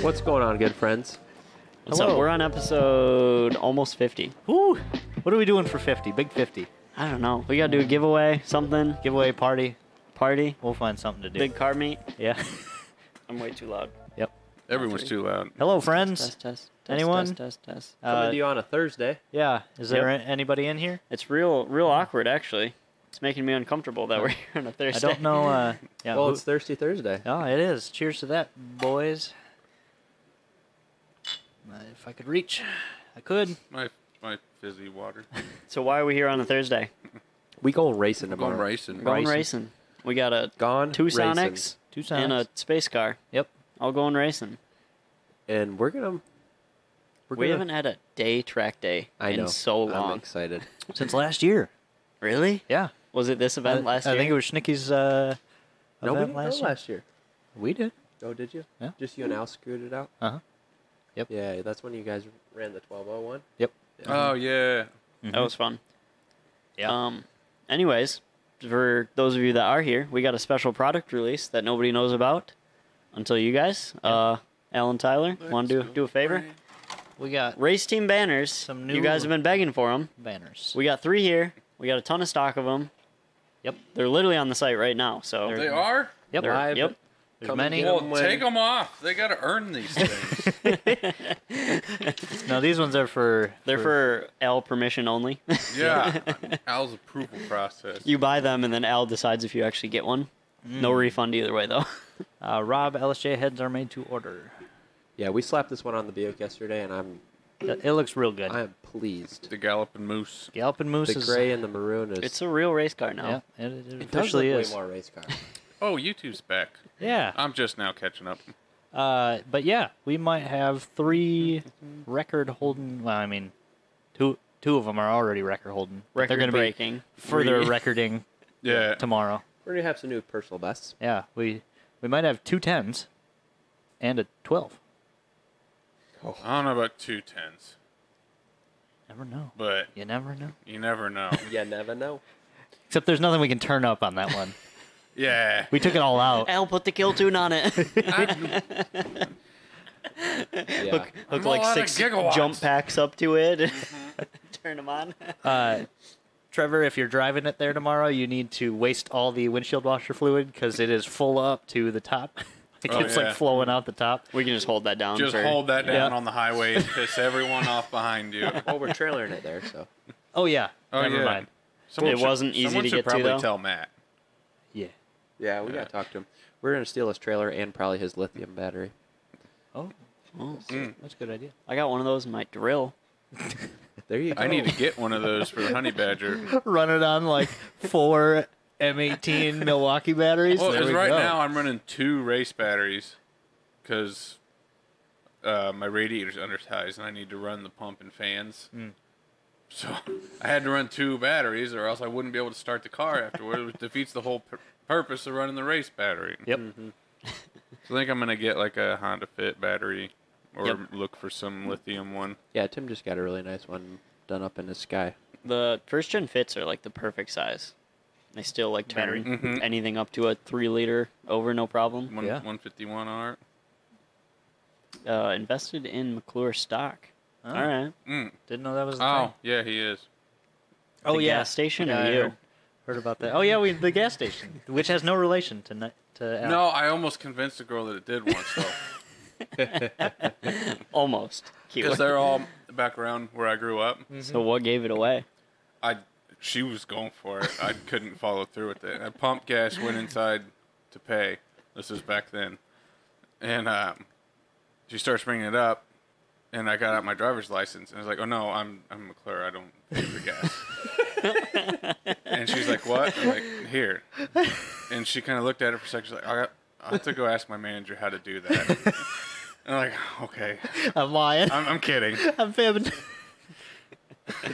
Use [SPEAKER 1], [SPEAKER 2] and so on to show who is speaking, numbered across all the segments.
[SPEAKER 1] What's going on, good friends?
[SPEAKER 2] What's up?
[SPEAKER 3] Hello.
[SPEAKER 2] We're on episode almost 50.
[SPEAKER 3] Ooh, what are we doing for 50? Big 50.
[SPEAKER 2] I don't know. We got to do a giveaway, something,
[SPEAKER 3] Giveaway party.
[SPEAKER 2] party,
[SPEAKER 3] We'll find something to do.
[SPEAKER 2] big car meet.
[SPEAKER 3] Yeah.
[SPEAKER 2] I'm way too loud.
[SPEAKER 3] yep.
[SPEAKER 4] Everyone's
[SPEAKER 2] Three.
[SPEAKER 4] too loud.
[SPEAKER 3] Hello, friends.
[SPEAKER 2] Test, test, test.
[SPEAKER 3] Anyone?
[SPEAKER 2] Test, test, test.
[SPEAKER 1] Coming
[SPEAKER 3] Uh,
[SPEAKER 1] to you on a Thursday.
[SPEAKER 3] yeah. Is there a- anybody in here?
[SPEAKER 2] It's real, real awkward, actually. It's making me uncomfortable that we're here on a
[SPEAKER 3] I
[SPEAKER 2] Thursday.
[SPEAKER 3] don't know. Uh, yeah.
[SPEAKER 1] well,
[SPEAKER 3] who-
[SPEAKER 1] it's Thirsty Thursday.
[SPEAKER 3] oh, it is. Cheers to that, boys. Uh, if I could reach, I could.
[SPEAKER 4] My my fizzy water.
[SPEAKER 2] So why are we here on a Thursday?
[SPEAKER 1] We going racing
[SPEAKER 4] I'm going
[SPEAKER 1] tomorrow.
[SPEAKER 4] racing.
[SPEAKER 2] Going
[SPEAKER 1] Racing.
[SPEAKER 2] racing. We got a
[SPEAKER 1] Gone
[SPEAKER 2] two
[SPEAKER 1] racing.
[SPEAKER 2] Sonics
[SPEAKER 3] Two times.
[SPEAKER 2] and a space car.
[SPEAKER 3] Yep.
[SPEAKER 2] All going racing.
[SPEAKER 1] and we're gonna. We're
[SPEAKER 2] We
[SPEAKER 1] gonna-
[SPEAKER 2] haven't had a day track day
[SPEAKER 1] I know.
[SPEAKER 2] in so long.
[SPEAKER 1] I'm excited.
[SPEAKER 3] Since last year.
[SPEAKER 2] Really?
[SPEAKER 3] Yeah.
[SPEAKER 2] Was it this event
[SPEAKER 3] I,
[SPEAKER 2] last
[SPEAKER 3] I
[SPEAKER 2] year?
[SPEAKER 3] think it was Schnicky's uh,
[SPEAKER 1] no, we
[SPEAKER 3] event
[SPEAKER 1] didn't go
[SPEAKER 3] last year.
[SPEAKER 1] last year.
[SPEAKER 3] We did.
[SPEAKER 1] Oh, did you?
[SPEAKER 3] Yeah.
[SPEAKER 1] Just you and Al screwed it out.
[SPEAKER 3] Uh huh.
[SPEAKER 1] Yeah, that's when you guys ran the 1201.
[SPEAKER 3] Yep.
[SPEAKER 4] Oh yeah.
[SPEAKER 2] That was fun.
[SPEAKER 3] Yeah.
[SPEAKER 2] Um, anyways, for those of you that are here, we got a special product release that nobody knows about until you guys. Uh, Alan Tyler, want to do, do a favor?
[SPEAKER 3] We got
[SPEAKER 2] Race team banners.
[SPEAKER 3] Some
[SPEAKER 2] You
[SPEAKER 3] new-
[SPEAKER 2] guys have been begging for them.
[SPEAKER 3] banners.
[SPEAKER 2] We got three here. We got a ton of stock of them.
[SPEAKER 3] Yep.
[SPEAKER 2] They're literally on the site right now. So
[SPEAKER 4] They are.
[SPEAKER 3] Yep.
[SPEAKER 2] They're-
[SPEAKER 1] Live.
[SPEAKER 2] Yep.
[SPEAKER 3] There's
[SPEAKER 1] Come
[SPEAKER 3] many.
[SPEAKER 1] and get 'em.
[SPEAKER 4] Well,
[SPEAKER 1] when-
[SPEAKER 4] take them off. They gotta earn these things.
[SPEAKER 3] No, these ones are for.
[SPEAKER 2] They're for Al permission only.
[SPEAKER 4] yeah. Al's approval process.
[SPEAKER 2] you buy them and then Al decides if you actually get one.
[SPEAKER 3] Mm.
[SPEAKER 2] No refund either way though.
[SPEAKER 3] Uh, Rob LSJ heads are made to order.
[SPEAKER 1] Yeah, we slapped this one on the Buick yesterday, and I'm
[SPEAKER 3] It it looks real good.
[SPEAKER 1] I am pleased.
[SPEAKER 4] the galloping moose.
[SPEAKER 3] Galpin Moose
[SPEAKER 1] the
[SPEAKER 3] is
[SPEAKER 1] gray and the maroon is.
[SPEAKER 2] It's a real race car now.
[SPEAKER 3] Yeah, it, it
[SPEAKER 1] it does look
[SPEAKER 3] officially
[SPEAKER 1] way
[SPEAKER 3] is.
[SPEAKER 1] more race car.
[SPEAKER 4] Oh, YouTube's back.
[SPEAKER 3] Yeah.
[SPEAKER 4] I'm just now catching up.
[SPEAKER 3] Uh, but yeah, we might have three record holding. Well, I mean, two two of them are already record holding.
[SPEAKER 2] Record
[SPEAKER 3] They're going to be
[SPEAKER 2] breaking.
[SPEAKER 3] further
[SPEAKER 2] Three.
[SPEAKER 3] recording
[SPEAKER 4] Yeah.
[SPEAKER 3] tomorrow.
[SPEAKER 1] We're gonna have some new personal bests.
[SPEAKER 3] Yeah, we we might have two tens and a twelve.
[SPEAKER 4] I don't know about two tens,
[SPEAKER 3] Never know.
[SPEAKER 4] but
[SPEAKER 3] You never know.
[SPEAKER 4] you never know.
[SPEAKER 1] You never know.
[SPEAKER 3] Except there's nothing we can turn up on that one.
[SPEAKER 4] Yeah.
[SPEAKER 3] We took it all out.
[SPEAKER 2] Al put the kill tune on it.
[SPEAKER 4] I-
[SPEAKER 1] Yeah.
[SPEAKER 2] hook hook
[SPEAKER 4] I'm all out
[SPEAKER 2] like
[SPEAKER 4] of
[SPEAKER 2] six
[SPEAKER 4] gigawatts.
[SPEAKER 2] jump packs up to it. and
[SPEAKER 3] Mm-hmm.
[SPEAKER 2] Turn them on.
[SPEAKER 3] Uh, Trevor, if you're driving it there tomorrow, you need to waste all the windshield washer fluid because it is full up to the top. It
[SPEAKER 4] Oh,
[SPEAKER 3] keeps
[SPEAKER 4] yeah.
[SPEAKER 3] like flowing out the top.
[SPEAKER 2] We can just hold that down.
[SPEAKER 4] just
[SPEAKER 2] for-
[SPEAKER 4] hold that down
[SPEAKER 3] Yeah.
[SPEAKER 4] on the highway and piss everyone off behind you.
[SPEAKER 1] well, we're trailering it there, so
[SPEAKER 3] Oh yeah.
[SPEAKER 4] Oh,
[SPEAKER 3] Never
[SPEAKER 4] yeah.
[SPEAKER 3] mind.
[SPEAKER 4] Someone
[SPEAKER 2] It wasn't easy
[SPEAKER 4] someone
[SPEAKER 2] to
[SPEAKER 4] should
[SPEAKER 2] get to,
[SPEAKER 4] probably
[SPEAKER 2] though.
[SPEAKER 4] tell Matt.
[SPEAKER 3] Yeah.
[SPEAKER 1] yeah, we gotta talk to him. We're gonna steal his trailer and probably his lithium battery.
[SPEAKER 3] Oh,
[SPEAKER 2] Oh,
[SPEAKER 4] Mm.
[SPEAKER 3] that's a good idea.
[SPEAKER 2] I got one of those in my drill.
[SPEAKER 1] There you go.
[SPEAKER 4] I need to get one of those for the honey badger.
[SPEAKER 3] Run it on like four M18 Milwaukee batteries.
[SPEAKER 4] Well,
[SPEAKER 3] There
[SPEAKER 4] as
[SPEAKER 3] we
[SPEAKER 4] right
[SPEAKER 3] go.
[SPEAKER 4] now I'm running two race batteries because uh, my radiator's undersized and I need to run the pump and fans.
[SPEAKER 3] Hmm.
[SPEAKER 4] So I had to run two batteries, or else I wouldn't be able to start the car afterward, which defeats the whole pur- purpose of running the race battery.
[SPEAKER 3] Yep.
[SPEAKER 1] Mm-hmm.
[SPEAKER 4] So I think I'm gonna get like a Honda Fit battery, or
[SPEAKER 2] Yep.
[SPEAKER 4] look for some lithium one.
[SPEAKER 1] Yeah, Tim just got a really nice one done up in the sky.
[SPEAKER 2] The first gen fits are like the perfect size. They still like turn
[SPEAKER 3] Mm-hmm.
[SPEAKER 2] anything up to a three liter over no problem.
[SPEAKER 4] One,
[SPEAKER 3] Yeah.
[SPEAKER 4] 151 R.
[SPEAKER 2] Uh, invested in McClure stock.
[SPEAKER 3] Oh,
[SPEAKER 2] All right.
[SPEAKER 4] Mm.
[SPEAKER 3] Didn't know that was. A
[SPEAKER 4] Oh,
[SPEAKER 3] thing.
[SPEAKER 4] yeah, he is.
[SPEAKER 3] Oh
[SPEAKER 2] The
[SPEAKER 3] yeah.
[SPEAKER 2] gas station
[SPEAKER 3] Yeah,
[SPEAKER 2] or
[SPEAKER 3] I
[SPEAKER 2] you?
[SPEAKER 3] Heard, heard about that. Oh yeah, we the gas station, which has no relation to ni- to. Al.
[SPEAKER 4] No, I almost convinced a girl that it did once though.
[SPEAKER 2] Almost. Cute.
[SPEAKER 4] because they're all back around where I grew up.
[SPEAKER 2] So what gave it away?
[SPEAKER 4] I she was going for it. I couldn't follow through with it. I pumped gas, went inside to pay. This is back then, and um, she starts bringing it up, and I got out my driver's license, and I was like, "Oh no, I'm I'm McClure. I don't pay for gas." and she's like, "What?" I'm like, "Here," and she kind of looked at it for a second. She's like, "I got." I have to go ask my manager how to do that. and I'm like, okay,
[SPEAKER 3] I'm lying.
[SPEAKER 4] I'm, I'm kidding.
[SPEAKER 3] I'm fibbing.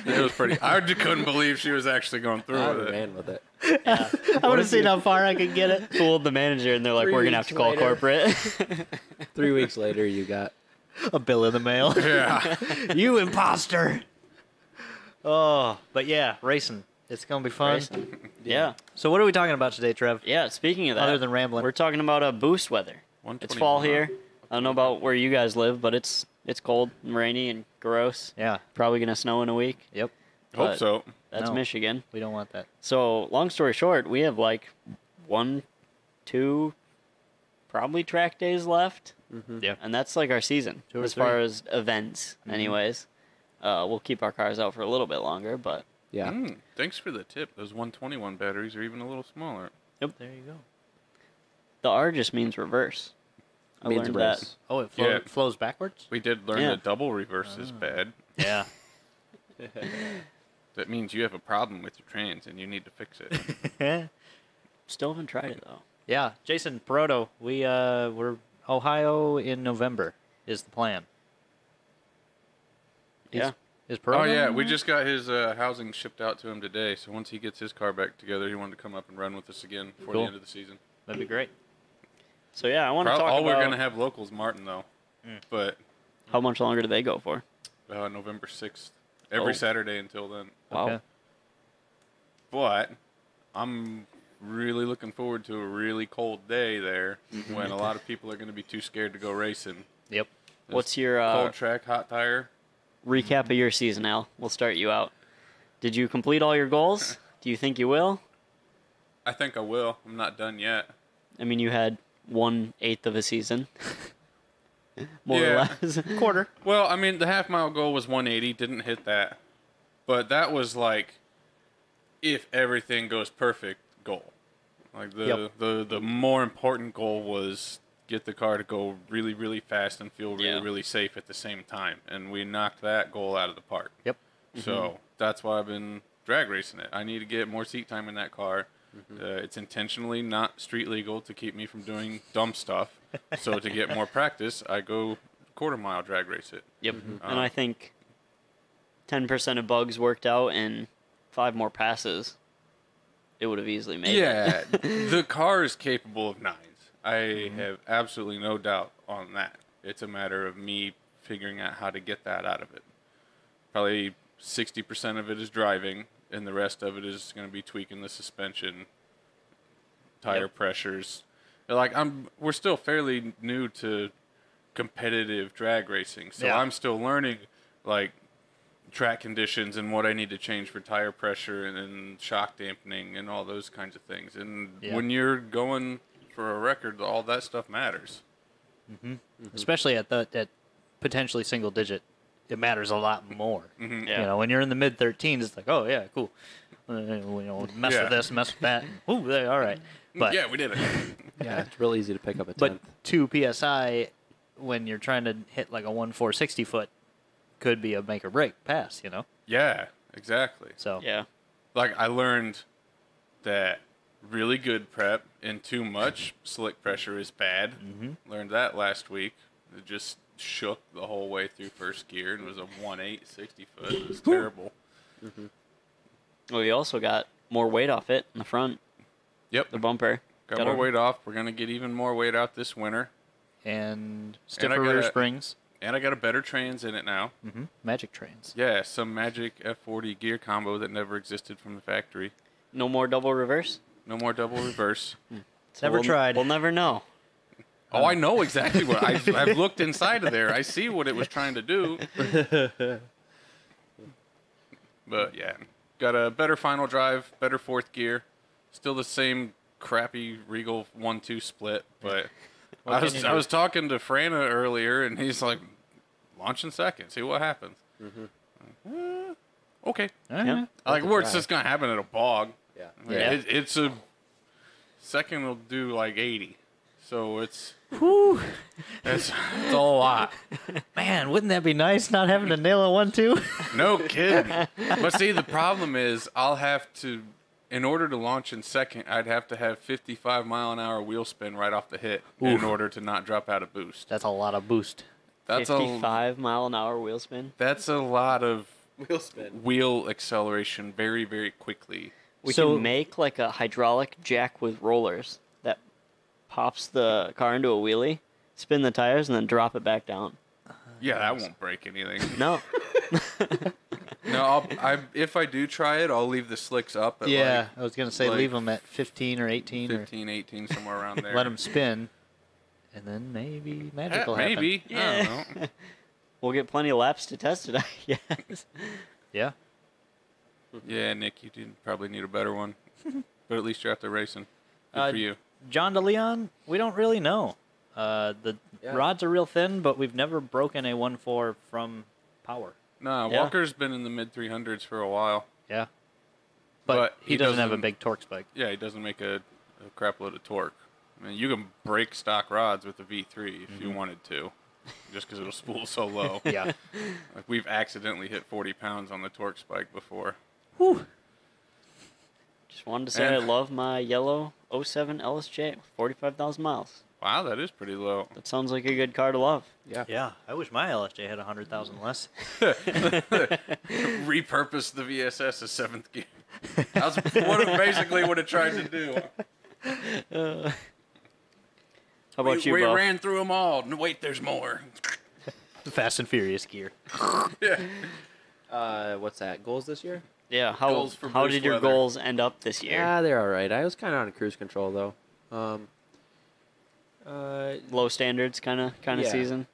[SPEAKER 4] It was pretty. I just couldn't believe she was actually going through
[SPEAKER 1] I
[SPEAKER 4] with it.
[SPEAKER 1] ran with it.
[SPEAKER 3] I would have seen how far I could get it.
[SPEAKER 2] Fooled the manager and they're like,
[SPEAKER 1] Three
[SPEAKER 2] we're going to have
[SPEAKER 1] weeks
[SPEAKER 2] to call
[SPEAKER 1] later.
[SPEAKER 2] corporate.
[SPEAKER 1] Three weeks later, you got.
[SPEAKER 3] A bill in the mail.
[SPEAKER 4] Yeah.
[SPEAKER 3] you imposter. Oh, but yeah, racing. It's gonna be fun.
[SPEAKER 2] Racing. yeah.
[SPEAKER 3] So what are we talking about today, Trev?
[SPEAKER 2] Yeah, speaking of that,
[SPEAKER 3] Other than rambling.
[SPEAKER 2] we're talking about a boost uh, weather. It's fall
[SPEAKER 4] 121,
[SPEAKER 2] here.
[SPEAKER 4] huh?
[SPEAKER 2] I don't know about where you guys live, but it's it's cold and rainy and gross.
[SPEAKER 3] Yeah.
[SPEAKER 2] Probably gonna snow in a week.
[SPEAKER 3] Yep.
[SPEAKER 4] Hope
[SPEAKER 2] But
[SPEAKER 4] so.
[SPEAKER 2] That's
[SPEAKER 3] No.
[SPEAKER 2] Michigan.
[SPEAKER 3] We don't want that.
[SPEAKER 2] So long story short, we have like one, two, probably track days left,
[SPEAKER 4] Mm-hmm.
[SPEAKER 3] Yeah.
[SPEAKER 2] and that's like our season
[SPEAKER 3] Two or
[SPEAKER 2] as far
[SPEAKER 3] three. Mm-hmm.
[SPEAKER 2] as events. Anyways, uh, we'll keep our cars out for a little bit longer, but
[SPEAKER 1] Yeah.
[SPEAKER 4] Mm, thanks for the tip. Those 121 batteries are even a little smaller.
[SPEAKER 3] There you go.
[SPEAKER 2] the R just means reverse. I
[SPEAKER 1] Means
[SPEAKER 2] learned
[SPEAKER 1] race.
[SPEAKER 2] that.
[SPEAKER 3] Oh, it flow,
[SPEAKER 4] Yeah.
[SPEAKER 3] flows backwards.
[SPEAKER 4] We did learn
[SPEAKER 2] Yeah.
[SPEAKER 4] that double reverse is bad.
[SPEAKER 3] Yeah.
[SPEAKER 4] That means you have a problem with your trans and you need to fix it.
[SPEAKER 2] Still haven't tried it though.
[SPEAKER 3] yeah. Jason Peroto, we uh, we're Ohio in November is the plan.
[SPEAKER 2] Yeah.
[SPEAKER 3] Is Peroto?
[SPEAKER 4] oh yeah, we just got his uh, housing shipped out to him today. So once he gets his car back together, he wanted to come up and run with us again before
[SPEAKER 3] Cool.
[SPEAKER 4] the end of the season.
[SPEAKER 3] That'd be great.
[SPEAKER 2] So yeah, I want to
[SPEAKER 4] Prob-
[SPEAKER 2] talk
[SPEAKER 4] all
[SPEAKER 2] about
[SPEAKER 4] we're gonna have locals Martin though, but
[SPEAKER 2] how much longer do they go for?
[SPEAKER 4] uh, November sixth, every
[SPEAKER 2] Oh.
[SPEAKER 4] Saturday until then.
[SPEAKER 2] Wow.
[SPEAKER 3] Okay.
[SPEAKER 4] But I'm really looking forward to a really cold day there
[SPEAKER 2] Mm-hmm.
[SPEAKER 4] when a lot of people are gonna be too scared to go racing.
[SPEAKER 3] Yep.
[SPEAKER 4] This
[SPEAKER 2] What's your uh,
[SPEAKER 4] cold track, hot tire?
[SPEAKER 2] recap of your season, Al? We'll start you out. Did you complete all your goals? Do you think you will?
[SPEAKER 4] I think I will. I'm not done yet.
[SPEAKER 2] I mean, you had one eighth of a season, more or
[SPEAKER 4] Yeah.
[SPEAKER 2] less.
[SPEAKER 3] Quarter.
[SPEAKER 4] Well, I mean, the half mile goal was 180, didn't hit that. But that was like if everything goes perfect goal. Like the
[SPEAKER 3] Yep.
[SPEAKER 4] the the more important goal was get the car to go really really fast and feel really
[SPEAKER 2] Yeah.
[SPEAKER 4] really safe at the same time and we knocked that goal out of the park.
[SPEAKER 3] Yep.
[SPEAKER 4] So that's why I've been drag racing it. I need to get more seat time in that car. Uh, it's intentionally not street legal to keep me from doing dumb stuff. so to get more practice, I go quarter mile drag race it.
[SPEAKER 2] Yep.
[SPEAKER 3] Mm-hmm.
[SPEAKER 2] And I think ten percent of bugs worked out, and five more passes, it would have easily made. it.
[SPEAKER 4] Yeah, the car is capable of nines. I have absolutely no doubt on that. It's a matter of me figuring out how to get that out of it. Probably 60% of it is driving, and the rest of it is going to be tweaking the suspension, tire pressures. Like I'm, we're still fairly new to competitive drag racing, so
[SPEAKER 3] Yeah.
[SPEAKER 4] I'm still learning. Like track conditions and what I need to change for tire pressure and, and shock dampening and all those kinds of things. And
[SPEAKER 3] Yeah.
[SPEAKER 4] when you're going for a record, all that stuff matters.
[SPEAKER 3] Mm-hmm. Especially at the at potentially single digit, it matters a lot more.
[SPEAKER 4] Mm-hmm.
[SPEAKER 2] Yeah.
[SPEAKER 3] You know, when you're in the mid 13s, it's like, oh yeah, cool. Uh, you know, mess
[SPEAKER 4] Yeah.
[SPEAKER 3] with this, mess with that. Ooh, they, all right. But
[SPEAKER 4] yeah, we did it.
[SPEAKER 1] Yeah, it's real easy to pick up a
[SPEAKER 3] but
[SPEAKER 1] tenth.
[SPEAKER 3] two psi when you're trying to hit like a one four sixty foot could be a make or break pass. You know,
[SPEAKER 4] yeah, exactly.
[SPEAKER 3] so
[SPEAKER 2] Yeah.
[SPEAKER 4] Like I learned that really good prep and too much slick pressure is bad. Mm-hmm. Learned that last week. It just shook the whole way through first gear and was a 1.8 60 foot. It was terrible.
[SPEAKER 2] Well, you also got more weight off it in the front,
[SPEAKER 4] Yep.
[SPEAKER 2] the bumper.
[SPEAKER 4] Got,
[SPEAKER 2] Got
[SPEAKER 4] more
[SPEAKER 2] a-
[SPEAKER 4] weight off. We're gonna get even more weight out this winter,
[SPEAKER 3] and stiffer
[SPEAKER 4] got
[SPEAKER 3] rear
[SPEAKER 4] a-
[SPEAKER 3] springs,
[SPEAKER 4] and I got a better trans in it now.
[SPEAKER 3] hmm magic trains.
[SPEAKER 4] Yeah, some magic F40 gear combo that never existed from the factory.
[SPEAKER 2] No more double reverse.
[SPEAKER 4] No more double reverse.
[SPEAKER 2] So
[SPEAKER 3] Never
[SPEAKER 2] we'll-
[SPEAKER 3] tried.
[SPEAKER 2] We'll never know.
[SPEAKER 4] oh, I know exactly what I, I've looked inside of there. I see what it was trying to do. But yeah, got a better final drive, better fourth gear, still the same crappy Regal one-two split. But I
[SPEAKER 3] can
[SPEAKER 4] was
[SPEAKER 3] you
[SPEAKER 4] I
[SPEAKER 3] do?
[SPEAKER 4] was talking to Frana earlier, and he's like, "Launch in second, see what happens." Like, "Uh, okay,
[SPEAKER 2] Yeah.
[SPEAKER 4] like where it's
[SPEAKER 1] try.
[SPEAKER 4] just gonna happen at a bog.
[SPEAKER 1] Yeah.
[SPEAKER 4] I mean,
[SPEAKER 2] Yeah.
[SPEAKER 4] It, it's a second will do like eighty, so it's it's, it's a lot.
[SPEAKER 3] Man, wouldn't that be nice not having to nail a one two?
[SPEAKER 4] No kidding. but see, the problem is I'll have to, in order to launch in second, I'd have to have fifty-five mile an hour wheel spin right off the hit in order to not drop out of boost.
[SPEAKER 3] That's a lot of boost.
[SPEAKER 4] That's a
[SPEAKER 2] Fifty-five mile an hour wheel spin.
[SPEAKER 4] that's a lot of
[SPEAKER 1] Wheel spin.
[SPEAKER 4] wheel acceleration very very quickly.
[SPEAKER 2] We
[SPEAKER 3] So-
[SPEAKER 2] can make like a hydraulic jack with rollers that pops the car into a wheelie, spin the tires, and then drop it back down.
[SPEAKER 4] Yeah, that won't break anything.
[SPEAKER 2] No,
[SPEAKER 4] No, I'll, I if I do try it, I'll leave the slicks up at
[SPEAKER 3] yeah, I was gonna say
[SPEAKER 4] like
[SPEAKER 3] leave 'em leave them at fifteen or eighteen,
[SPEAKER 4] like 15, 18, somewhere around
[SPEAKER 3] or
[SPEAKER 4] there.
[SPEAKER 3] let them spin, and then maybe
[SPEAKER 4] Eh,
[SPEAKER 3] magic will happen.
[SPEAKER 4] maybe. I
[SPEAKER 2] Yeah.
[SPEAKER 4] don't know.
[SPEAKER 2] We'll get plenty of laps to test it, I guess.
[SPEAKER 3] Yeah.
[SPEAKER 4] Yeah, Nick, you did probably need a better one, but at least you're out there racing. Good
[SPEAKER 3] Uh,
[SPEAKER 4] for you.
[SPEAKER 3] John DeLeon, we don't really know. Uh, the
[SPEAKER 1] Yeah.
[SPEAKER 3] rods are real thin, but we've never broken a one four from power.
[SPEAKER 4] Nah,
[SPEAKER 2] yeah.
[SPEAKER 4] Walker's been in the mid 300s for a while.
[SPEAKER 3] Yeah. But,
[SPEAKER 4] But
[SPEAKER 3] he,
[SPEAKER 4] he
[SPEAKER 3] doesn't, have a
[SPEAKER 4] doesn't-
[SPEAKER 3] big torque spike.
[SPEAKER 4] Yeah, he doesn't make a, a crap load of torque. I mean, you can break stock rods with a V3 if you wanted to, just because it'll spool so low.
[SPEAKER 3] Mm-hmm. Yeah.
[SPEAKER 4] Like we've accidentally hit 40 pounds on the torque spike before.
[SPEAKER 2] Just wanted to say I
[SPEAKER 4] And-
[SPEAKER 2] love my yellow 07 LSJ, 45,000 miles.
[SPEAKER 4] Wow, that is pretty low.
[SPEAKER 2] That sounds like a good car to love.
[SPEAKER 1] Yeah.
[SPEAKER 3] yeah. I wish my LSJ had 100,000 less.
[SPEAKER 4] Repurpose the VSS as seventh gear. That's what I basically would have tried to do.
[SPEAKER 2] How
[SPEAKER 4] We,
[SPEAKER 2] about you,
[SPEAKER 4] we
[SPEAKER 2] Bo?
[SPEAKER 4] ran through them all. No, Wait, there's more.
[SPEAKER 3] Fast and Furious gear.
[SPEAKER 4] yeah.
[SPEAKER 1] Uh, what's that? Goals this year?
[SPEAKER 2] yeah, how,
[SPEAKER 4] Goals for
[SPEAKER 2] how
[SPEAKER 4] Bruce
[SPEAKER 2] did your
[SPEAKER 4] Weather.
[SPEAKER 2] goals end up this year?
[SPEAKER 1] Yeah, they're all right. I was kind of on cruise control though. Um, uh,
[SPEAKER 2] Low standards kind of kind of
[SPEAKER 1] Yeah.
[SPEAKER 2] season.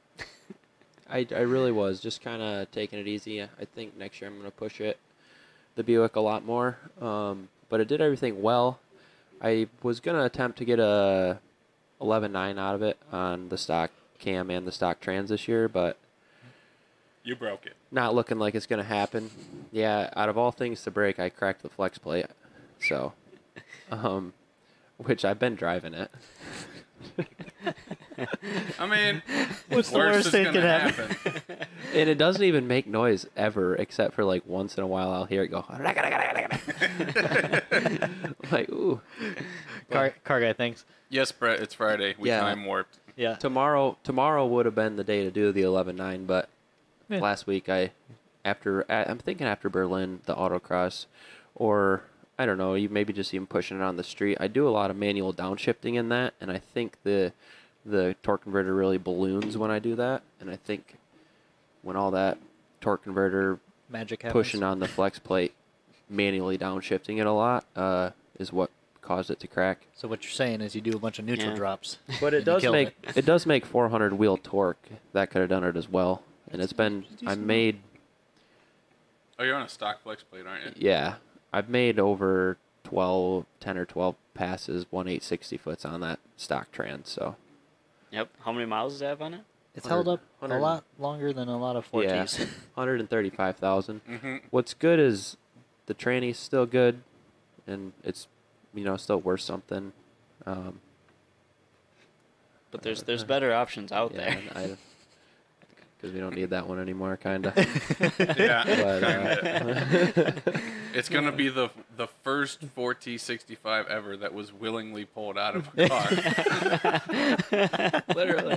[SPEAKER 1] I, I really was just kind of taking it easy. I think next year I'm going to push it, the Buick a lot more. Um, but it did everything well. I was going to attempt to get a 11.9 out of it on the stock cam and the stock trans this year, but
[SPEAKER 4] You broke it.
[SPEAKER 1] not looking like it's going to happen. Yeah, out of all things to break, I cracked the flex plate. So, um, which I've been driving it.
[SPEAKER 4] I mean,
[SPEAKER 3] What's the worst
[SPEAKER 4] is
[SPEAKER 3] that
[SPEAKER 4] gonna
[SPEAKER 3] could happen?
[SPEAKER 1] And it doesn't even make noise ever, except for like once in a while I'll hear it go. like ooh.
[SPEAKER 3] Car, car guy, thanks.
[SPEAKER 4] yes, Brett, it's Friday. We
[SPEAKER 1] Yeah.
[SPEAKER 4] time warped.
[SPEAKER 3] Yeah.
[SPEAKER 1] Tomorrow, tomorrow would have been the day to do the 11.9, but
[SPEAKER 3] Yeah.
[SPEAKER 1] last week I, after I- I'm thinking after Berlin the autocross, or I don't know, you maybe just even pushing it on the street. I do a lot of manual downshifting in that, and I think the the torque converter really balloons when I do that, and I think when all that torque converter
[SPEAKER 3] Magic happens.
[SPEAKER 1] pushing on the flex plate, manually downshifting it a lot, uh, is what caused it to crack.
[SPEAKER 3] So what you're saying is you do a bunch of neutral
[SPEAKER 2] Yeah.
[SPEAKER 3] drops.
[SPEAKER 1] But
[SPEAKER 3] and you kill
[SPEAKER 1] make it. does make 400 wheel torque. That could have done it as well. And it's been I made
[SPEAKER 4] Oh, you're on a stock flex plate, aren't you?
[SPEAKER 1] yeah I've made over 12, 10 or 12 passes 1860 foots on that stock trans. So
[SPEAKER 2] Yep. How many miles does it have on it?
[SPEAKER 3] It's held up
[SPEAKER 1] 100 100
[SPEAKER 3] a lot longer than a lot of 40s.
[SPEAKER 1] yeah, 135,000.
[SPEAKER 4] Mm-hmm.
[SPEAKER 1] What's good is the tranny's still good, and it's you know still worth something. Um,
[SPEAKER 2] But there's
[SPEAKER 3] Uh,
[SPEAKER 2] there's better options out
[SPEAKER 1] yeah,
[SPEAKER 2] there.
[SPEAKER 1] because we don't need that one anymore, kind of.
[SPEAKER 4] Yeah.
[SPEAKER 1] But,
[SPEAKER 3] uh,
[SPEAKER 1] uh,
[SPEAKER 4] It's gonna be the the first 4T65 ever that was willingly pulled out of a car.
[SPEAKER 1] Literally.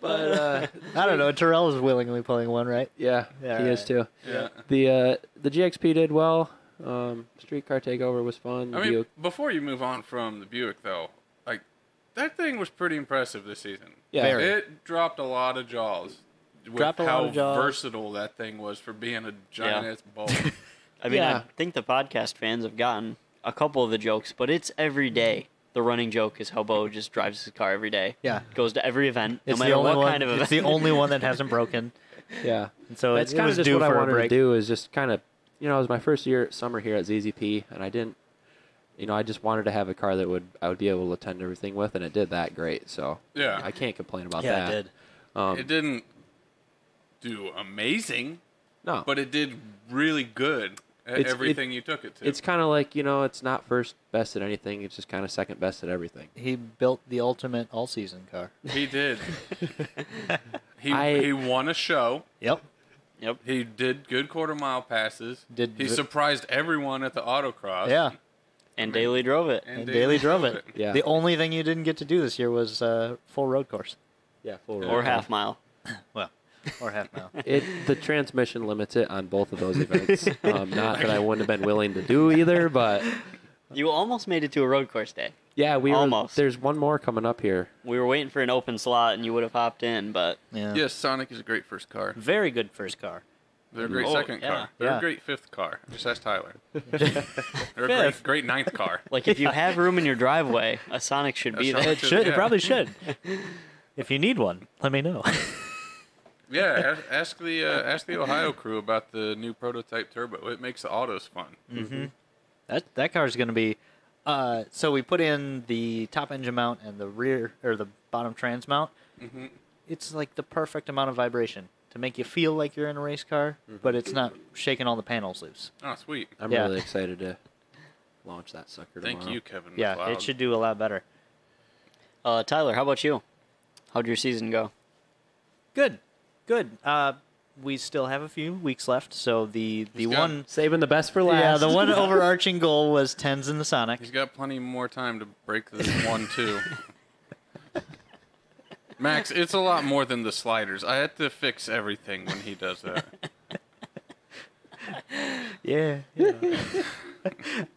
[SPEAKER 1] But uh,
[SPEAKER 3] I don't know. Terrell is willingly pulling one, right?
[SPEAKER 1] yeah,
[SPEAKER 3] Yeah,
[SPEAKER 1] he is
[SPEAKER 3] right.
[SPEAKER 1] too.
[SPEAKER 4] yeah.
[SPEAKER 1] The uh, the GXP did well. Um, streetcar takeover was fun.
[SPEAKER 4] I mean,
[SPEAKER 1] Buick-
[SPEAKER 4] before you move on from the Buick, though, like that thing was pretty impressive this season.
[SPEAKER 1] Yeah.
[SPEAKER 3] Very.
[SPEAKER 4] It dropped a lot of jaws. With
[SPEAKER 3] Dropped a lot
[SPEAKER 4] how
[SPEAKER 3] of jaws.
[SPEAKER 4] versatile that thing was for being a giant ass ball.
[SPEAKER 2] I mean,
[SPEAKER 1] Yeah.
[SPEAKER 2] I think the podcast fans have gotten a couple of the jokes, but it's every day. The running joke is how Bo just drives his car every day.
[SPEAKER 3] Yeah.
[SPEAKER 2] Goes to every event,
[SPEAKER 3] It's
[SPEAKER 2] no
[SPEAKER 3] the
[SPEAKER 2] matter
[SPEAKER 3] only
[SPEAKER 2] what
[SPEAKER 3] one.
[SPEAKER 2] kind of
[SPEAKER 3] it's
[SPEAKER 2] event.
[SPEAKER 3] the only one that hasn't broken.
[SPEAKER 1] yeah,
[SPEAKER 3] And so
[SPEAKER 1] that's
[SPEAKER 3] it, it
[SPEAKER 1] kind of
[SPEAKER 3] was
[SPEAKER 1] just
[SPEAKER 3] due
[SPEAKER 1] what I
[SPEAKER 3] for a
[SPEAKER 1] wanted to
[SPEAKER 3] break.
[SPEAKER 1] do is just kind of, you know, it was my first year summer here at ZZP, and I didn't, you know, I just wanted to have a car that would I would be able to attend everything with, and it did that great. So
[SPEAKER 4] Yeah.
[SPEAKER 1] I can't complain about
[SPEAKER 3] Yeah,
[SPEAKER 1] that.
[SPEAKER 3] I did.
[SPEAKER 1] Um,
[SPEAKER 4] it didn't do amazing,
[SPEAKER 1] no,
[SPEAKER 4] but it did really good at
[SPEAKER 1] It's- it-
[SPEAKER 4] everything you took it to.
[SPEAKER 1] it's kind of like you know, it's not first best at anything; it's just kind of second best at everything.
[SPEAKER 3] He built the ultimate all-season car.
[SPEAKER 4] He did. he
[SPEAKER 1] I-
[SPEAKER 4] he won a show.
[SPEAKER 3] Yep.
[SPEAKER 2] Yep.
[SPEAKER 4] He did good quarter mile passes.
[SPEAKER 3] Did
[SPEAKER 4] he
[SPEAKER 3] the-
[SPEAKER 4] surprised everyone at the autocross?
[SPEAKER 3] Yeah.
[SPEAKER 2] And daily drove it.
[SPEAKER 4] And
[SPEAKER 3] And
[SPEAKER 4] daily
[SPEAKER 3] daily drove it.
[SPEAKER 1] Yeah.
[SPEAKER 3] The only thing you didn't get to do this year was uh, full road course.
[SPEAKER 1] Yeah, full
[SPEAKER 2] Or half mile.
[SPEAKER 3] Well, or half mile.
[SPEAKER 1] It the transmission limits it on both of those events. Um, not that I wouldn't have been willing to do either, but
[SPEAKER 2] You almost made it to a road course day.
[SPEAKER 1] yeah, we were-
[SPEAKER 2] Almost.
[SPEAKER 1] there's one more coming up here.
[SPEAKER 2] We were waiting for an open slot and you would have hopped in, but
[SPEAKER 3] Yeah.
[SPEAKER 4] Yes, Sonic is a great first car.
[SPEAKER 3] Very good first car.
[SPEAKER 4] They're a great
[SPEAKER 3] Oh,
[SPEAKER 4] second
[SPEAKER 3] yeah,
[SPEAKER 4] car. They're
[SPEAKER 3] yeah.
[SPEAKER 4] a great fifth car. Just ask Tyler. They're a great, great ninth car.
[SPEAKER 2] Like if you have room in your driveway, a Sonic should be
[SPEAKER 4] A Sonic
[SPEAKER 2] there.
[SPEAKER 3] It should. It
[SPEAKER 4] Yeah.
[SPEAKER 3] probably should. if you need one, let me know.
[SPEAKER 4] Yeah, ask, ask the uh, ask the Ohio crew about the new prototype turbo. It makes the autos fun.
[SPEAKER 3] That that car is going to be. Uh, so we put in the top engine mount and the rear or the bottom trans mount.
[SPEAKER 4] Mm-hmm.
[SPEAKER 3] It's like the perfect amount of vibration to make you feel like you're in a race car,
[SPEAKER 4] Mm-hmm.
[SPEAKER 3] but it's not shaking all the panels loose.
[SPEAKER 4] Oh, sweet.
[SPEAKER 1] I'm
[SPEAKER 3] Yeah.
[SPEAKER 1] really excited to launch that sucker.
[SPEAKER 4] Thank
[SPEAKER 1] tomorrow.
[SPEAKER 4] you, Kevin.
[SPEAKER 3] Yeah,
[SPEAKER 4] McLeod.
[SPEAKER 3] it should do a lot better.
[SPEAKER 2] Uh, Tyler, how about you? How'd your season go?
[SPEAKER 3] Good, good. Uh, we still have a few weeks left, so the the
[SPEAKER 4] He's got-
[SPEAKER 3] one
[SPEAKER 1] Saving the best for last.
[SPEAKER 3] yeah the one overarching goal was tens in the Sonic.
[SPEAKER 4] He's got plenty more time to break this one too. Max, it's a lot more than the sliders. I had to fix everything when he does that.
[SPEAKER 3] Yeah. yeah.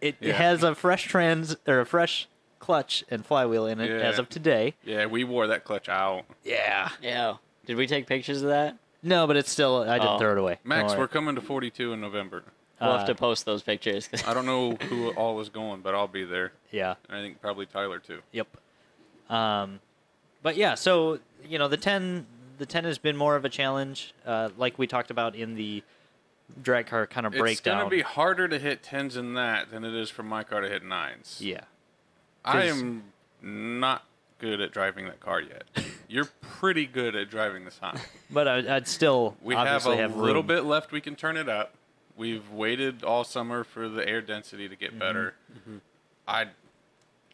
[SPEAKER 3] it
[SPEAKER 4] Yeah.
[SPEAKER 3] has a fresh trans or a fresh clutch and flywheel in it as
[SPEAKER 4] Yeah.
[SPEAKER 3] of today.
[SPEAKER 4] Yeah, we wore that clutch out.
[SPEAKER 3] Yeah.
[SPEAKER 2] Yeah. Did we take pictures of that?
[SPEAKER 3] No, but it's still. I didn't
[SPEAKER 2] Oh.
[SPEAKER 3] throw it away.
[SPEAKER 4] Max,
[SPEAKER 3] Don't
[SPEAKER 4] we're
[SPEAKER 3] worry.
[SPEAKER 4] coming to 42 in November.
[SPEAKER 2] We'll
[SPEAKER 3] Uh,
[SPEAKER 2] have to post those pictures. 'cause-
[SPEAKER 4] I don't know who all is going, but I'll be there.
[SPEAKER 3] Yeah.
[SPEAKER 4] And I think probably Tyler too.
[SPEAKER 3] Yep. Um, but yeah, so you know the ten, the ten has been more of a challenge, uh, like we talked about in the drag car kind of
[SPEAKER 4] It's going
[SPEAKER 3] breakdown.
[SPEAKER 4] to be harder to hit 10s in that than it is for my car to hit 9s.
[SPEAKER 3] yeah.
[SPEAKER 4] I
[SPEAKER 3] 'cause-
[SPEAKER 4] am not good at driving that car yet. You're pretty good at driving the Sonic.
[SPEAKER 3] But I, I'd still
[SPEAKER 4] We have a
[SPEAKER 3] obviously have,
[SPEAKER 4] little
[SPEAKER 3] room.
[SPEAKER 4] bit left. We can turn it up. We've waited all summer for the air density to get
[SPEAKER 3] Mm-hmm,
[SPEAKER 4] better. I,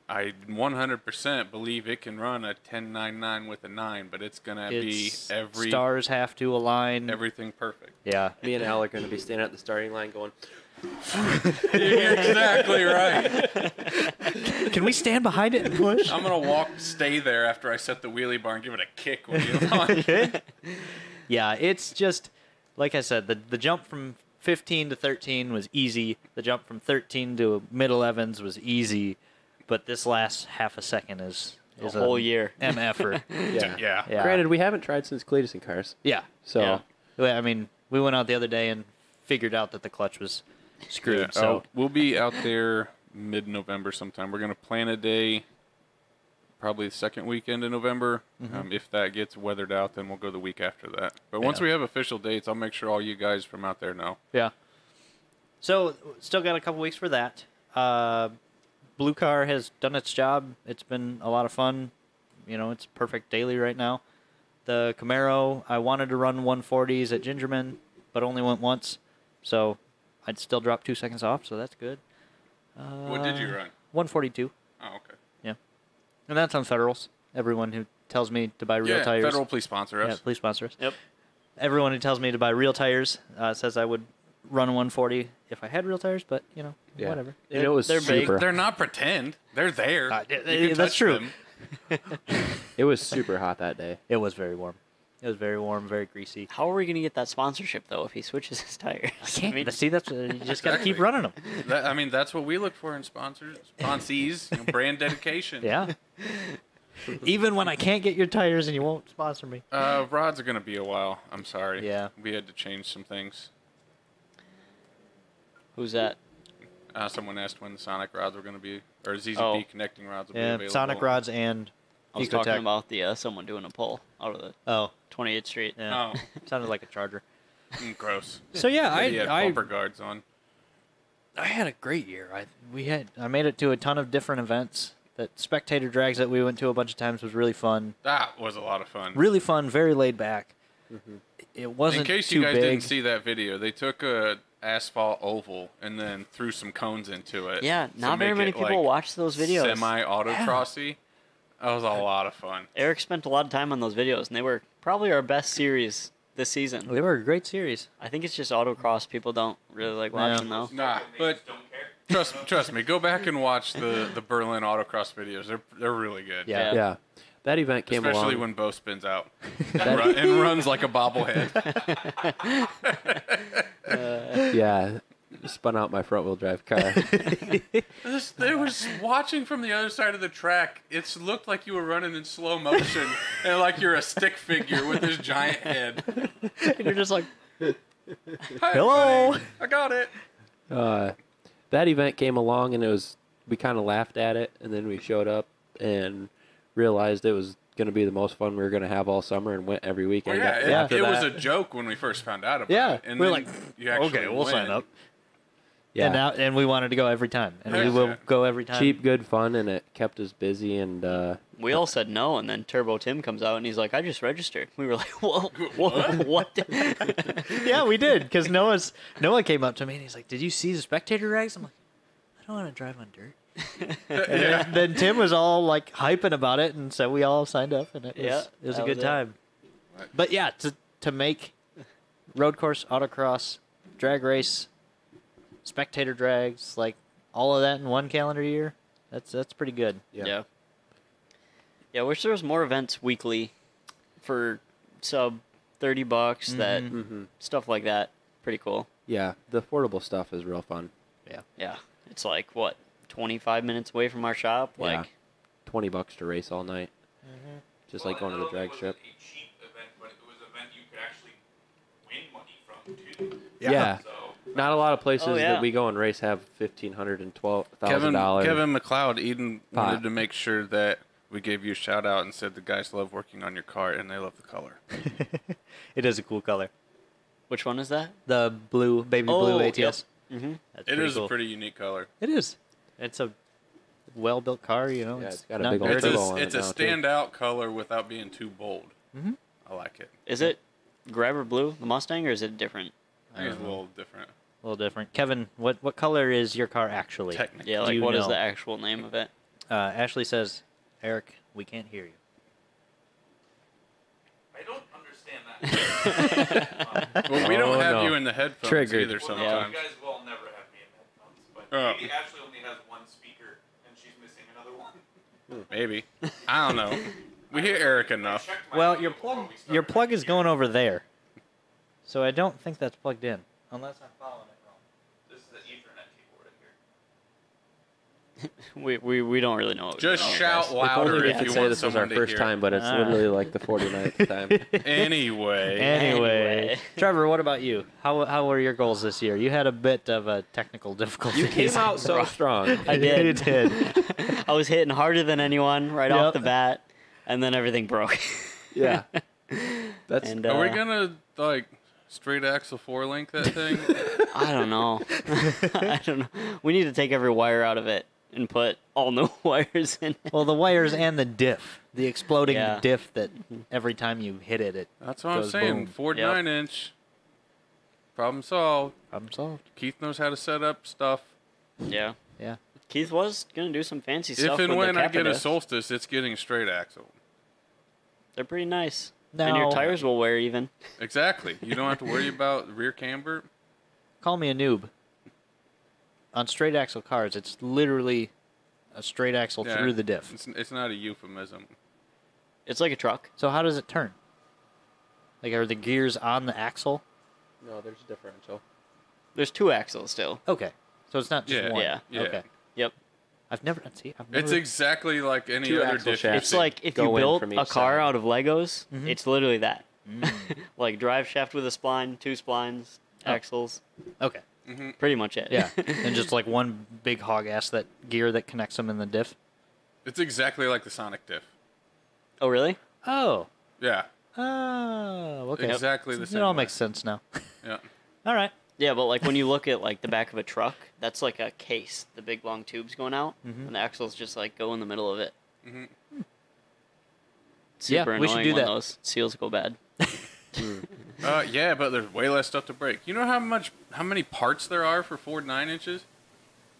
[SPEAKER 4] I 100% believe it can run a 1099 with a nine, but it's gonna
[SPEAKER 3] It's-
[SPEAKER 4] be every
[SPEAKER 3] stars have to align.
[SPEAKER 4] everything perfect.
[SPEAKER 3] yeah.
[SPEAKER 1] Me and Al are going to be standing at the starting line going,
[SPEAKER 4] You're exactly right.
[SPEAKER 3] Can we stand behind it and push?
[SPEAKER 4] I'm gonna walk, stay there after I set the wheelie bar and give it a kick when you launch.
[SPEAKER 3] Yeah, it's just like I said, the the jump from 15 to 13 was easy. The jump from 13 to mid 11s was easy, but this last half a second is is
[SPEAKER 2] A whole year.
[SPEAKER 3] an effort.
[SPEAKER 1] yeah.
[SPEAKER 4] yeah.
[SPEAKER 3] Yeah.
[SPEAKER 1] Granted, we haven't tried since Cletus and Cars.
[SPEAKER 3] yeah.
[SPEAKER 1] So,
[SPEAKER 2] Yeah.
[SPEAKER 3] Well, I mean, we went out the other day and figured out that the clutch was screwed.
[SPEAKER 4] Yeah,
[SPEAKER 3] so
[SPEAKER 2] Oh.
[SPEAKER 4] I'll- we'll be out there mid November sometime. We're gonna plan a day, probably the second weekend in November. Um, if that gets weathered out, then we'll go the week after that. But once
[SPEAKER 3] Mm-hmm. Yeah.
[SPEAKER 4] we have official dates, I'll make sure all you guys from out there know.
[SPEAKER 3] yeah. So still got a couple weeks for that. Uh, Blue Car has done its job. It's been a lot of fun. You know, it's perfect daily right now. The Camaro, I wanted to run 140s at Gingerman, but only went once. So I'd still drop two seconds off, so that's good.
[SPEAKER 4] what did
[SPEAKER 3] Uh,
[SPEAKER 4] you run?
[SPEAKER 3] 142,
[SPEAKER 4] Oh, okay.
[SPEAKER 3] yeah. And that's on Federals. Everyone who tells me to buy real
[SPEAKER 4] yeah,
[SPEAKER 3] tires.
[SPEAKER 4] federal please sponsor
[SPEAKER 3] Yeah,
[SPEAKER 4] us.
[SPEAKER 3] please sponsor us.
[SPEAKER 2] Yep.
[SPEAKER 3] Everyone who tells me to buy real tires uh, says I would run 140 if I had real tires, but, you know,
[SPEAKER 1] yeah.
[SPEAKER 3] whatever.
[SPEAKER 1] And it was
[SPEAKER 2] They're big.
[SPEAKER 1] super.
[SPEAKER 4] They're not pretend. They're there.
[SPEAKER 3] Uh,
[SPEAKER 4] You
[SPEAKER 3] yeah, that's
[SPEAKER 4] can touch
[SPEAKER 3] true.
[SPEAKER 4] them.
[SPEAKER 1] It was super hot that day.
[SPEAKER 3] It was very warm. It was very warm, very greasy.
[SPEAKER 2] How are we going to get that sponsorship, though, if he switches his tires? I mean,
[SPEAKER 3] see, that's uh, you just got to keep
[SPEAKER 4] Exactly.
[SPEAKER 3] running them.
[SPEAKER 4] That- I mean, that's what we look for in sponsors, sponsees, you know, brand dedication.
[SPEAKER 3] Yeah. Even when I can't get your tires and you won't sponsor me.
[SPEAKER 4] Uh, rods are gonna be a while. I'm sorry.
[SPEAKER 3] Yeah.
[SPEAKER 4] We had to change some things.
[SPEAKER 2] who's that?
[SPEAKER 4] Uh, someone asked when the Sonic rods were going to be, or ZZB
[SPEAKER 2] Oh.
[SPEAKER 4] connecting rods will
[SPEAKER 3] Yeah,
[SPEAKER 4] be available.
[SPEAKER 3] Sonic rods and
[SPEAKER 2] I was
[SPEAKER 3] Ecotec.
[SPEAKER 2] talking about the uh, someone doing a poll out of the
[SPEAKER 3] Oh,
[SPEAKER 2] 28th Street.
[SPEAKER 3] yeah.
[SPEAKER 4] Oh,
[SPEAKER 3] Sounded like a charger.
[SPEAKER 4] mm, gross.
[SPEAKER 3] So yeah,
[SPEAKER 4] I, he had
[SPEAKER 3] I, I
[SPEAKER 4] bumper guards on.
[SPEAKER 3] I had a great year. I we had I made it to a ton of different events. That spectator drags that we went to a bunch of times was really fun.
[SPEAKER 4] That was a lot of fun.
[SPEAKER 3] Really fun, very laid back. It wasn't
[SPEAKER 4] In case
[SPEAKER 3] too
[SPEAKER 4] you guys
[SPEAKER 3] big.
[SPEAKER 4] didn't see that video, they took a asphalt oval and then threw some cones into it.
[SPEAKER 2] Yeah,
[SPEAKER 4] to
[SPEAKER 2] not very
[SPEAKER 4] make
[SPEAKER 2] many
[SPEAKER 4] it,
[SPEAKER 2] people
[SPEAKER 4] like,
[SPEAKER 2] watch those videos.
[SPEAKER 4] Semi autocrossy. That was a lot of fun.
[SPEAKER 2] Eric spent a lot of time on those videos, and they were probably our best series this season.
[SPEAKER 3] They were a great series.
[SPEAKER 2] I think it's just autocross. People don't really like
[SPEAKER 3] Yeah.
[SPEAKER 2] watching, though.
[SPEAKER 4] Nah, but trust trust me, go back and watch the the Berlin autocross videos. They're they're really good.
[SPEAKER 3] Yeah.
[SPEAKER 1] Yeah. That event came
[SPEAKER 4] Especially
[SPEAKER 1] along.
[SPEAKER 4] when Bo spins out and, run, and runs like a bobblehead.
[SPEAKER 1] yeah. Spun out my front wheel drive car.
[SPEAKER 4] This, they was watching from the other side of the track. It looked like you were running in slow motion, and like you're a stick figure with this giant head.
[SPEAKER 2] You're just like,
[SPEAKER 4] Hi,
[SPEAKER 2] Hello.
[SPEAKER 4] everybody. I got it.
[SPEAKER 1] uh, that event came along and it was we kind of laughed at it and then we showed up and realized it was going to be the most fun we were going to have all summer and went every
[SPEAKER 4] Well,
[SPEAKER 1] weekend
[SPEAKER 4] yeah,
[SPEAKER 1] a-
[SPEAKER 4] it,
[SPEAKER 1] after
[SPEAKER 4] it was a
[SPEAKER 1] that.
[SPEAKER 4] joke when we first found out about
[SPEAKER 3] Yeah,
[SPEAKER 4] it. And
[SPEAKER 3] we were
[SPEAKER 4] then
[SPEAKER 3] like,
[SPEAKER 4] you actually
[SPEAKER 3] okay, we'll
[SPEAKER 4] win.
[SPEAKER 3] sign up.
[SPEAKER 1] yeah
[SPEAKER 3] And now, and we wanted to go every time, and we
[SPEAKER 4] Yeah.
[SPEAKER 3] will go every time.
[SPEAKER 1] cheap good fun and it kept us busy and uh,
[SPEAKER 2] We all said no, and then Turbo Tim comes out and he's like, "I just registered." We were like, "Whoa, whoa what?"
[SPEAKER 3] yeah, we did because Noah's Noah came up to me and he's like, "Did you see the spectator rags?" I'm like, "I don't want to drive on dirt." And
[SPEAKER 4] Yeah.
[SPEAKER 3] then, then Tim was all like hyping about it, and so we all signed up, and it was
[SPEAKER 2] Yeah,
[SPEAKER 3] it was a
[SPEAKER 2] that
[SPEAKER 3] good
[SPEAKER 2] was it.
[SPEAKER 3] time.
[SPEAKER 4] Right.
[SPEAKER 3] But yeah, to to make road course, autocross, drag race, spectator drags, like all of that in one calendar year, that's that's pretty good.
[SPEAKER 2] yeah. yeah, I wish there was more events weekly for sub thirty bucks.
[SPEAKER 3] Mm-hmm.
[SPEAKER 2] That
[SPEAKER 1] mhm.
[SPEAKER 2] stuff like that, pretty cool.
[SPEAKER 1] yeah the affordable stuff is real fun
[SPEAKER 2] Yeah, it's like what twenty five minutes away from our shop.
[SPEAKER 1] Yeah.
[SPEAKER 2] Like,
[SPEAKER 1] 20 bucks to race all night
[SPEAKER 3] Mm-hmm.
[SPEAKER 1] just like going to the drag strip yeah, not a lot of
[SPEAKER 3] Oh,
[SPEAKER 1] places
[SPEAKER 2] yeah.
[SPEAKER 1] that we go and race have fifteen hundred and twelve thousand
[SPEAKER 4] Kevin
[SPEAKER 1] dollars
[SPEAKER 4] Kevin McLeod Eden
[SPEAKER 1] Pot.
[SPEAKER 4] wanted to make sure that we gave you a shout out and said the guys love working on your car and they love the color.
[SPEAKER 3] It is a cool color,
[SPEAKER 2] which one is that?
[SPEAKER 3] the blue baby
[SPEAKER 2] Oh,
[SPEAKER 3] blue
[SPEAKER 2] yep.
[SPEAKER 3] ATS.
[SPEAKER 2] Mhm.
[SPEAKER 3] That's
[SPEAKER 4] It
[SPEAKER 3] pretty
[SPEAKER 4] is
[SPEAKER 3] cool.
[SPEAKER 4] a pretty unique color.
[SPEAKER 3] It is. It's a well built car, you know.
[SPEAKER 1] Yeah,
[SPEAKER 3] it's
[SPEAKER 1] it's got a
[SPEAKER 3] not
[SPEAKER 1] big old
[SPEAKER 3] very
[SPEAKER 4] It's a,
[SPEAKER 1] turbo on
[SPEAKER 3] difficult.
[SPEAKER 1] it
[SPEAKER 4] it's a
[SPEAKER 1] now, too.
[SPEAKER 4] standout color without being too bold.
[SPEAKER 1] Mm-hmm.
[SPEAKER 3] Mhm.
[SPEAKER 4] I like it.
[SPEAKER 2] Is it Grabber Blue, the Mustang, or is it different?
[SPEAKER 4] I think it's
[SPEAKER 1] Mm-hmm.
[SPEAKER 4] a little different.
[SPEAKER 3] a little different. Kevin, what, what color is your car actually?
[SPEAKER 4] Technical.
[SPEAKER 2] Yeah,
[SPEAKER 3] Do
[SPEAKER 2] like
[SPEAKER 3] you
[SPEAKER 2] what is
[SPEAKER 3] know?
[SPEAKER 2] the actual name of it?
[SPEAKER 3] Uh, Ashley says, Eric, we can't hear you.
[SPEAKER 5] I don't understand that.
[SPEAKER 4] Well, we don't
[SPEAKER 1] Oh,
[SPEAKER 4] have
[SPEAKER 1] no.
[SPEAKER 4] you in the headphones
[SPEAKER 1] Triggered.
[SPEAKER 4] either
[SPEAKER 5] Well, no,
[SPEAKER 4] sometimes.
[SPEAKER 5] you guys will never have me in headphones, but
[SPEAKER 4] Oh.
[SPEAKER 5] maybe Ashley only has one speaker and she's missing another one.
[SPEAKER 4] Maybe. I don't know. We hear Eric enough.
[SPEAKER 5] Check my
[SPEAKER 3] Well,
[SPEAKER 5] audio
[SPEAKER 3] your
[SPEAKER 5] before
[SPEAKER 3] plug
[SPEAKER 5] we start
[SPEAKER 3] your plug is
[SPEAKER 5] recording.
[SPEAKER 3] going over there. So I don't think that's plugged in. Unless I'm following it wrong.
[SPEAKER 5] This is the Ethernet cable right here.
[SPEAKER 2] We we, we don't really know. What
[SPEAKER 4] Just
[SPEAKER 2] we're doing,
[SPEAKER 4] shout
[SPEAKER 2] guys.
[SPEAKER 1] if only
[SPEAKER 4] louder
[SPEAKER 1] we
[SPEAKER 4] if
[SPEAKER 1] could
[SPEAKER 4] you
[SPEAKER 1] say
[SPEAKER 4] want
[SPEAKER 1] this was our
[SPEAKER 4] someone to
[SPEAKER 1] first
[SPEAKER 4] hear.
[SPEAKER 1] time, but it's
[SPEAKER 3] Ah.
[SPEAKER 1] literally like the 49th time.
[SPEAKER 3] Anyway,
[SPEAKER 4] Anyway,
[SPEAKER 2] Anyway.
[SPEAKER 3] Trevor, what about you? How how were your goals this year? You had a bit of a technical difficulty.
[SPEAKER 1] You came out so strong.
[SPEAKER 2] I did.
[SPEAKER 3] you did.
[SPEAKER 2] I was hitting harder than anyone right
[SPEAKER 3] Yep.
[SPEAKER 2] off the bat, and then everything broke.
[SPEAKER 1] Yeah. That's
[SPEAKER 2] and
[SPEAKER 4] are we
[SPEAKER 2] uh,
[SPEAKER 4] gonna like straight axle four link that thing?
[SPEAKER 2] I don't know. I don't know. We need to take every wire out of it and put all new wires in. It.
[SPEAKER 3] Well, the wires and the diff, the exploding
[SPEAKER 2] Yeah.
[SPEAKER 3] diff that every time you hit it, it
[SPEAKER 4] That's what I'm
[SPEAKER 3] Goes
[SPEAKER 4] saying.
[SPEAKER 3] boom.
[SPEAKER 4] Ford
[SPEAKER 2] Yep.
[SPEAKER 4] nine inch. Problem solved.
[SPEAKER 3] problem solved.
[SPEAKER 4] Keith knows how to set up stuff.
[SPEAKER 2] Yeah.
[SPEAKER 3] Yeah.
[SPEAKER 2] Keith was gonna do some fancy stuff.
[SPEAKER 4] if and
[SPEAKER 2] with
[SPEAKER 4] when
[SPEAKER 2] the
[SPEAKER 4] I get a
[SPEAKER 2] Capita.
[SPEAKER 4] solstice, it's getting a straight axle.
[SPEAKER 2] they're pretty nice. And your
[SPEAKER 3] No.
[SPEAKER 2] tires will wear even.
[SPEAKER 4] Exactly. You don't have to worry about rear camber.
[SPEAKER 3] Call me a noob. On straight axle cars, it's literally a straight axle
[SPEAKER 4] Yeah,
[SPEAKER 3] through the diff.
[SPEAKER 4] It's, it's not a euphemism.
[SPEAKER 2] It's like a truck.
[SPEAKER 3] So how does it turn? Like are the gears on the axle?
[SPEAKER 1] No, there's a differential.
[SPEAKER 2] There's two axles still.
[SPEAKER 3] Okay. So it's not just
[SPEAKER 4] Yeah,
[SPEAKER 3] one.
[SPEAKER 2] yeah,
[SPEAKER 4] yeah.
[SPEAKER 3] Okay.
[SPEAKER 2] Yep.
[SPEAKER 3] I've never see. I've never
[SPEAKER 4] It's exactly like any
[SPEAKER 1] Two
[SPEAKER 4] other
[SPEAKER 1] axle
[SPEAKER 4] diff.
[SPEAKER 1] shafts.
[SPEAKER 2] It's
[SPEAKER 1] Actually,
[SPEAKER 2] like if you
[SPEAKER 1] go in
[SPEAKER 2] built
[SPEAKER 1] from
[SPEAKER 2] a
[SPEAKER 1] each
[SPEAKER 2] car
[SPEAKER 1] side.
[SPEAKER 2] out of Legos,
[SPEAKER 4] Mm-hmm.
[SPEAKER 2] it's literally that.
[SPEAKER 4] Mm.
[SPEAKER 2] like drive shaft with a spline, two splines,
[SPEAKER 3] Oh.
[SPEAKER 2] axles,
[SPEAKER 3] okay.
[SPEAKER 2] pretty much it.
[SPEAKER 3] Yeah. and just like one big hog ass that gear that connects them in the diff.
[SPEAKER 4] It's exactly like the Sonic diff.
[SPEAKER 2] oh, really?
[SPEAKER 3] Oh.
[SPEAKER 4] Yeah.
[SPEAKER 3] Oh, okay.
[SPEAKER 4] Exactly the
[SPEAKER 3] It
[SPEAKER 4] same
[SPEAKER 3] all
[SPEAKER 4] way.
[SPEAKER 3] makes sense now.
[SPEAKER 4] Yeah.
[SPEAKER 3] all right.
[SPEAKER 2] Yeah, but like when you look at like the back of a truck, that's like a case. The big long tubes going out,
[SPEAKER 3] Mm-hmm.
[SPEAKER 2] and the axles just like go in the middle of it.
[SPEAKER 4] Mm-hmm.
[SPEAKER 3] Yeah,
[SPEAKER 2] Super
[SPEAKER 3] we should
[SPEAKER 2] annoying
[SPEAKER 3] do
[SPEAKER 2] when
[SPEAKER 3] that.
[SPEAKER 2] those seals go bad.
[SPEAKER 4] Uh, yeah, but there's way less stuff to break. You know how much, how many parts there are for Ford nine inches?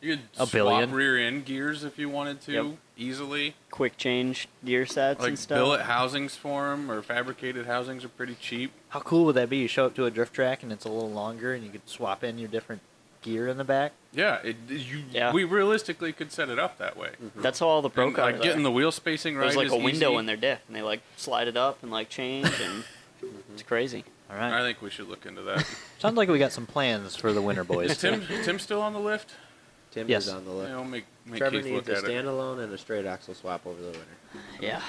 [SPEAKER 4] You could
[SPEAKER 3] A
[SPEAKER 4] swap
[SPEAKER 3] billion.
[SPEAKER 4] rear end gears if you wanted to
[SPEAKER 2] Yep.
[SPEAKER 4] easily.
[SPEAKER 2] Quick change gear sets and
[SPEAKER 4] Like
[SPEAKER 2] stuff.
[SPEAKER 4] billet housings for them, or fabricated housings are pretty cheap.
[SPEAKER 3] How cool would that be? You show up to a drift track and it's a little longer, and you could swap in your different gear in the back.
[SPEAKER 4] Yeah, it, you.
[SPEAKER 2] Yeah. Mm-hmm.
[SPEAKER 4] We realistically could set it up that way.
[SPEAKER 2] That's how all the pro
[SPEAKER 4] And,
[SPEAKER 2] cars.
[SPEAKER 4] like
[SPEAKER 2] are.
[SPEAKER 4] getting the wheel spacing right.
[SPEAKER 2] There's like
[SPEAKER 4] is
[SPEAKER 2] a window
[SPEAKER 4] easy.
[SPEAKER 2] in their diff, and they like slide it up and like change, and
[SPEAKER 4] Mm-hmm.
[SPEAKER 2] it's crazy.
[SPEAKER 3] All right.
[SPEAKER 4] I think we should look into that.
[SPEAKER 3] Sounds like we got some plans for the winter
[SPEAKER 4] is
[SPEAKER 3] boys.
[SPEAKER 4] Tim Tim still on the lift?
[SPEAKER 1] Tim
[SPEAKER 3] Yes.
[SPEAKER 1] is on the
[SPEAKER 4] Yeah,
[SPEAKER 1] list.
[SPEAKER 4] I'll make, make
[SPEAKER 1] Trevor
[SPEAKER 4] Keith
[SPEAKER 1] needs
[SPEAKER 4] look
[SPEAKER 1] a
[SPEAKER 4] at it.
[SPEAKER 1] standalone and a straight axle swap over the winter.
[SPEAKER 2] Yeah.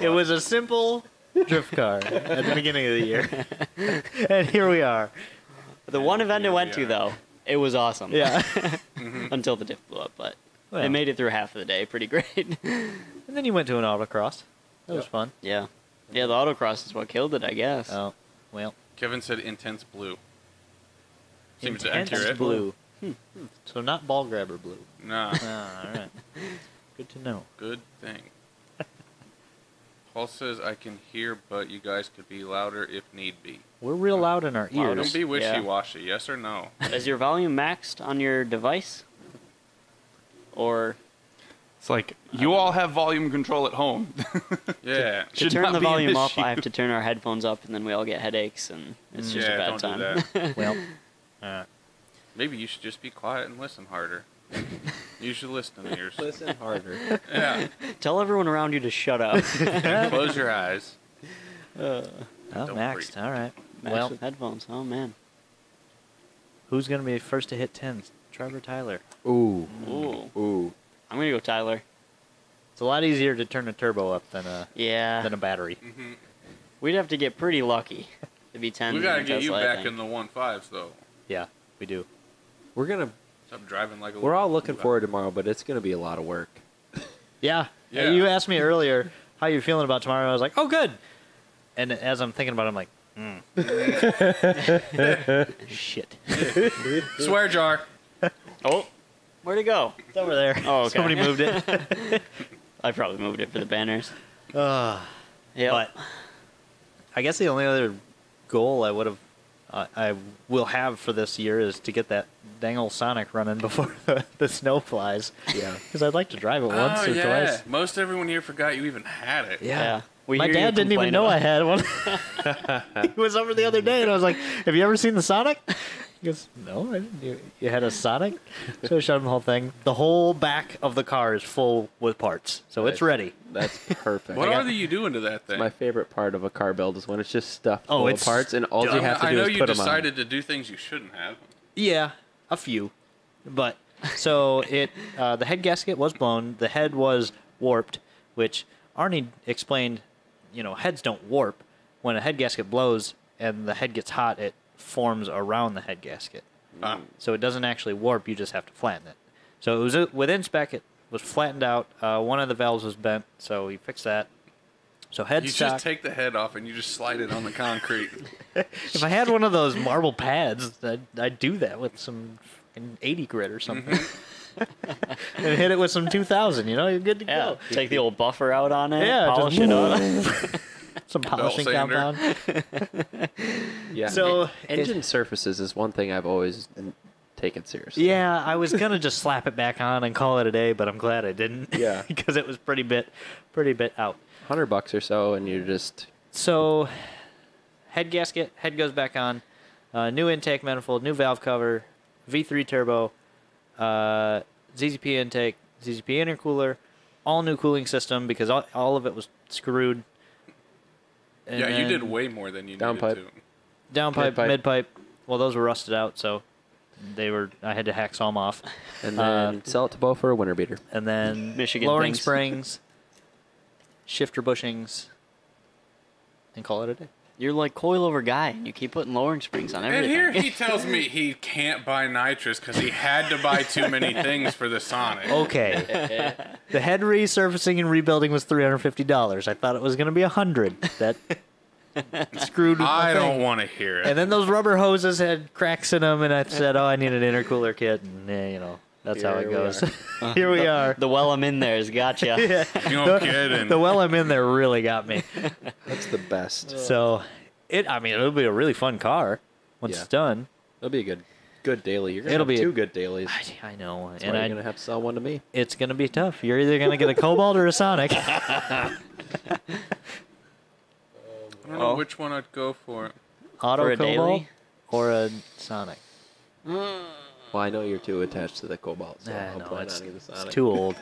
[SPEAKER 3] it was a simple drift car at the beginning of the year, and here we are.
[SPEAKER 2] The one event it
[SPEAKER 4] here we
[SPEAKER 2] went to
[SPEAKER 4] are.
[SPEAKER 2] though, it was awesome.
[SPEAKER 3] Yeah.
[SPEAKER 2] Until the diff blew up, but
[SPEAKER 3] Well.
[SPEAKER 2] it made it through half of the day pretty great.
[SPEAKER 3] And then you went to an autocross. That was fun.
[SPEAKER 2] yeah. Yeah, the autocross is what killed it, I guess.
[SPEAKER 3] Oh, well.
[SPEAKER 4] Kevin said intense blue. Seems
[SPEAKER 3] intense
[SPEAKER 4] accurate.
[SPEAKER 3] blue. So not ball grabber blue.
[SPEAKER 4] Nah,
[SPEAKER 3] Ah, all right. Good to know.
[SPEAKER 4] good thing. Paul says I can hear, but you guys could be louder if need be.
[SPEAKER 3] We're real loud in our
[SPEAKER 2] Wow,
[SPEAKER 3] ears.
[SPEAKER 4] Don't be wishy-washy. Yes or no?
[SPEAKER 2] Is your volume maxed on your device? Or
[SPEAKER 6] It's like you all have volume control at home.
[SPEAKER 4] Yeah.
[SPEAKER 2] to
[SPEAKER 6] Should
[SPEAKER 2] turn
[SPEAKER 6] not
[SPEAKER 2] the
[SPEAKER 6] be an
[SPEAKER 2] volume up, I have to
[SPEAKER 6] issue.
[SPEAKER 2] turn our headphones up, and then we all get headaches, and it's just
[SPEAKER 4] yeah,
[SPEAKER 2] a bad
[SPEAKER 4] don't
[SPEAKER 2] time.
[SPEAKER 4] do that.
[SPEAKER 3] well, uh,
[SPEAKER 4] Maybe you should just be quiet and listen harder. Use your listening ears.
[SPEAKER 1] Listen harder.
[SPEAKER 4] Yeah.
[SPEAKER 2] Tell everyone around you to shut up.
[SPEAKER 4] Close your eyes.
[SPEAKER 3] oh,
[SPEAKER 4] Don't
[SPEAKER 3] maxed.
[SPEAKER 4] breathe.
[SPEAKER 3] All right.
[SPEAKER 2] Maxed
[SPEAKER 3] well,
[SPEAKER 2] with headphones. Oh man.
[SPEAKER 3] who's gonna be first to hit ten? Trevor Tyler.
[SPEAKER 1] Ooh,
[SPEAKER 2] Ooh.
[SPEAKER 1] ooh.
[SPEAKER 2] I'm gonna go Tyler.
[SPEAKER 3] It's a lot easier to turn a turbo up than a
[SPEAKER 2] Yeah.
[SPEAKER 3] than a battery.
[SPEAKER 2] We'd have to get pretty lucky to be ten.
[SPEAKER 4] We gotta get you
[SPEAKER 2] Tesla, I
[SPEAKER 4] back
[SPEAKER 2] think.
[SPEAKER 4] in the one fives though.
[SPEAKER 3] Yeah, we do.
[SPEAKER 1] We're gonna.
[SPEAKER 4] Stop driving like a.
[SPEAKER 1] We're all looking forward to tomorrow, but it's gonna be a lot of work.
[SPEAKER 3] Yeah.
[SPEAKER 4] Yeah.
[SPEAKER 3] You asked me earlier how you're feeling about tomorrow. I was like, oh, good. And as I'm thinking about, it, I'm like, mm. shit.
[SPEAKER 4] Swear jar.
[SPEAKER 2] Oh. Where'd it go?
[SPEAKER 3] It's over there.
[SPEAKER 2] Oh, okay.
[SPEAKER 3] Somebody moved it.
[SPEAKER 2] I probably moved it for the banners.
[SPEAKER 3] Ugh.
[SPEAKER 2] Yeah.
[SPEAKER 3] But I guess the only other goal I would have, uh, I will have for this year is to get that dang old Sonic running before the, the snow flies.
[SPEAKER 1] Yeah.
[SPEAKER 3] Because I'd like to drive it once
[SPEAKER 4] oh,
[SPEAKER 3] or
[SPEAKER 4] yeah.
[SPEAKER 3] twice.
[SPEAKER 4] Most everyone here forgot you even had it.
[SPEAKER 2] yeah. We
[SPEAKER 3] My
[SPEAKER 2] hear you
[SPEAKER 3] dad didn't
[SPEAKER 2] complain
[SPEAKER 3] even know
[SPEAKER 2] about-
[SPEAKER 3] I had one. he was over the other day, and I was like, "Have you ever seen the Sonic?" He goes, "No, I didn't. You, you had a Sonic?" So I showed him the whole thing. The whole back of the car is full with parts, so it's
[SPEAKER 1] Nice.
[SPEAKER 3] ready.
[SPEAKER 1] That's perfect.
[SPEAKER 4] What
[SPEAKER 3] got-
[SPEAKER 4] are the, you doing to that thing?
[SPEAKER 1] My favorite part of a car build is when it's just stuffed
[SPEAKER 3] Oh,
[SPEAKER 1] full of
[SPEAKER 3] it's
[SPEAKER 1] parts, and all you
[SPEAKER 3] dumb.
[SPEAKER 1] have to
[SPEAKER 4] I
[SPEAKER 1] do
[SPEAKER 4] know
[SPEAKER 1] is
[SPEAKER 4] you
[SPEAKER 1] put
[SPEAKER 4] decided to do things you shouldn't have.
[SPEAKER 3] Yeah, a few, but so it uh, the head gasket was blown. The head was warped, which Arnie explained. You know, heads don't warp. When a head gasket blows and the head gets hot, it forms around the head gasket.
[SPEAKER 4] Uh,
[SPEAKER 3] so it doesn't actually warp. You just have to flatten it. So it was uh, within spec. It was flattened out. Uh, one of the valves was bent, so we fixed that. So
[SPEAKER 4] you
[SPEAKER 3] head
[SPEAKER 4] just
[SPEAKER 3] stock.
[SPEAKER 4] take the head off and you just slide it on the concrete.
[SPEAKER 3] if I had one of those marble pads, I'd, I'd do that with some fucking 80 grit or something, and hit it with some 2000. You know, you're good to
[SPEAKER 2] Yeah.
[SPEAKER 3] go.
[SPEAKER 2] Take the old buffer out on it.
[SPEAKER 3] Yeah, just-
[SPEAKER 2] Polish it up.
[SPEAKER 3] Some polishing
[SPEAKER 4] sander.
[SPEAKER 3] compound.
[SPEAKER 1] them on. Yeah.
[SPEAKER 3] So
[SPEAKER 1] engine surfaces is one thing I've always n- taken seriously.
[SPEAKER 3] Yeah, I was gonna just slap it back on and call it a day, but I'm glad I didn't.
[SPEAKER 1] Yeah.
[SPEAKER 3] because it was pretty bit, pretty bit out.
[SPEAKER 1] Hundred bucks or so, and you're just
[SPEAKER 3] So, head gasket, head goes back on. Uh, new intake manifold, new valve cover, V3 turbo, uh, ZZP intake, ZZP intercooler, all new cooling system because all, all of it was screwed. And
[SPEAKER 4] yeah, you
[SPEAKER 3] then
[SPEAKER 4] did way more than you needed
[SPEAKER 1] Downpipe.
[SPEAKER 4] to.
[SPEAKER 3] Downpipe,
[SPEAKER 1] Midpipe.
[SPEAKER 3] midpipe. Well, those were rusted out, so they were. I had to hacksaw them off,
[SPEAKER 1] and
[SPEAKER 3] Uh,
[SPEAKER 1] then sell it to Bo for a winter beater.
[SPEAKER 3] and then
[SPEAKER 2] Michigan
[SPEAKER 3] lowering
[SPEAKER 2] things.
[SPEAKER 3] springs, shifter bushings, and call it a day.
[SPEAKER 2] You're like coilover guy, and you keep putting lowering springs on
[SPEAKER 4] And
[SPEAKER 2] everything.
[SPEAKER 4] here he tells me he can't buy nitrous because he had to buy too many things for the Sonic.
[SPEAKER 3] Oh, Okay. the head resurfacing and rebuilding was three hundred fifty dollars. I thought it was going to be a hundred. That screwed. my
[SPEAKER 4] I
[SPEAKER 3] thing.
[SPEAKER 4] don't want to hear it.
[SPEAKER 3] And then those rubber hoses had cracks in them, and I said, "Oh, I need an intercooler kit." And eh, you know, that's how
[SPEAKER 1] Here
[SPEAKER 3] it
[SPEAKER 1] we
[SPEAKER 3] goes. Here we are.
[SPEAKER 2] the well I'm in there has gotcha.
[SPEAKER 3] Yeah.
[SPEAKER 4] you don't get it.
[SPEAKER 3] The well I'm in there really got me.
[SPEAKER 1] That's the best.
[SPEAKER 3] So, it. I mean, it'll be a really fun car once
[SPEAKER 1] Yeah.
[SPEAKER 3] it's done.
[SPEAKER 1] That'll be a good, good daily. You're gonna
[SPEAKER 3] It'll
[SPEAKER 1] have
[SPEAKER 3] be a-
[SPEAKER 1] two good dailies.
[SPEAKER 3] I, I know,
[SPEAKER 1] That's
[SPEAKER 3] and
[SPEAKER 1] why
[SPEAKER 3] I,
[SPEAKER 1] you're gonna have to sell one to me.
[SPEAKER 3] it's gonna be tough. You're either gonna get a Cobalt or a Sonic.
[SPEAKER 4] I don't know
[SPEAKER 2] Oh.
[SPEAKER 4] which one I'd go for.
[SPEAKER 3] Auto
[SPEAKER 2] For a
[SPEAKER 3] Cobalt
[SPEAKER 2] daily?
[SPEAKER 3] or a Sonic.
[SPEAKER 1] Well, I know you're too attached to the Cobalt, so
[SPEAKER 3] Nah,
[SPEAKER 1] I'll
[SPEAKER 3] no,
[SPEAKER 1] plan
[SPEAKER 3] it's-
[SPEAKER 1] on either
[SPEAKER 3] It's
[SPEAKER 1] Sonic.
[SPEAKER 3] too old.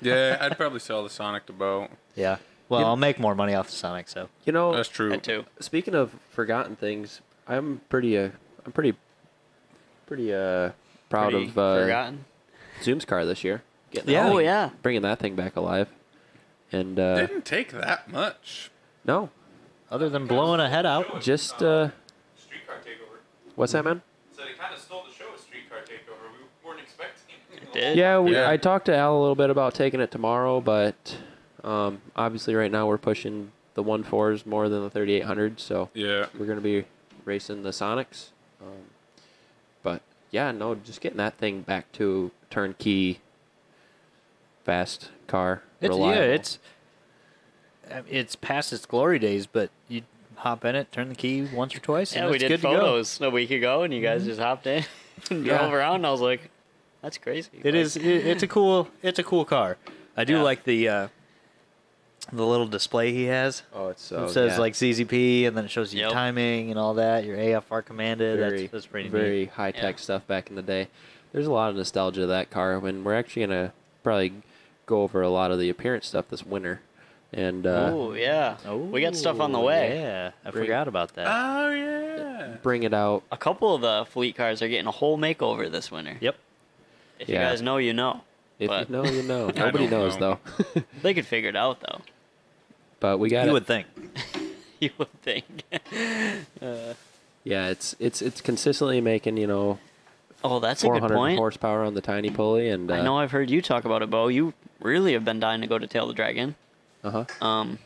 [SPEAKER 4] Yeah, I'd probably sell the Sonic to Bo.
[SPEAKER 3] Yeah. Well,
[SPEAKER 1] You-
[SPEAKER 3] I'll make more money off the Sonic, so.
[SPEAKER 1] You know,
[SPEAKER 4] That's true.
[SPEAKER 2] That too.
[SPEAKER 1] Speaking of forgotten things, I'm pretty uh, I'm pretty pretty uh proud
[SPEAKER 2] Pretty
[SPEAKER 1] of uh,
[SPEAKER 2] forgotten.
[SPEAKER 1] Zoom's car this year. Getting
[SPEAKER 3] Yeah.
[SPEAKER 1] that
[SPEAKER 2] Oh
[SPEAKER 1] thing-
[SPEAKER 2] yeah.
[SPEAKER 1] bringing that thing back alive. And uh,
[SPEAKER 4] Didn't take that much.
[SPEAKER 1] No,
[SPEAKER 3] Other than blowing a head out.
[SPEAKER 1] just uh,
[SPEAKER 5] Streetcar Takeover.
[SPEAKER 1] what's that, man?
[SPEAKER 5] So they kind of stole the show with Streetcar Takeover. We weren't expecting. It
[SPEAKER 2] did.
[SPEAKER 1] Yeah, we,
[SPEAKER 4] Yeah.
[SPEAKER 1] I talked to Al a little bit about taking it tomorrow, but um, obviously right now we're pushing the one fours more than the 3800, so
[SPEAKER 4] Yeah.
[SPEAKER 1] we're gonna be racing the Sonics. Um, but yeah, no, just getting that thing back to turnkey, fast car.
[SPEAKER 3] It's, yeah,
[SPEAKER 1] reliable.
[SPEAKER 3] it's uh, it's past its glory days, but you hop in it, turn the key once or twice,
[SPEAKER 2] Yeah,
[SPEAKER 3] and
[SPEAKER 2] we
[SPEAKER 3] it's
[SPEAKER 2] did
[SPEAKER 3] good
[SPEAKER 2] photos a week ago, and you guys just hopped in and
[SPEAKER 1] Yeah.
[SPEAKER 2] drove around. And I was like, "That's crazy."
[SPEAKER 3] to go. It is. It, it's a cool. It's a cool car. I do
[SPEAKER 2] Yeah.
[SPEAKER 3] like the uh, the little display he has.
[SPEAKER 1] oh, it's
[SPEAKER 3] it says like CZP, and then it shows you
[SPEAKER 2] Yep.
[SPEAKER 3] timing and all that. Your AFR commanded.
[SPEAKER 1] very,
[SPEAKER 3] that's, that's pretty
[SPEAKER 1] very
[SPEAKER 3] neat.
[SPEAKER 1] high tech
[SPEAKER 2] Yeah.
[SPEAKER 1] stuff back in the day. There's a lot of nostalgia to that car. When we're actually gonna probably go over a lot of the appearance stuff this winter, and uh,
[SPEAKER 2] Oh yeah, we got stuff on the
[SPEAKER 3] Ooh,
[SPEAKER 2] way.
[SPEAKER 3] Oh,
[SPEAKER 2] Ah.
[SPEAKER 3] Yeah, I
[SPEAKER 1] Bring-
[SPEAKER 3] forgot about that.
[SPEAKER 4] Oh yeah.
[SPEAKER 1] bring it out.
[SPEAKER 2] A couple of the fleet cars are getting a whole makeover this winter.
[SPEAKER 3] yep.
[SPEAKER 2] If you
[SPEAKER 1] Yeah.
[SPEAKER 2] guys know, you know.
[SPEAKER 1] If
[SPEAKER 2] But-
[SPEAKER 1] you know, you know. Nobody
[SPEAKER 4] don't
[SPEAKER 1] knows
[SPEAKER 4] know.
[SPEAKER 1] though.
[SPEAKER 2] They could figure it out though.
[SPEAKER 1] but we got
[SPEAKER 3] You
[SPEAKER 1] it.
[SPEAKER 3] would think.
[SPEAKER 2] You would think.
[SPEAKER 1] Yeah, it's it's it's consistently making you know
[SPEAKER 2] Oh, that's a good
[SPEAKER 1] 400
[SPEAKER 2] point.
[SPEAKER 1] horsepower on the tiny pulley, and uh,
[SPEAKER 2] I know I've heard you talk about it, Bo. You really have been dying to go to Tail the Dragon.
[SPEAKER 1] uh-huh.
[SPEAKER 2] Um,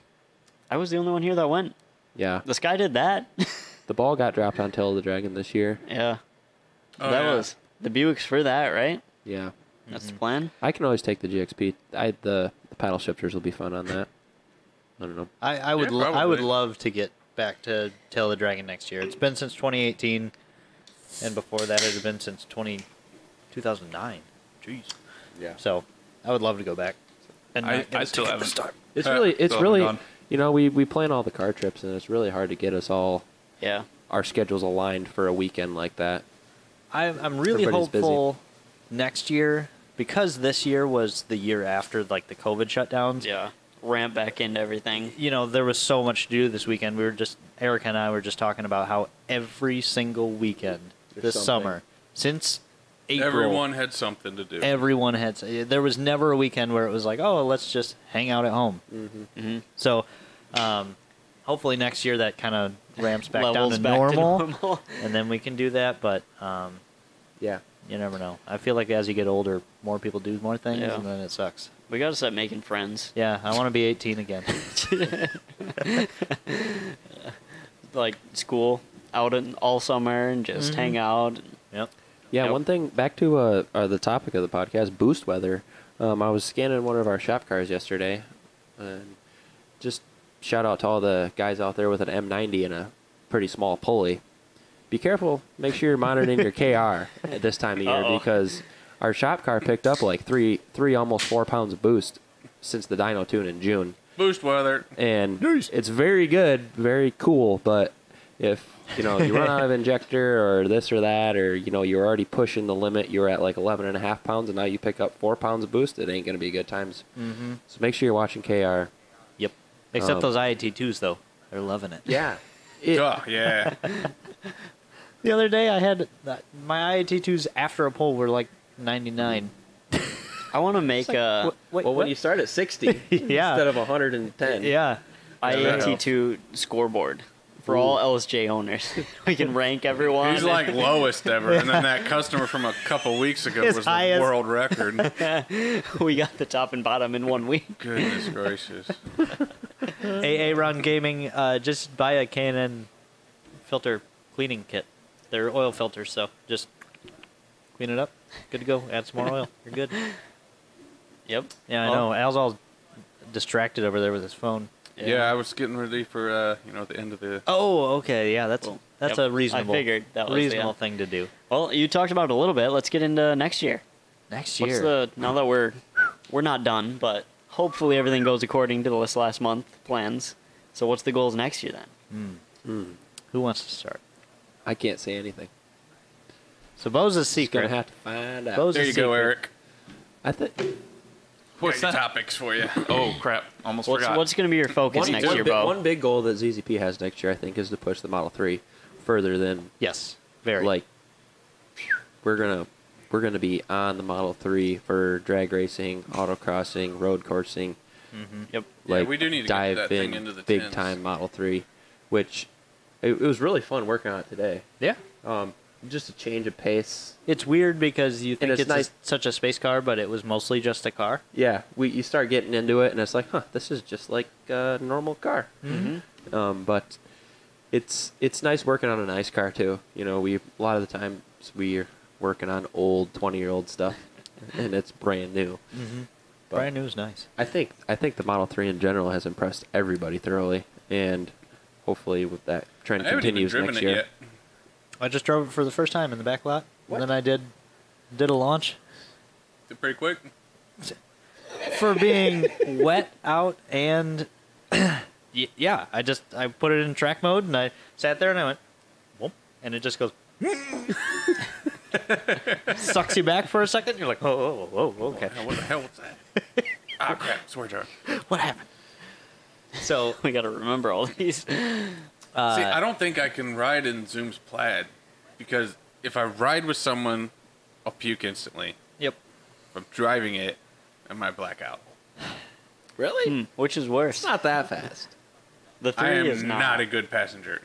[SPEAKER 2] I was the only one here that went.
[SPEAKER 1] Yeah,
[SPEAKER 2] This guy did that.
[SPEAKER 1] the ball got dropped on Tail of the Dragon this year.
[SPEAKER 2] yeah,
[SPEAKER 4] Oh,
[SPEAKER 2] that
[SPEAKER 4] yeah. Mm-hmm.
[SPEAKER 2] was the Buick's for that, right?
[SPEAKER 1] Yeah,
[SPEAKER 2] That's the plan.
[SPEAKER 1] I can always take the GXP. I the the paddle shifters will be fun on that. I don't know.
[SPEAKER 3] I, I would
[SPEAKER 4] Yeah,
[SPEAKER 3] lo- I would
[SPEAKER 4] probably.
[SPEAKER 3] love to get back to Tail of the Dragon next year. It's been since 2018, and before that it had been since 20, 2009. Jeez.
[SPEAKER 1] Yeah.
[SPEAKER 3] So I would love to go back. And
[SPEAKER 6] I-
[SPEAKER 3] not get
[SPEAKER 6] I
[SPEAKER 3] a
[SPEAKER 6] still
[SPEAKER 3] ticket
[SPEAKER 6] haven't.
[SPEAKER 3] this time.
[SPEAKER 1] It's
[SPEAKER 6] Uh,
[SPEAKER 1] really it's
[SPEAKER 6] so
[SPEAKER 1] really
[SPEAKER 6] gone.
[SPEAKER 1] you know we we plan all the car trips, and it's really hard to get us all
[SPEAKER 2] Yeah.
[SPEAKER 1] our schedules aligned for a weekend like that.
[SPEAKER 3] I'm, I'm really
[SPEAKER 1] Everybody's busy.
[SPEAKER 3] hopeful next year because this year was the year after like the COVID shutdowns.
[SPEAKER 2] Yeah. Ramp back into everything.
[SPEAKER 3] you know, there was so much to do this weekend. We were just Erica and I were just talking about how every single weekend
[SPEAKER 1] There's
[SPEAKER 3] this
[SPEAKER 1] something.
[SPEAKER 3] summer since April,
[SPEAKER 4] Everyone had something to do.
[SPEAKER 3] everyone had. There was never a weekend where it was like, oh, let's just hang out at home.
[SPEAKER 2] Mm-hmm.
[SPEAKER 3] So, um, hopefully next year that kind of ramps back down
[SPEAKER 2] Levels
[SPEAKER 3] to,
[SPEAKER 2] back to
[SPEAKER 3] normal,
[SPEAKER 2] normal.
[SPEAKER 3] and then we can do that. But um,
[SPEAKER 1] Yeah,
[SPEAKER 3] you never know. I feel like as you get older, more people do more things,
[SPEAKER 2] Yeah.
[SPEAKER 3] and then it sucks.
[SPEAKER 2] We gotta start making friends.
[SPEAKER 3] Yeah, I want to be 18 again.
[SPEAKER 2] Like school, out in all summer and just
[SPEAKER 3] Mm-hmm.
[SPEAKER 2] hang out.
[SPEAKER 3] yep.
[SPEAKER 1] yeah.
[SPEAKER 2] Yep.
[SPEAKER 1] One thing back to uh, uh the topic of the podcast, boost weather. Um, I was scanning one of our shop cars yesterday, and just shout out to all the guys out there with an M90 and a pretty small pulley. Be careful. Make sure you're monitoring your KR at this time of year
[SPEAKER 2] Uh-oh.
[SPEAKER 1] because our shop car picked up like three, three almost four pounds of boost since the dyno tune in June.
[SPEAKER 4] Boost weather.
[SPEAKER 1] and
[SPEAKER 4] Nice.
[SPEAKER 1] it's very good, very cool. But if you know you run out of injector or this or that, or you know you're already pushing the limit, you're at like 11 and a half pounds, and now you pick up four pounds of boost, it ain't gonna be good times. Mm-hmm. So make sure you're watching KR.
[SPEAKER 3] Yep. Except
[SPEAKER 1] Um,
[SPEAKER 3] those IAT2s though. They're loving it.
[SPEAKER 1] Yeah, it,
[SPEAKER 4] oh yeah.
[SPEAKER 3] The other day, I had uh, my IAT2s after a poll were like 99.
[SPEAKER 2] I want to make a
[SPEAKER 3] Wait,
[SPEAKER 1] well when you start at 60
[SPEAKER 3] Yeah.
[SPEAKER 1] instead of 110,
[SPEAKER 3] yeah,
[SPEAKER 2] IAT2 scoreboard for all LSJ owners. we can rank everyone.
[SPEAKER 4] He's like lowest ever, and then that customer from a couple weeks ago
[SPEAKER 3] His
[SPEAKER 4] was
[SPEAKER 3] highest.
[SPEAKER 4] the world record.
[SPEAKER 2] we got the top and bottom in one week.
[SPEAKER 4] Goodness gracious!
[SPEAKER 3] AA Ron Gaming, uh, just buy a Canon filter cleaning kit. They're oil filters, so just clean it up. Good to go. Add some more oil. You're good.
[SPEAKER 2] Yep.
[SPEAKER 3] Yeah, I
[SPEAKER 2] Well,
[SPEAKER 3] know. Al's all distracted over there with his phone.
[SPEAKER 4] Yeah, I was getting ready for uh, you know the end of the.
[SPEAKER 3] Oh, okay. Yeah, that's
[SPEAKER 2] Well,
[SPEAKER 3] that's
[SPEAKER 2] yep.
[SPEAKER 3] a reasonable,
[SPEAKER 2] I figured that was the-
[SPEAKER 3] reasonable thing to do.
[SPEAKER 2] Well, you talked about it a little bit. Let's get into next year.
[SPEAKER 3] Next
[SPEAKER 2] What's
[SPEAKER 3] year,
[SPEAKER 2] the now that we're we're not done, but hopefully everything goes according to the list last month plans. So what's the goals next year then?
[SPEAKER 3] who wants to start?
[SPEAKER 1] I can't say anything.
[SPEAKER 3] So Bo's a
[SPEAKER 1] He's gonna
[SPEAKER 3] secret.
[SPEAKER 1] have to find out.
[SPEAKER 3] Bo's
[SPEAKER 4] there
[SPEAKER 3] a
[SPEAKER 4] you go,
[SPEAKER 3] secret.
[SPEAKER 4] Eric.
[SPEAKER 1] I think
[SPEAKER 6] What's
[SPEAKER 4] Got your
[SPEAKER 6] that?
[SPEAKER 4] topics for you?
[SPEAKER 6] Oh crap! Almost
[SPEAKER 2] What's
[SPEAKER 6] forgot.
[SPEAKER 2] what's going to be your focus
[SPEAKER 1] one,
[SPEAKER 2] next
[SPEAKER 1] one
[SPEAKER 2] year,
[SPEAKER 1] big,
[SPEAKER 2] Bo?
[SPEAKER 1] one big goal that ZZP has next year, I think, is to push the Model 3 further than
[SPEAKER 3] Yes, very.
[SPEAKER 1] like we're gonna we're gonna be on the Model Three for drag racing, autocrossing, road coursing,
[SPEAKER 3] Mm-hmm.
[SPEAKER 2] Yep.
[SPEAKER 4] Yeah,
[SPEAKER 1] like
[SPEAKER 4] we do need to get
[SPEAKER 1] dive
[SPEAKER 4] that
[SPEAKER 1] in
[SPEAKER 4] thing into the
[SPEAKER 1] big
[SPEAKER 4] tins.
[SPEAKER 1] time Model Three, which it, it was really fun working on it today.
[SPEAKER 3] Yeah.
[SPEAKER 1] Um, just a change of pace.
[SPEAKER 3] It's weird because you think
[SPEAKER 1] it's
[SPEAKER 3] it's, a-
[SPEAKER 1] nice-
[SPEAKER 3] such a space car, but it was mostly just a car.
[SPEAKER 1] Yeah, we you start getting into it, and it's like, huh, this is just like a normal car. Mm-hmm. Um, but it's it's nice working on a nice car too. You know, we a lot of the times we're working on old twenty year old stuff, and it's brand new. But-
[SPEAKER 3] Brand new is nice.
[SPEAKER 1] I think I think the Model Three in general has impressed everybody thoroughly, and hopefully with that
[SPEAKER 4] I
[SPEAKER 1] trend
[SPEAKER 4] haven't even
[SPEAKER 1] continues
[SPEAKER 4] driven
[SPEAKER 1] next
[SPEAKER 4] it
[SPEAKER 1] year.
[SPEAKER 4] yet.
[SPEAKER 3] I just drove it for the first time in the back lot.
[SPEAKER 1] What?
[SPEAKER 3] And then I did did a launch
[SPEAKER 4] Did pretty quick.
[SPEAKER 3] for being wet out and Y- yeah, I just I put it in track mode and I sat there and I went, Whoop, and it just goes sucks you back for a second. You're like, oh, oh, oh, okay,
[SPEAKER 4] Now, what the hell was that? ah, crap. Swear jar.
[SPEAKER 3] what happened? So
[SPEAKER 2] We got to remember all these.
[SPEAKER 4] See, I don't think I can ride in Zoom's plaid because if I ride with someone, I'll puke instantly.
[SPEAKER 3] yep,
[SPEAKER 4] If I'm driving it, I might black out.
[SPEAKER 1] Really?
[SPEAKER 2] Hmm, Which is worse?
[SPEAKER 1] Not that fast.
[SPEAKER 2] The
[SPEAKER 4] I
[SPEAKER 2] three is
[SPEAKER 4] am
[SPEAKER 2] not.
[SPEAKER 4] not a good passenger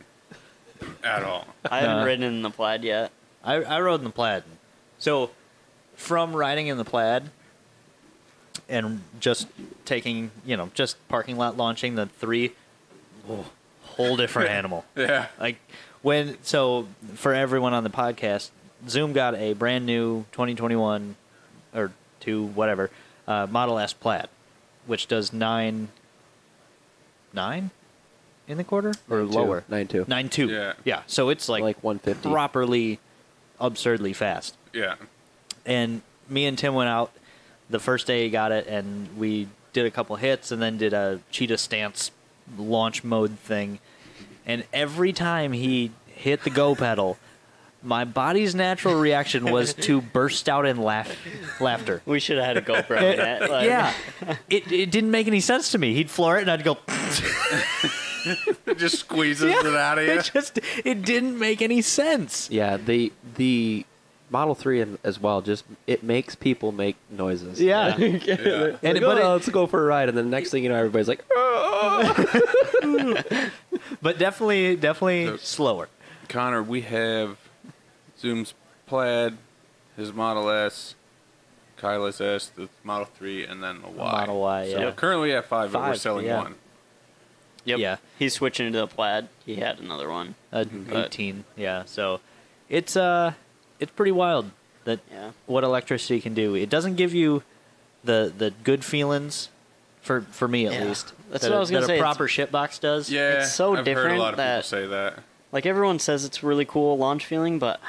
[SPEAKER 4] at all.
[SPEAKER 2] I haven't
[SPEAKER 3] Nah.
[SPEAKER 2] ridden in the plaid yet.
[SPEAKER 3] I I rode in the plaid. So from riding in the plaid and just taking you know just parking lot launching the three, oh, whole different animal.
[SPEAKER 4] Yeah.
[SPEAKER 3] Like when so for everyone on the podcast, Zoom got a brand new 2021 or two whatever uh, Model S Plaid, which does nine nine in the quarter or lower
[SPEAKER 1] nine two.
[SPEAKER 3] nine two
[SPEAKER 4] Yeah.
[SPEAKER 3] yeah. So it's like
[SPEAKER 1] Like 150.
[SPEAKER 3] properly absurdly fast
[SPEAKER 4] Yeah.
[SPEAKER 3] and me and Tim went out the first day he got it, and we did a couple hits, and then did a cheetah stance launch mode thing. And every time he hit the go pedal, my body's natural reaction was to burst out in laugh laughter.
[SPEAKER 2] We should have had a GoPro on that. like-
[SPEAKER 3] yeah, it it didn't make any sense to me. He'd floor it, and I'd go.
[SPEAKER 4] It just squeezes it out of you.
[SPEAKER 3] It just it didn't make any sense.
[SPEAKER 1] Yeah, the the Model Three and as well. Just it makes people make noises.
[SPEAKER 3] Yeah.
[SPEAKER 4] Yeah.
[SPEAKER 1] And
[SPEAKER 3] And
[SPEAKER 1] like,
[SPEAKER 3] it- but
[SPEAKER 1] "Oh,
[SPEAKER 3] it-
[SPEAKER 1] let's go for a ride, and then the next thing you know, everybody's like, "Oh."
[SPEAKER 3] but definitely definitely
[SPEAKER 4] So-
[SPEAKER 3] slower.
[SPEAKER 4] Connor, we have Zoom's plaid, his Model S, Kyla's S, the Model 3, and then the Y.
[SPEAKER 3] Model Y,
[SPEAKER 4] So
[SPEAKER 3] yeah.
[SPEAKER 4] we're currently at five, but we're
[SPEAKER 3] Five,
[SPEAKER 4] selling
[SPEAKER 3] yeah.
[SPEAKER 4] one.
[SPEAKER 2] Yep.
[SPEAKER 3] Yeah.
[SPEAKER 2] He's switching into the plaid. He had another one.
[SPEAKER 3] uh,
[SPEAKER 2] But-
[SPEAKER 3] 18 yeah so it's uh it's pretty wild that
[SPEAKER 2] Yeah.
[SPEAKER 3] what electricity can do it doesn't give you the the good feelings for for me at
[SPEAKER 2] Yeah.
[SPEAKER 3] least
[SPEAKER 2] That's
[SPEAKER 3] that
[SPEAKER 2] what I
[SPEAKER 3] a-
[SPEAKER 2] was gonna
[SPEAKER 3] that
[SPEAKER 2] say,
[SPEAKER 3] a
[SPEAKER 2] it's-
[SPEAKER 3] proper shitbox does
[SPEAKER 4] Yeah.
[SPEAKER 2] It's so
[SPEAKER 4] I've heard
[SPEAKER 2] different
[SPEAKER 4] a lot of people
[SPEAKER 2] that-
[SPEAKER 4] say that.
[SPEAKER 2] Like everyone says, it's really cool launch feeling, but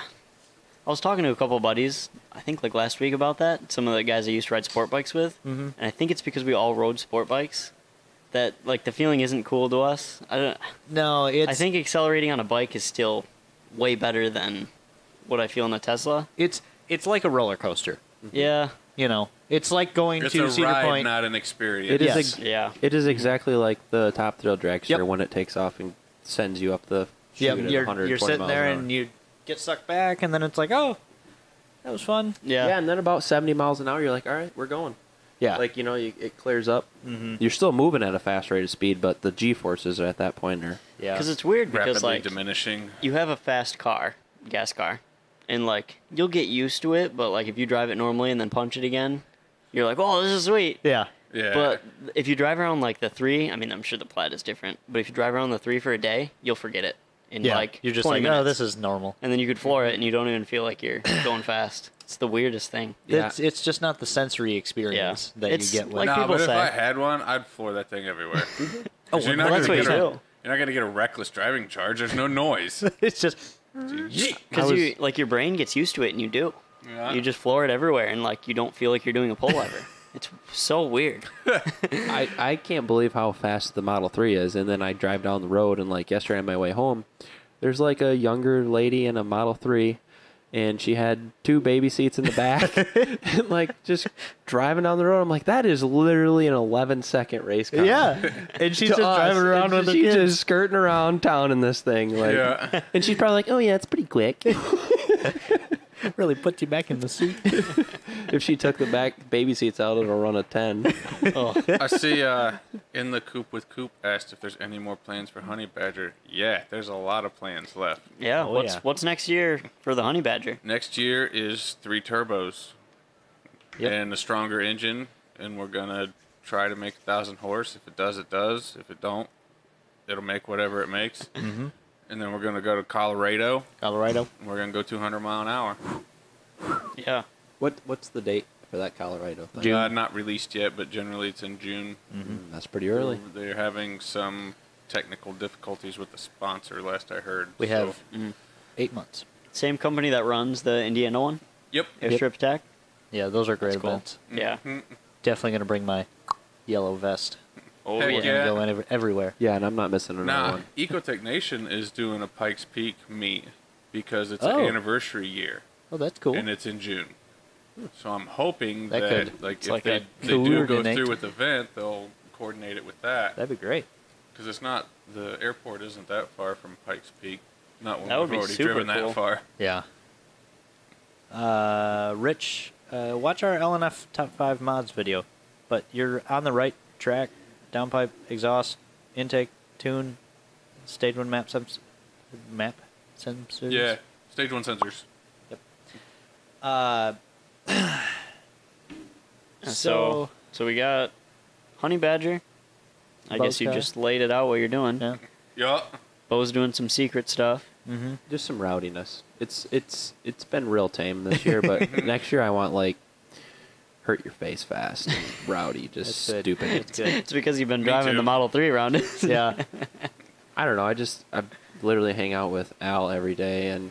[SPEAKER 2] I was talking to a couple buddies. I think like last week about that. Some of the guys I used to ride sport bikes with, mm-hmm. and I think it's because we all rode sport bikes that like the feeling isn't cool to us. I don't.
[SPEAKER 3] no it's
[SPEAKER 2] I think accelerating on a bike is still way better than what I feel in a Tesla.
[SPEAKER 3] it's it's like a roller coaster
[SPEAKER 2] Yeah.
[SPEAKER 3] you know it's like going
[SPEAKER 4] It's
[SPEAKER 3] to
[SPEAKER 4] a
[SPEAKER 3] cedar
[SPEAKER 4] ride,
[SPEAKER 3] point
[SPEAKER 4] not an experience.
[SPEAKER 1] it is
[SPEAKER 3] Yes.
[SPEAKER 1] ex-
[SPEAKER 2] Yeah.
[SPEAKER 1] it is exactly like the top thrill dragster
[SPEAKER 3] Yep.
[SPEAKER 1] when it takes off and sends you up the
[SPEAKER 3] yep
[SPEAKER 1] chute at
[SPEAKER 3] you're,
[SPEAKER 1] 120
[SPEAKER 3] you're sitting
[SPEAKER 1] miles
[SPEAKER 3] there
[SPEAKER 1] an hour.
[SPEAKER 3] and you get sucked back and then it's like oh that was fun
[SPEAKER 1] yeah.
[SPEAKER 2] Yeah.
[SPEAKER 1] and then about 70 miles an hour, you're like, all right, we're going.
[SPEAKER 3] yeah
[SPEAKER 1] Like you know, you, it clears up. You're still moving at a fast rate of speed, but the g forces are at that point are
[SPEAKER 3] yeah
[SPEAKER 2] Because it's weird
[SPEAKER 4] Rapidly
[SPEAKER 2] because like
[SPEAKER 4] diminishing.
[SPEAKER 2] you have a fast car, gas car, and like you'll get used to it, but like if you drive it normally and then punch it again, you're like, oh, this is sweet.
[SPEAKER 3] yeah
[SPEAKER 4] Yeah.
[SPEAKER 2] But if you drive around like the three, I mean, I'm sure the plaid is different, but if you drive around the three for a day, you'll forget it in
[SPEAKER 3] yeah
[SPEAKER 2] like
[SPEAKER 3] you're just
[SPEAKER 2] 20
[SPEAKER 3] like
[SPEAKER 2] minutes.
[SPEAKER 3] oh this is normal
[SPEAKER 2] and then you could floor it and you don't even feel like you're going fast. It's the weirdest thing.
[SPEAKER 1] Yeah.
[SPEAKER 3] It's it's just not the sensory experience that
[SPEAKER 2] It's
[SPEAKER 3] you get with
[SPEAKER 2] like
[SPEAKER 4] nah,
[SPEAKER 2] people
[SPEAKER 4] but if
[SPEAKER 2] say- Oh,
[SPEAKER 4] I had one, I'd floor that thing everywhere. 'Cause you're not
[SPEAKER 2] well, that's
[SPEAKER 4] gonna
[SPEAKER 2] what
[SPEAKER 4] get
[SPEAKER 2] you
[SPEAKER 4] a-
[SPEAKER 2] do.
[SPEAKER 4] You're not gonna get a reckless driving charge. There's no noise.
[SPEAKER 3] it's just
[SPEAKER 4] Yeet.
[SPEAKER 2] Because
[SPEAKER 1] I was-
[SPEAKER 2] you like your brain gets used to it and you do.
[SPEAKER 4] Yeah.
[SPEAKER 2] You just floor it everywhere and like you don't feel like you're doing a pull ever. It's so weird.
[SPEAKER 1] I, I can't believe how fast the Model 3 is. And then I drive down the road, and like yesterday on my way home, there's like a younger lady in a Model 3, and she had two baby seats in the back. and like just driving down the road, I'm like, that is literally an 11 second race car.
[SPEAKER 3] yeah, and she's
[SPEAKER 1] To
[SPEAKER 3] just
[SPEAKER 1] us,
[SPEAKER 3] driving around
[SPEAKER 1] and
[SPEAKER 3] with her
[SPEAKER 1] she's
[SPEAKER 3] kids.
[SPEAKER 1] just skirting around town in this thing, like,
[SPEAKER 4] Yeah.
[SPEAKER 1] and she's probably like, "Oh yeah, it's pretty quick."
[SPEAKER 3] really put you back in the seat.
[SPEAKER 1] If she took the back baby seats out, it'll run a ten.
[SPEAKER 4] I see uh, in the coop with coop asked if there's any more plans for honey badger. Yeah, there's a lot of plans left.
[SPEAKER 2] Yeah.
[SPEAKER 3] Oh,
[SPEAKER 2] what's
[SPEAKER 3] yeah.
[SPEAKER 2] what's next year for the honey badger?
[SPEAKER 4] Next year is three turbos
[SPEAKER 1] Yep.
[SPEAKER 4] and a stronger engine, and we're gonna try to make a thousand horse. If it does, it does. If it don't, it'll make whatever it makes. Mm-hmm. And then we're gonna go to Colorado,
[SPEAKER 3] Colorado.
[SPEAKER 4] and we're gonna go 200 mile an hour.
[SPEAKER 2] Yeah.
[SPEAKER 1] What What's the date for that Colorado thing?
[SPEAKER 4] Uh, not released yet, but generally it's in June.
[SPEAKER 1] Mm, That's pretty early.
[SPEAKER 4] They're having some technical difficulties with the sponsor, last I heard.
[SPEAKER 3] We
[SPEAKER 4] so-
[SPEAKER 3] have eight months.
[SPEAKER 2] Same company that runs the Indiana one,
[SPEAKER 4] Yep.
[SPEAKER 2] Airstrip
[SPEAKER 1] Yep.
[SPEAKER 2] Attack.
[SPEAKER 3] Yeah, those are great
[SPEAKER 2] That's cool.
[SPEAKER 3] events.
[SPEAKER 4] Mm-hmm.
[SPEAKER 2] Yeah.
[SPEAKER 3] Definitely gonna bring my yellow vest.
[SPEAKER 4] Oh
[SPEAKER 3] We're
[SPEAKER 4] Heck
[SPEAKER 3] gonna
[SPEAKER 4] yeah.
[SPEAKER 3] go in everywhere.
[SPEAKER 1] Yeah, and I'm not missing another
[SPEAKER 4] Nah,
[SPEAKER 1] one.
[SPEAKER 4] Ecotech Nation is doing a Pikes Peak meet because it's
[SPEAKER 3] Oh.
[SPEAKER 4] an anniversary year.
[SPEAKER 3] Oh, that's cool.
[SPEAKER 4] and it's in June. So I'm hoping
[SPEAKER 3] That
[SPEAKER 4] that,
[SPEAKER 3] could-
[SPEAKER 4] like
[SPEAKER 3] it's
[SPEAKER 4] if
[SPEAKER 3] like
[SPEAKER 4] they,
[SPEAKER 3] a
[SPEAKER 4] they do go
[SPEAKER 3] coordinate.
[SPEAKER 4] through with the event, they'll coordinate it with that
[SPEAKER 3] That'd be great.
[SPEAKER 4] because it's not the airport isn't that far from Pikes Peak. Not when
[SPEAKER 2] That would be
[SPEAKER 4] we've already
[SPEAKER 2] super
[SPEAKER 4] driven
[SPEAKER 2] cool.
[SPEAKER 4] that far.
[SPEAKER 3] Yeah. Uh, Rich, uh, watch our LNF top five mods video, but you're on the right track. Downpipe, exhaust, intake, tune, stage one map, sens- map sensors.
[SPEAKER 4] Yeah, stage one sensors.
[SPEAKER 3] Uh,
[SPEAKER 2] So
[SPEAKER 3] So-
[SPEAKER 2] so we got honey badger. I guess you
[SPEAKER 3] Boca.
[SPEAKER 2] just laid it out what you're doing.
[SPEAKER 3] yeah.
[SPEAKER 4] Yup.
[SPEAKER 2] Bo's doing some secret stuff.
[SPEAKER 3] Mm-hmm.
[SPEAKER 1] Just some rowdiness. It's it's it's been real tame this year, but next year I want like hurt your face fast, and rowdy, just
[SPEAKER 3] That's good.
[SPEAKER 1] stupid.
[SPEAKER 3] That's good.
[SPEAKER 2] It's because you've been
[SPEAKER 4] Me
[SPEAKER 2] driving the
[SPEAKER 4] too.
[SPEAKER 2] Model Three around it.
[SPEAKER 3] yeah.
[SPEAKER 1] I don't know. I just I literally hang out with Al every day and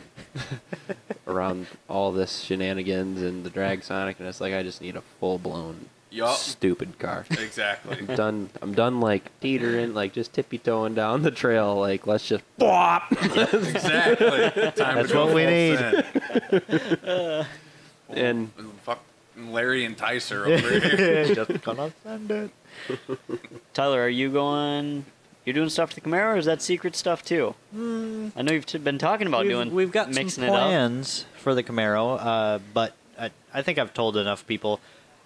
[SPEAKER 1] around all this shenanigans and the drag Sonic, and it's like I just need a full blown
[SPEAKER 4] Yup.
[SPEAKER 1] stupid car.
[SPEAKER 4] Exactly.
[SPEAKER 1] I'm done. I'm done. Like teetering, like just tippy toeing down the trail. Like let's just flop.
[SPEAKER 4] exactly. Time
[SPEAKER 3] That's
[SPEAKER 4] to go
[SPEAKER 3] what we
[SPEAKER 4] full
[SPEAKER 3] need.
[SPEAKER 4] send.
[SPEAKER 1] And-
[SPEAKER 4] fuck Larry and Tyser over here.
[SPEAKER 3] Just gonna send it.
[SPEAKER 2] Tyler, are you going? You're doing stuff to the Camaro, or is that secret stuff too? I know you've t- been talking about
[SPEAKER 3] Mm. we've,
[SPEAKER 2] doing.
[SPEAKER 3] we've got
[SPEAKER 2] mixing
[SPEAKER 3] some
[SPEAKER 2] it up.
[SPEAKER 3] plans for the Camaro, uh, but I, I think I've told enough people.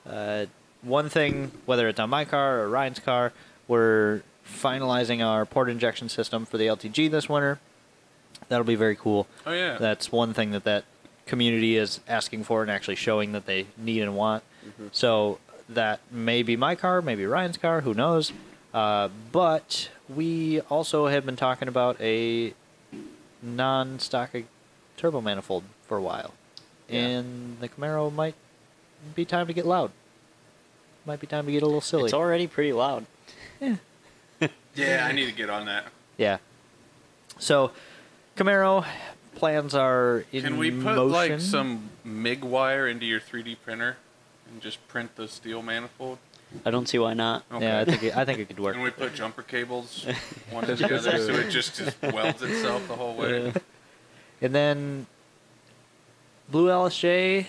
[SPEAKER 3] Uh, one thing, whether it's on my car or Ryan's car, we're finalizing our port injection system for the LTG this winter. That'll be very cool.
[SPEAKER 4] Oh yeah.
[SPEAKER 3] That's one thing that that community is asking for and actually showing that they need and want. So that may be my car, maybe Ryan's car, who knows? Uh, but we also have been talking about a non-stock turbo manifold for a while, and the Camaro might be time to get loud. Might be time to get a little silly.
[SPEAKER 2] It's already pretty loud.
[SPEAKER 4] yeah, I need to get on that.
[SPEAKER 3] yeah. So, Camaro plans are in
[SPEAKER 4] Can we put
[SPEAKER 3] motion.
[SPEAKER 4] like some MIG wire into your 3D printer and just print the steel manifold?
[SPEAKER 2] I don't see why not.
[SPEAKER 3] Yeah, I think it, I think it could work.
[SPEAKER 4] Can we put jumper cables one to the other so it just, just welds itself the whole way?
[SPEAKER 3] Uh, And then Blue LSJ.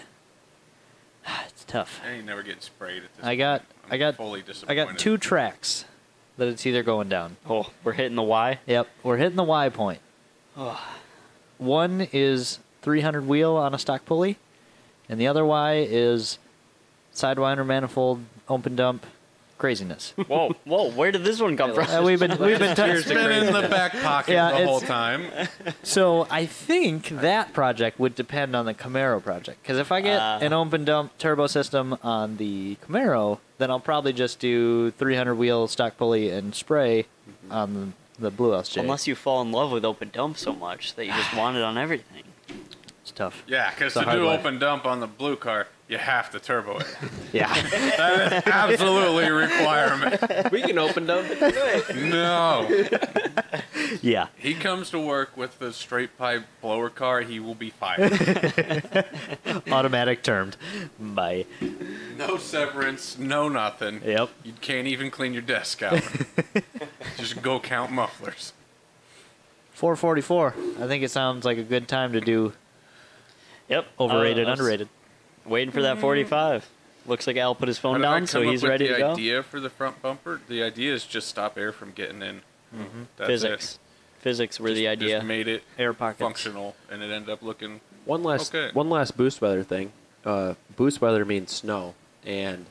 [SPEAKER 3] It's tough.
[SPEAKER 4] I ain't never getting sprayed at this.
[SPEAKER 3] I got-
[SPEAKER 4] point. I'm
[SPEAKER 3] I got-
[SPEAKER 4] fully
[SPEAKER 3] I
[SPEAKER 4] disappointed.
[SPEAKER 3] got two tracks that it's either going down.
[SPEAKER 2] Oh, we're hitting the Y.
[SPEAKER 3] Yep, we're hitting the Y point. One is 300 wheel on a stock pulley, and the other Y is sidewinder manifold open dump craziness.
[SPEAKER 2] Whoa, whoa! Where did this one come from?
[SPEAKER 3] Uh, we've been we've been
[SPEAKER 4] It's
[SPEAKER 3] touching.
[SPEAKER 4] been in the back pocket
[SPEAKER 3] Yeah,
[SPEAKER 4] the whole
[SPEAKER 3] it's-
[SPEAKER 4] time.
[SPEAKER 3] So I think that project would depend on the Camaro project. Because if I get
[SPEAKER 2] Ah.
[SPEAKER 3] an open dump turbo system on the Camaro, then I'll probably just do 300 wheel stock pulley and spray on the, the Blue LSJ.
[SPEAKER 2] Unless you fall in love with open dump so much that you just want it on everything.
[SPEAKER 3] it's tough.
[SPEAKER 4] Yeah, because
[SPEAKER 3] a
[SPEAKER 4] to
[SPEAKER 3] hard
[SPEAKER 4] do
[SPEAKER 3] way.
[SPEAKER 4] open dump on the blue car, you have to turbo it.
[SPEAKER 3] Yeah.
[SPEAKER 4] That is absolutely a requirement.
[SPEAKER 1] we can open them.
[SPEAKER 4] No.
[SPEAKER 3] yeah.
[SPEAKER 4] He comes to work with the straight pipe blower car, he will be fired.
[SPEAKER 3] Automatic termed. Bye.
[SPEAKER 4] No severance, no nothing.
[SPEAKER 3] Yep.
[SPEAKER 4] You can't even clean your desk out. Just go count mufflers.
[SPEAKER 3] 444. I think it sounds like a good time to do
[SPEAKER 2] Yep.
[SPEAKER 3] overrated,
[SPEAKER 2] Uh, I was
[SPEAKER 3] underrated.
[SPEAKER 2] Waiting for that 45. Looks like Al put his
[SPEAKER 4] How
[SPEAKER 2] phone
[SPEAKER 4] did Mm-hmm. I
[SPEAKER 2] down,
[SPEAKER 4] come
[SPEAKER 2] so
[SPEAKER 4] up
[SPEAKER 2] he's
[SPEAKER 4] with
[SPEAKER 2] ready
[SPEAKER 4] the
[SPEAKER 2] to go.
[SPEAKER 4] idea for the front bumper. The idea is just stop air from getting in. That's
[SPEAKER 2] Physics. Physics were
[SPEAKER 4] It.
[SPEAKER 2] the
[SPEAKER 4] Just-
[SPEAKER 2] idea.
[SPEAKER 4] Just made it
[SPEAKER 3] Air pockets.
[SPEAKER 4] functional, and it ended up looking.
[SPEAKER 1] One last
[SPEAKER 4] Okay.
[SPEAKER 1] one last boost weather thing. uh, boost weather means snow, and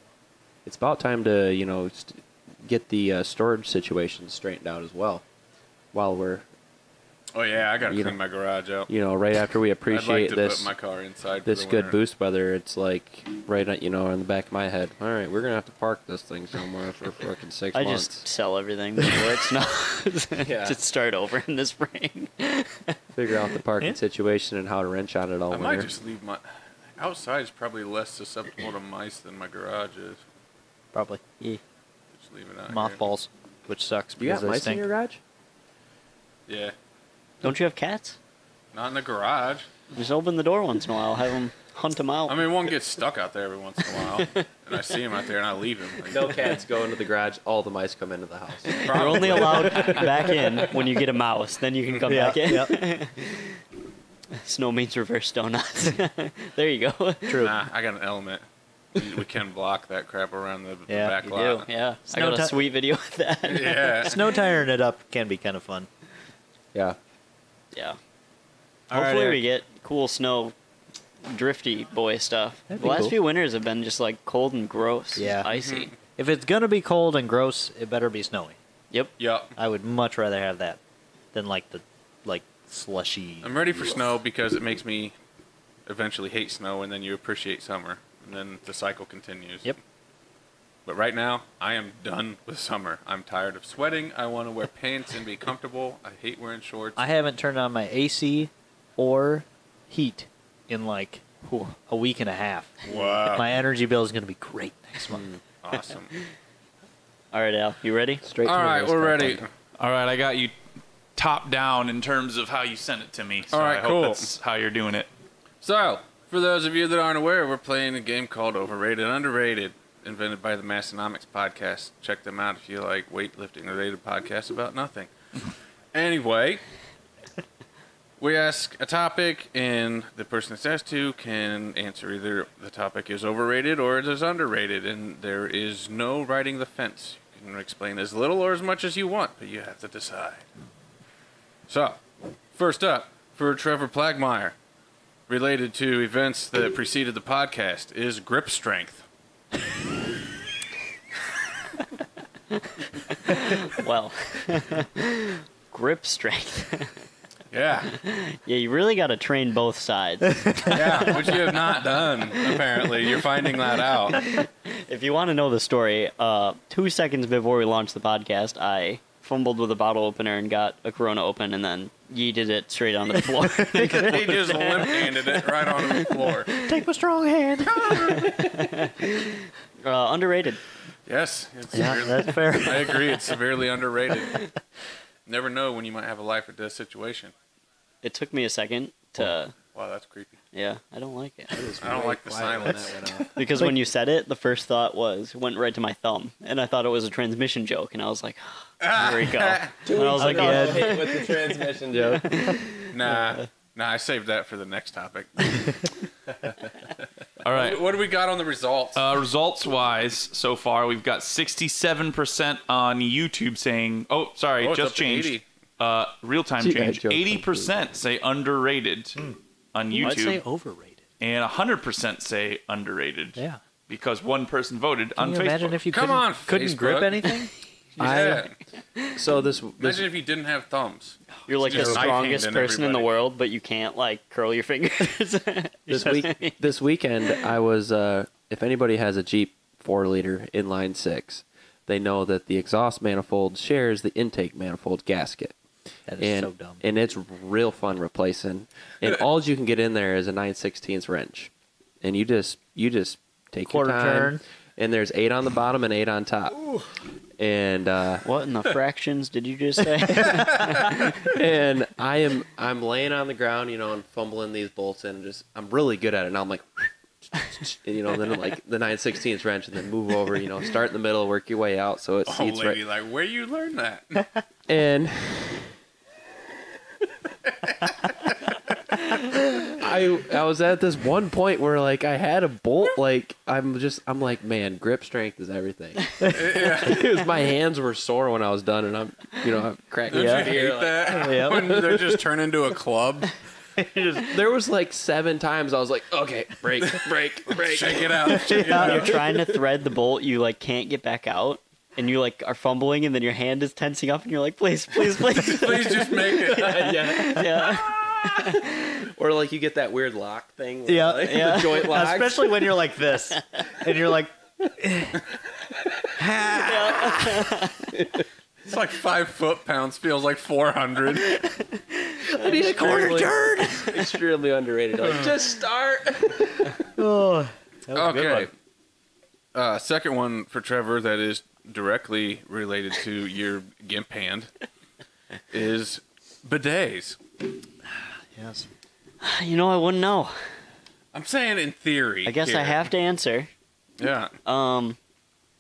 [SPEAKER 1] it's about time to you know st- get the uh, storage situation straightened out as well. While we're
[SPEAKER 4] Oh yeah, I gotta
[SPEAKER 1] You
[SPEAKER 4] clean
[SPEAKER 1] know-
[SPEAKER 4] my garage out.
[SPEAKER 1] you know right after we appreciate
[SPEAKER 4] I'd like to
[SPEAKER 1] this
[SPEAKER 4] put my car inside. for
[SPEAKER 1] this
[SPEAKER 4] the
[SPEAKER 1] good
[SPEAKER 4] winter.
[SPEAKER 1] boost weather, it's like right at you know in the back of my head. All right, we're gonna have to park this thing somewhere for fucking six
[SPEAKER 2] I
[SPEAKER 1] months.
[SPEAKER 2] just sell everything before it's not.
[SPEAKER 1] Yeah.
[SPEAKER 2] Just start over in the spring.
[SPEAKER 1] figure out the parking
[SPEAKER 3] Yeah.
[SPEAKER 1] situation and how to wrench on it all
[SPEAKER 4] I
[SPEAKER 1] winter.
[SPEAKER 4] might just leave my outside is probably less susceptible to mice than my garage is.
[SPEAKER 3] Probably.
[SPEAKER 4] Just leave it out. here.
[SPEAKER 3] Mothballs, which sucks
[SPEAKER 1] you
[SPEAKER 3] because
[SPEAKER 1] got
[SPEAKER 3] they
[SPEAKER 1] mice in
[SPEAKER 3] stink.
[SPEAKER 1] your garage?
[SPEAKER 4] Yeah,
[SPEAKER 2] Don't you have cats?
[SPEAKER 4] not in the garage.
[SPEAKER 2] Just open the door once in a while. Have them hunt them out.
[SPEAKER 4] I mean, one gets stuck out there every once in a while, and I see him out there and I leave him. Like,
[SPEAKER 1] No cats go into the garage. All the mice come into the house.
[SPEAKER 2] You're
[SPEAKER 4] probably.
[SPEAKER 2] only allowed back in when you get a mouse. Then you can come
[SPEAKER 3] Yeah,
[SPEAKER 2] back in. Snow means reverse donuts. there you go.
[SPEAKER 4] Nah, I got an element. We- We can block that crap around the, the
[SPEAKER 3] Yeah,
[SPEAKER 4] back
[SPEAKER 3] you
[SPEAKER 4] lot.
[SPEAKER 2] Yeah,
[SPEAKER 3] Snow
[SPEAKER 2] I got a
[SPEAKER 3] ti-
[SPEAKER 2] sweet video of that.
[SPEAKER 4] Yeah.
[SPEAKER 3] Snow tiring it up can be kind of fun.
[SPEAKER 1] Yeah.
[SPEAKER 2] Yeah.
[SPEAKER 3] All right,
[SPEAKER 2] Hopefully we
[SPEAKER 3] Eric.
[SPEAKER 2] get cool snow, drifty boy stuff.
[SPEAKER 3] That'd
[SPEAKER 2] the
[SPEAKER 3] be
[SPEAKER 2] last
[SPEAKER 3] cool.
[SPEAKER 2] few winters have been just like cold and gross.
[SPEAKER 3] Yeah.
[SPEAKER 2] Icy.
[SPEAKER 3] If it's gonna be cold and gross, it better be snowy.
[SPEAKER 2] Yep.
[SPEAKER 4] Yup.
[SPEAKER 3] I would much rather have that than like the like slushy.
[SPEAKER 4] I'm ready for snow because it makes me eventually hate snow, and then you appreciate summer, and then the cycle continues.
[SPEAKER 3] Yep.
[SPEAKER 4] But right now, I am done with summer. I'm tired of sweating. I want to wear pants and be comfortable. I hate wearing shorts.
[SPEAKER 3] I haven't turned on my AC or heat in like whew, a week and a half.
[SPEAKER 4] wow.
[SPEAKER 3] My energy bill is gonna be great next month.
[SPEAKER 4] awesome.
[SPEAKER 2] All right, Al. You ready?
[SPEAKER 1] Straight.
[SPEAKER 4] All
[SPEAKER 1] to the
[SPEAKER 4] right,
[SPEAKER 1] roast
[SPEAKER 4] we're
[SPEAKER 1] content.
[SPEAKER 4] ready.
[SPEAKER 6] All right, I got you top down in terms of how you sent it to me. So
[SPEAKER 4] All right,
[SPEAKER 6] I hope
[SPEAKER 4] cool.
[SPEAKER 6] that's how you're doing it.
[SPEAKER 4] So, for those of you that aren't aware, we're playing a game called Overrated Underrated, invented by the Massonomics podcast. Check them out if you like weightlifting related podcasts about nothing. anyway, we ask a topic, and the person that's asked to can answer either the topic is overrated or it is underrated, and there is no riding the fence. You can explain as little or as much as you want, but you have to decide. So, first up, for Trevor Plagmeyer related to events that preceded the podcast is grip strength.
[SPEAKER 2] Well, grip strength.
[SPEAKER 4] Yeah,
[SPEAKER 2] yeah, you really got to train both sides.
[SPEAKER 4] yeah, which you have not done. Apparently, you're finding that out.
[SPEAKER 2] if you want to know the story, uh, two seconds before we launched the podcast, I fumbled with a bottle opener and got a Corona open, and then yeeted it straight onto the floor.
[SPEAKER 4] He just limp-handed it right on the floor.
[SPEAKER 3] Take my strong hand.
[SPEAKER 2] uh, underrated.
[SPEAKER 4] Yes, it's
[SPEAKER 3] yeah,
[SPEAKER 4] severely-
[SPEAKER 3] that's fair.
[SPEAKER 4] I agree. It's severely underrated. Never know when you might have a life or death situation.
[SPEAKER 2] It took me a second to.
[SPEAKER 4] Wow, that's creepy.
[SPEAKER 2] Yeah, I don't like it.
[SPEAKER 4] I don't like the
[SPEAKER 1] Quiet when
[SPEAKER 4] silence.
[SPEAKER 1] that went off.
[SPEAKER 2] Because when you said it, the first thought was it went right to my thumb, and I thought it was a transmission joke, and I was like, "There we go." And I was like,
[SPEAKER 1] Got
[SPEAKER 2] "Yeah,
[SPEAKER 1] hit with the transmission joke.
[SPEAKER 4] Nah, nah. I saved that for the next topic.
[SPEAKER 6] All right.
[SPEAKER 4] What do we got on the results?
[SPEAKER 6] Uh, results wise, so far we've got 67% on YouTube saying, "Oh, sorry,
[SPEAKER 4] Oh, it's
[SPEAKER 6] just
[SPEAKER 4] up to
[SPEAKER 6] changed."
[SPEAKER 4] 80.
[SPEAKER 6] Uh, real time
[SPEAKER 1] Gee, I
[SPEAKER 6] change.
[SPEAKER 1] joked.
[SPEAKER 6] 80% say underrated
[SPEAKER 4] Hmm.
[SPEAKER 6] on
[SPEAKER 3] I'd say
[SPEAKER 6] YouTube,
[SPEAKER 3] overrated.
[SPEAKER 6] and 100% say underrated.
[SPEAKER 3] Yeah.
[SPEAKER 6] Because one person voted
[SPEAKER 3] Can
[SPEAKER 6] on
[SPEAKER 3] you
[SPEAKER 6] Facebook.
[SPEAKER 3] imagine if you
[SPEAKER 4] Come
[SPEAKER 3] couldn't,
[SPEAKER 4] on,
[SPEAKER 3] couldn't grip
[SPEAKER 4] Facebook.
[SPEAKER 3] anything?
[SPEAKER 4] Yeah.
[SPEAKER 1] So this, this
[SPEAKER 4] Imagine if you didn't have thumbs.
[SPEAKER 2] you're like the
[SPEAKER 4] Just knife hand
[SPEAKER 2] strongest
[SPEAKER 4] in
[SPEAKER 2] person in the
[SPEAKER 4] everybody.
[SPEAKER 2] world, but you can't like curl your fingers."
[SPEAKER 1] this week this weekend I was. Uh, if anybody has a Jeep four liter inline six, they know that the exhaust manifold shares the intake manifold gasket.
[SPEAKER 3] That is
[SPEAKER 1] and,
[SPEAKER 3] so dumb.
[SPEAKER 1] And it's real fun replacing. And all you can get in there is a 9/16 wrench, and you just you just take
[SPEAKER 3] Quarter
[SPEAKER 1] your time.
[SPEAKER 3] turn.
[SPEAKER 1] And there's eight on the bottom and eight on top. And uh,
[SPEAKER 2] what in the fractions did you just say?
[SPEAKER 1] and I am I'm laying on the ground, you know, and fumbling these bolts in. and Just I'm really good at it. And I'm like, and, you know, then I'm like the 9/16 wrench, and then move over. You know, start in the middle, work your way out, so it
[SPEAKER 4] Oh,
[SPEAKER 1] seats
[SPEAKER 4] lady,
[SPEAKER 1] right.
[SPEAKER 4] like where you learn that?
[SPEAKER 1] And I I was at this one point where like I had a bolt like I'm just I'm like man grip strength is everything. It was- my hands were sore when I was done and I'm you know I'm cracking
[SPEAKER 4] Don't
[SPEAKER 1] my
[SPEAKER 4] you
[SPEAKER 1] beer,
[SPEAKER 4] hate
[SPEAKER 1] like,
[SPEAKER 4] that?
[SPEAKER 3] Yep.
[SPEAKER 4] When they just turn into a club.
[SPEAKER 1] There was like seven times I was like, okay, break, break, break.
[SPEAKER 4] Check it out. Check it
[SPEAKER 2] You're
[SPEAKER 4] out.
[SPEAKER 2] trying to thread the bolt, you like can't get back out, and you like are fumbling, and then your hand is tensing up, and you're like, please, please, please.
[SPEAKER 4] Please just make it.
[SPEAKER 1] yeah.
[SPEAKER 2] yeah.
[SPEAKER 1] Or like you get that weird lock thing. where,
[SPEAKER 3] Yeah,
[SPEAKER 1] like,
[SPEAKER 2] yeah.
[SPEAKER 1] The joint lock.
[SPEAKER 3] Especially when you're like this, and you're like,
[SPEAKER 4] It's like five foot pounds. Feels like four hundred.
[SPEAKER 1] I need a quarter turn. Extremely underrated. Like, just start.
[SPEAKER 3] oh, that was a good
[SPEAKER 4] Okay.
[SPEAKER 3] one.
[SPEAKER 4] Uh, second one for Trevor that is directly related to your gimp hand is bidets.
[SPEAKER 3] Yes.
[SPEAKER 2] You know, I wouldn't know.
[SPEAKER 4] I'm saying in theory.
[SPEAKER 2] I guess I
[SPEAKER 4] here.
[SPEAKER 2] have to answer.
[SPEAKER 4] Yeah.
[SPEAKER 2] Um,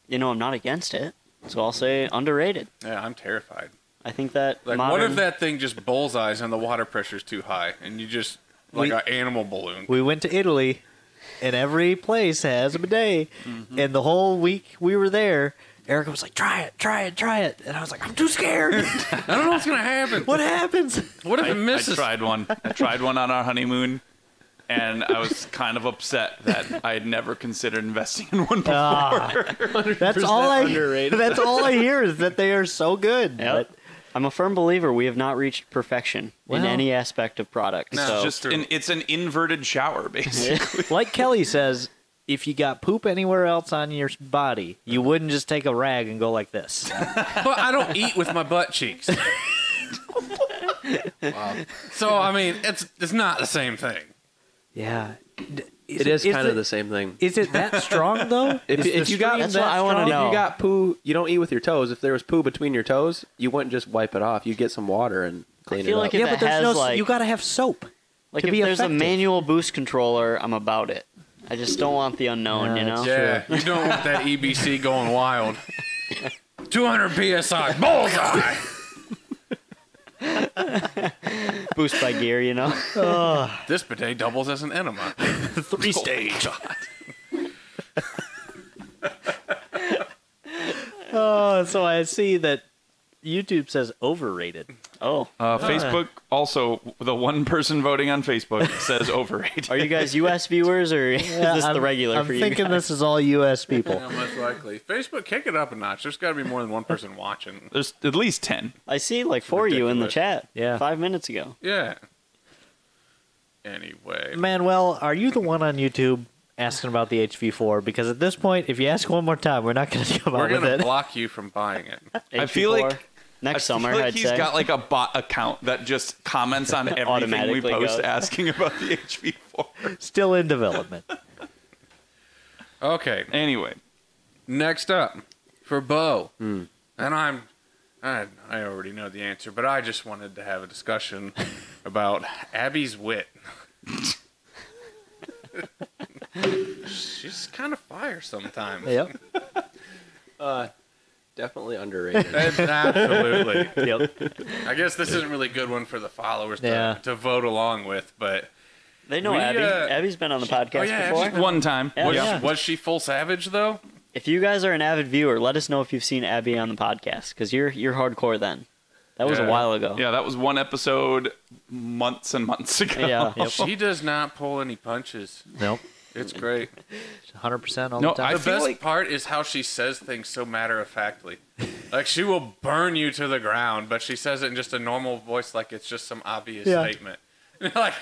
[SPEAKER 2] you know, I'm not against it, so I'll say underrated.
[SPEAKER 4] Yeah, I'm terrified.
[SPEAKER 2] I think that
[SPEAKER 4] Like,
[SPEAKER 2] modern,
[SPEAKER 4] what if that thing just bullseyes and the water pressure's too high and you just like
[SPEAKER 3] We-
[SPEAKER 4] an animal balloon?
[SPEAKER 3] We went to Italy, and every place has a bidet.
[SPEAKER 2] Mm-hmm.
[SPEAKER 3] And the whole week we were there, Erica was like, "Try it, try it, try it," and I was like, "I'm too scared.
[SPEAKER 4] I don't know what's gonna happen.
[SPEAKER 3] what happens?"
[SPEAKER 4] What if
[SPEAKER 6] I,
[SPEAKER 4] it
[SPEAKER 6] I
[SPEAKER 4] misses?
[SPEAKER 6] tried one. I tried one on our honeymoon, and I was kind of upset that I had never considered investing in one. Before.
[SPEAKER 3] Ah, that's all I. That's all I hear is that they are so good.
[SPEAKER 2] Yep. I'm a firm believer we have not reached perfection
[SPEAKER 3] Well-
[SPEAKER 2] in any aspect of product.
[SPEAKER 4] No.
[SPEAKER 2] so
[SPEAKER 6] Just
[SPEAKER 4] True.
[SPEAKER 6] an, it's an inverted shower, basically.
[SPEAKER 3] But like Kelly says, if you got poop anywhere else on your body, you wouldn't just take a rag and go like this.
[SPEAKER 4] But I don't eat with my butt cheeks. So I mean, it's it's not the same thing.
[SPEAKER 3] Yeah. D-
[SPEAKER 1] It is kind of the same thing.
[SPEAKER 3] Is it that strong though?
[SPEAKER 1] If,
[SPEAKER 3] Is
[SPEAKER 1] if
[SPEAKER 3] the
[SPEAKER 1] you got
[SPEAKER 3] stream
[SPEAKER 2] That's what
[SPEAKER 3] that
[SPEAKER 2] I wanna
[SPEAKER 3] strong?
[SPEAKER 2] know.
[SPEAKER 1] If you got poo, you don't eat with your toes. If there was poo between your toes, you wouldn't just wipe it off. You'd get some water and clean
[SPEAKER 2] feel
[SPEAKER 1] it
[SPEAKER 2] like
[SPEAKER 1] up.
[SPEAKER 2] it-
[SPEAKER 3] Yeah,
[SPEAKER 2] that
[SPEAKER 3] but there's
[SPEAKER 2] has,
[SPEAKER 3] no.
[SPEAKER 2] like-
[SPEAKER 3] you gotta have soap.
[SPEAKER 2] like
[SPEAKER 3] to
[SPEAKER 2] if
[SPEAKER 3] be
[SPEAKER 2] there's
[SPEAKER 3] effective.
[SPEAKER 2] a manual boost controller, I'm about it. I just don't want the unknown,
[SPEAKER 3] Yeah,
[SPEAKER 2] you know.
[SPEAKER 3] that's
[SPEAKER 4] Yeah, you don't want that EBC going wild. 200 psi, bullseye.
[SPEAKER 2] Boost by gear, you know.
[SPEAKER 4] this bidet doubles as an enema.
[SPEAKER 3] Three stage. oh, so I see that YouTube says overrated.
[SPEAKER 2] oh,
[SPEAKER 6] Uh, Facebook also the one person voting on Facebook says overrated.
[SPEAKER 2] are you guys U.S. viewers or is this
[SPEAKER 3] I'm,
[SPEAKER 2] the regular
[SPEAKER 3] I'm
[SPEAKER 2] for you?
[SPEAKER 3] thinking
[SPEAKER 2] guys?
[SPEAKER 3] this is all U.S. people.
[SPEAKER 4] Yeah, most likely. Facebook, kick it up a notch. There's got to be more than one person watching.
[SPEAKER 6] There's at least ten.
[SPEAKER 2] I see like four of you in the
[SPEAKER 4] ridiculous.
[SPEAKER 2] chat.
[SPEAKER 3] Yeah.
[SPEAKER 2] Five minutes ago.
[SPEAKER 4] Yeah. Anyway,
[SPEAKER 3] Manuel, are you the one on YouTube asking about the HV4? Because at this point, if you ask one more time, we're not going to come
[SPEAKER 4] we're
[SPEAKER 3] out with
[SPEAKER 4] gonna
[SPEAKER 3] it.
[SPEAKER 4] block you from buying it.
[SPEAKER 6] I feel
[SPEAKER 2] HP4.
[SPEAKER 6] like-
[SPEAKER 2] next
[SPEAKER 6] I feel
[SPEAKER 2] summer
[SPEAKER 6] like
[SPEAKER 2] I'd
[SPEAKER 6] he's
[SPEAKER 2] say.
[SPEAKER 6] got like a bot account that just comments on everything we
[SPEAKER 2] Automatically
[SPEAKER 6] post,
[SPEAKER 2] goes.
[SPEAKER 6] asking about the HP4.
[SPEAKER 3] Still in development.
[SPEAKER 4] Okay,
[SPEAKER 6] Anyway,
[SPEAKER 4] next up for Bo,
[SPEAKER 3] Hmm.
[SPEAKER 4] and I'm, I, I already know the answer, but I just wanted to have a discussion about Abby's wit. She's kind of fire sometimes.
[SPEAKER 3] yep.
[SPEAKER 1] Definitely underrated.
[SPEAKER 4] Absolutely.
[SPEAKER 3] Yep.
[SPEAKER 4] I guess this isn't really a good one for the followers to,
[SPEAKER 3] Yeah.
[SPEAKER 4] to vote along with, but
[SPEAKER 2] They know
[SPEAKER 4] We,
[SPEAKER 2] Abby.
[SPEAKER 4] uh,
[SPEAKER 2] Abby's been on the podcast
[SPEAKER 4] oh, yeah,
[SPEAKER 2] before.
[SPEAKER 4] Abby's-
[SPEAKER 6] one time.
[SPEAKER 2] Yeah.
[SPEAKER 3] Oh,
[SPEAKER 6] What-
[SPEAKER 4] was,
[SPEAKER 2] Yeah.
[SPEAKER 4] was she full savage though?
[SPEAKER 2] If you guys are an avid viewer, let us know if you've seen Abby on the podcast because you're you're hardcore then. That was
[SPEAKER 4] Yeah.
[SPEAKER 2] a while ago.
[SPEAKER 6] yeah, that was one episode months and months ago.
[SPEAKER 2] Yeah.
[SPEAKER 4] She does not pull any punches.
[SPEAKER 3] Nope.
[SPEAKER 4] It's great.
[SPEAKER 3] 100% all
[SPEAKER 6] No,
[SPEAKER 3] the
[SPEAKER 6] I
[SPEAKER 4] The
[SPEAKER 3] time.
[SPEAKER 6] feel
[SPEAKER 4] best
[SPEAKER 6] like-
[SPEAKER 4] part is how she says things so matter of factly. Like she will burn you to the ground, but she says it in just a normal voice, like it's just some obvious
[SPEAKER 3] Yeah.
[SPEAKER 4] statement. And you're like,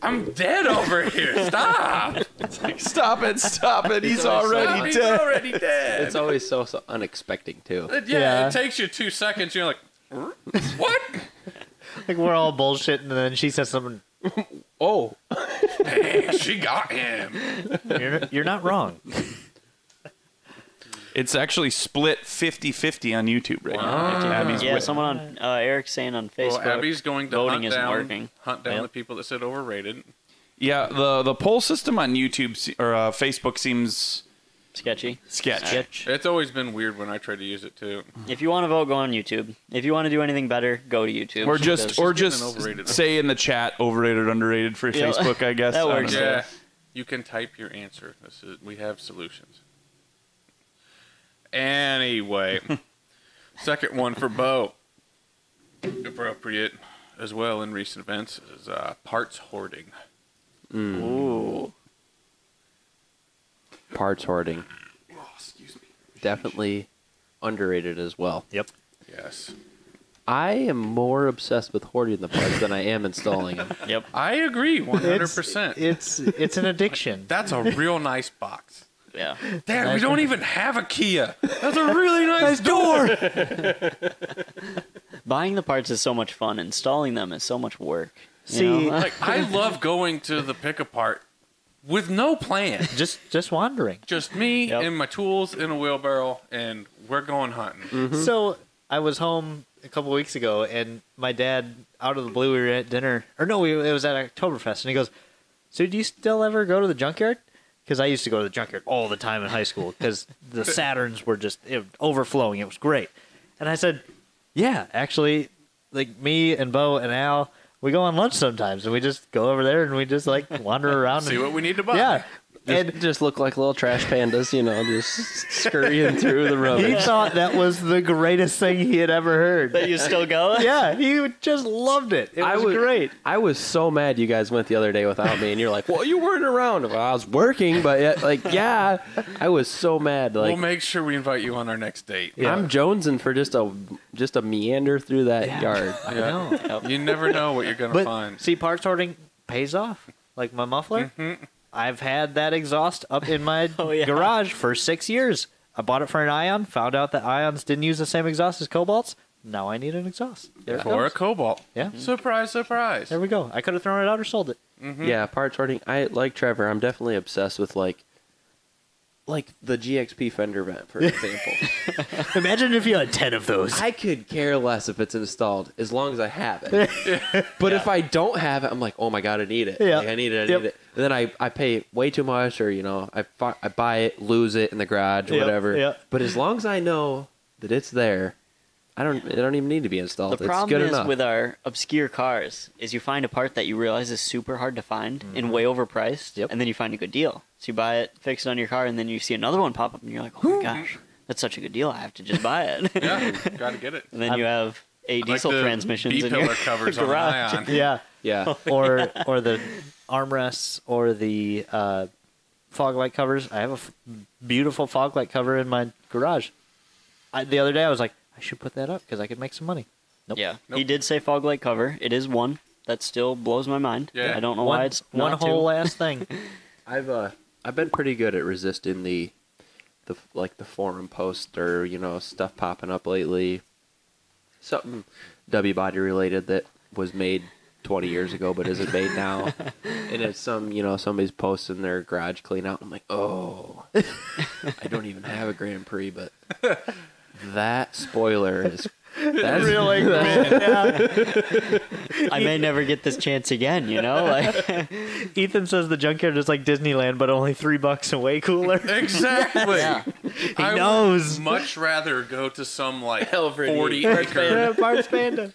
[SPEAKER 4] I'm dead over here. Stop.
[SPEAKER 6] It's like, stop it, stop it. He's
[SPEAKER 1] always
[SPEAKER 6] already
[SPEAKER 4] Stop. He's
[SPEAKER 6] dead. uh,
[SPEAKER 4] already dead.
[SPEAKER 1] it's always so, so unexpected too.
[SPEAKER 4] yeah,
[SPEAKER 3] Yeah.
[SPEAKER 4] it takes you two seconds. You're like, what?
[SPEAKER 3] like we're all bullshitting, and then she says something.
[SPEAKER 1] Oh,
[SPEAKER 4] Dang, she got him.
[SPEAKER 3] You're, you're not wrong.
[SPEAKER 6] It's actually split 50-50 on YouTube right now. Abby's
[SPEAKER 2] Yeah,
[SPEAKER 6] with-
[SPEAKER 2] someone on uh, Eric's saying on
[SPEAKER 6] Oh,
[SPEAKER 2] Facebook.
[SPEAKER 4] Well, Abby's going to
[SPEAKER 2] voting
[SPEAKER 4] hunt
[SPEAKER 2] isn't
[SPEAKER 4] down,
[SPEAKER 2] working.
[SPEAKER 4] hunt down
[SPEAKER 3] Yep.
[SPEAKER 4] the people that said overrated.
[SPEAKER 6] yeah. The the poll system on YouTube se- or uh, Facebook seems
[SPEAKER 2] sketchy.
[SPEAKER 6] sketch.
[SPEAKER 3] Sketch.
[SPEAKER 4] It's always been weird when I try to use it too.
[SPEAKER 2] If you want to vote, go on YouTube. If you want to do anything better, go to YouTube.
[SPEAKER 6] Or just
[SPEAKER 2] Because-
[SPEAKER 6] or
[SPEAKER 4] getting an
[SPEAKER 6] just
[SPEAKER 4] overrated.
[SPEAKER 6] say in the chat overrated underrated for
[SPEAKER 2] Yeah.
[SPEAKER 6] Facebook. I guess
[SPEAKER 2] That
[SPEAKER 6] I don't
[SPEAKER 2] works.
[SPEAKER 6] know.
[SPEAKER 4] Yeah, you can type your answer. This is we have solutions. Anyway, second one for Bo. Appropriate as well in recent events is uh, parts hoarding.
[SPEAKER 2] Ooh.
[SPEAKER 1] Parts hoarding.
[SPEAKER 4] Oh, excuse me.
[SPEAKER 1] Definitely underrated as well.
[SPEAKER 7] Yep.
[SPEAKER 4] Yes.
[SPEAKER 1] I am more obsessed with hoarding the parts than I am installing them.
[SPEAKER 2] Yep.
[SPEAKER 4] I agree 100%.
[SPEAKER 3] It's it's, it's an addiction.
[SPEAKER 4] That's a real nice box.
[SPEAKER 2] Yeah.
[SPEAKER 4] Dad, we
[SPEAKER 3] Nice
[SPEAKER 4] don't even have a Kia. That's a really nice door.
[SPEAKER 2] Buying the parts is so much fun. Installing them is so much work. you
[SPEAKER 3] See,
[SPEAKER 2] know?
[SPEAKER 4] Like I love going to the pick apart with no plan.
[SPEAKER 3] just just wandering.
[SPEAKER 4] Just me
[SPEAKER 2] Yep.
[SPEAKER 4] and my tools in a wheelbarrow, and we're going hunting.
[SPEAKER 3] Mm-hmm. So I was home a couple weeks ago, and my dad, out of the blue, we were at dinner, or no, we, it was at Oktoberfest, and he goes, "So do you still ever go to the junkyard?" Because I used to go to the junkyard all the time in high school because the Saturns were just it, overflowing. It was great, and I said, "Yeah, actually, like me and Bo and Al, we go on lunch sometimes, and we just go over there and we just like wander around,
[SPEAKER 4] See
[SPEAKER 3] and,
[SPEAKER 4] what we need to buy.
[SPEAKER 3] yeah."
[SPEAKER 1] And
[SPEAKER 3] And
[SPEAKER 1] just look like little trash pandas, you know, just scurrying through the rubbish.
[SPEAKER 3] he thought that was the greatest thing he had ever heard.
[SPEAKER 2] that you still go?
[SPEAKER 3] yeah, he just loved it. It was
[SPEAKER 1] I was
[SPEAKER 3] great.
[SPEAKER 1] I was so mad you guys went the other day without me, and you're like, "Well, you weren't around." Well, I was working, but yeah, like, yeah, I was so mad. Like,
[SPEAKER 4] we'll make sure we invite you on our next date.
[SPEAKER 1] I'm jonesing for just a just a meander through that yard.
[SPEAKER 3] I know.
[SPEAKER 4] You never know what you're gonna
[SPEAKER 3] But
[SPEAKER 4] find.
[SPEAKER 3] see, parts hoarding pays off. Like my muffler, I've had that exhaust up in my
[SPEAKER 2] yeah.
[SPEAKER 3] garage for six years. I bought it for an ion. Found out that ions didn't use the same exhaust as cobalts. Now I need an exhaust. There it
[SPEAKER 4] Or a
[SPEAKER 3] goes.
[SPEAKER 4] cobalt. Mm-hmm.
[SPEAKER 3] Yeah.
[SPEAKER 4] Surprise, surprise.
[SPEAKER 3] There we go. I could have thrown it out or sold it.
[SPEAKER 1] Yeah, parts hoarding. I like Trevor. I'm definitely obsessed with like, like the GXP fender vent, for example.
[SPEAKER 3] Imagine if you had ten of those.
[SPEAKER 1] I could care less if it's installed as long as I have it. but if I don't have it, I'm like, oh my god, I need it.
[SPEAKER 3] Yeah.
[SPEAKER 1] Like, I need it. I
[SPEAKER 3] Yep.
[SPEAKER 1] need it. And then I, I pay way too much, or you know, I fi- I buy it, lose it in the garage,
[SPEAKER 3] Yep,
[SPEAKER 1] whatever.
[SPEAKER 3] yep.
[SPEAKER 1] But as long as I know that it's there, I don't. It don't even need to be installed.
[SPEAKER 2] The
[SPEAKER 1] it's
[SPEAKER 2] problem
[SPEAKER 1] good
[SPEAKER 2] is
[SPEAKER 1] enough.
[SPEAKER 2] with our obscure cars is you find a part that you realize is super hard to find and way overpriced,
[SPEAKER 1] Mm-hmm. Yep.
[SPEAKER 2] and then you find a good deal. So you buy it, fix it on your car, and then you see another one pop up, and you're like, "Oh my gosh, that's such a good deal! I have to just buy it."
[SPEAKER 4] Yeah, gotta get it.
[SPEAKER 2] and then you have a
[SPEAKER 4] Like
[SPEAKER 2] diesel
[SPEAKER 4] the
[SPEAKER 2] transmissions in
[SPEAKER 4] B-pillar
[SPEAKER 2] your
[SPEAKER 4] covers on
[SPEAKER 2] garage.
[SPEAKER 4] Ion.
[SPEAKER 3] yeah.
[SPEAKER 1] yeah.
[SPEAKER 3] or or the armrests or the uh, fog light covers. I have a f- beautiful fog light cover in my garage. I, the other day, I was like, I should put that up because I could make some money. Nope.
[SPEAKER 2] Yeah, he
[SPEAKER 4] Nope.
[SPEAKER 2] did say fog light cover. It is one that still blows my mind.
[SPEAKER 4] Yeah.
[SPEAKER 2] I don't know
[SPEAKER 3] One,
[SPEAKER 2] why it's
[SPEAKER 3] one
[SPEAKER 2] not
[SPEAKER 3] whole
[SPEAKER 2] two.
[SPEAKER 3] ass thing.
[SPEAKER 1] I've uh I've been pretty good at resisting the the like the forum post or you know stuff popping up lately. Something W body related that was made 20 years ago but isn't made now. and it's some, you know, somebody's posting their garage clean out. I'm like, "Oh. I don't even have a Grand Prix, but that spoiler is that's
[SPEAKER 3] really? yeah.
[SPEAKER 2] I may never get this chance again. You know, like
[SPEAKER 3] Ethan says the junkyard is like Disneyland, but only three bucks and way cooler.
[SPEAKER 4] Exactly.
[SPEAKER 3] he
[SPEAKER 4] I would
[SPEAKER 3] knows.
[SPEAKER 4] Much rather go to some like
[SPEAKER 1] Alfred E.
[SPEAKER 4] forty acre,
[SPEAKER 3] Parts Panda.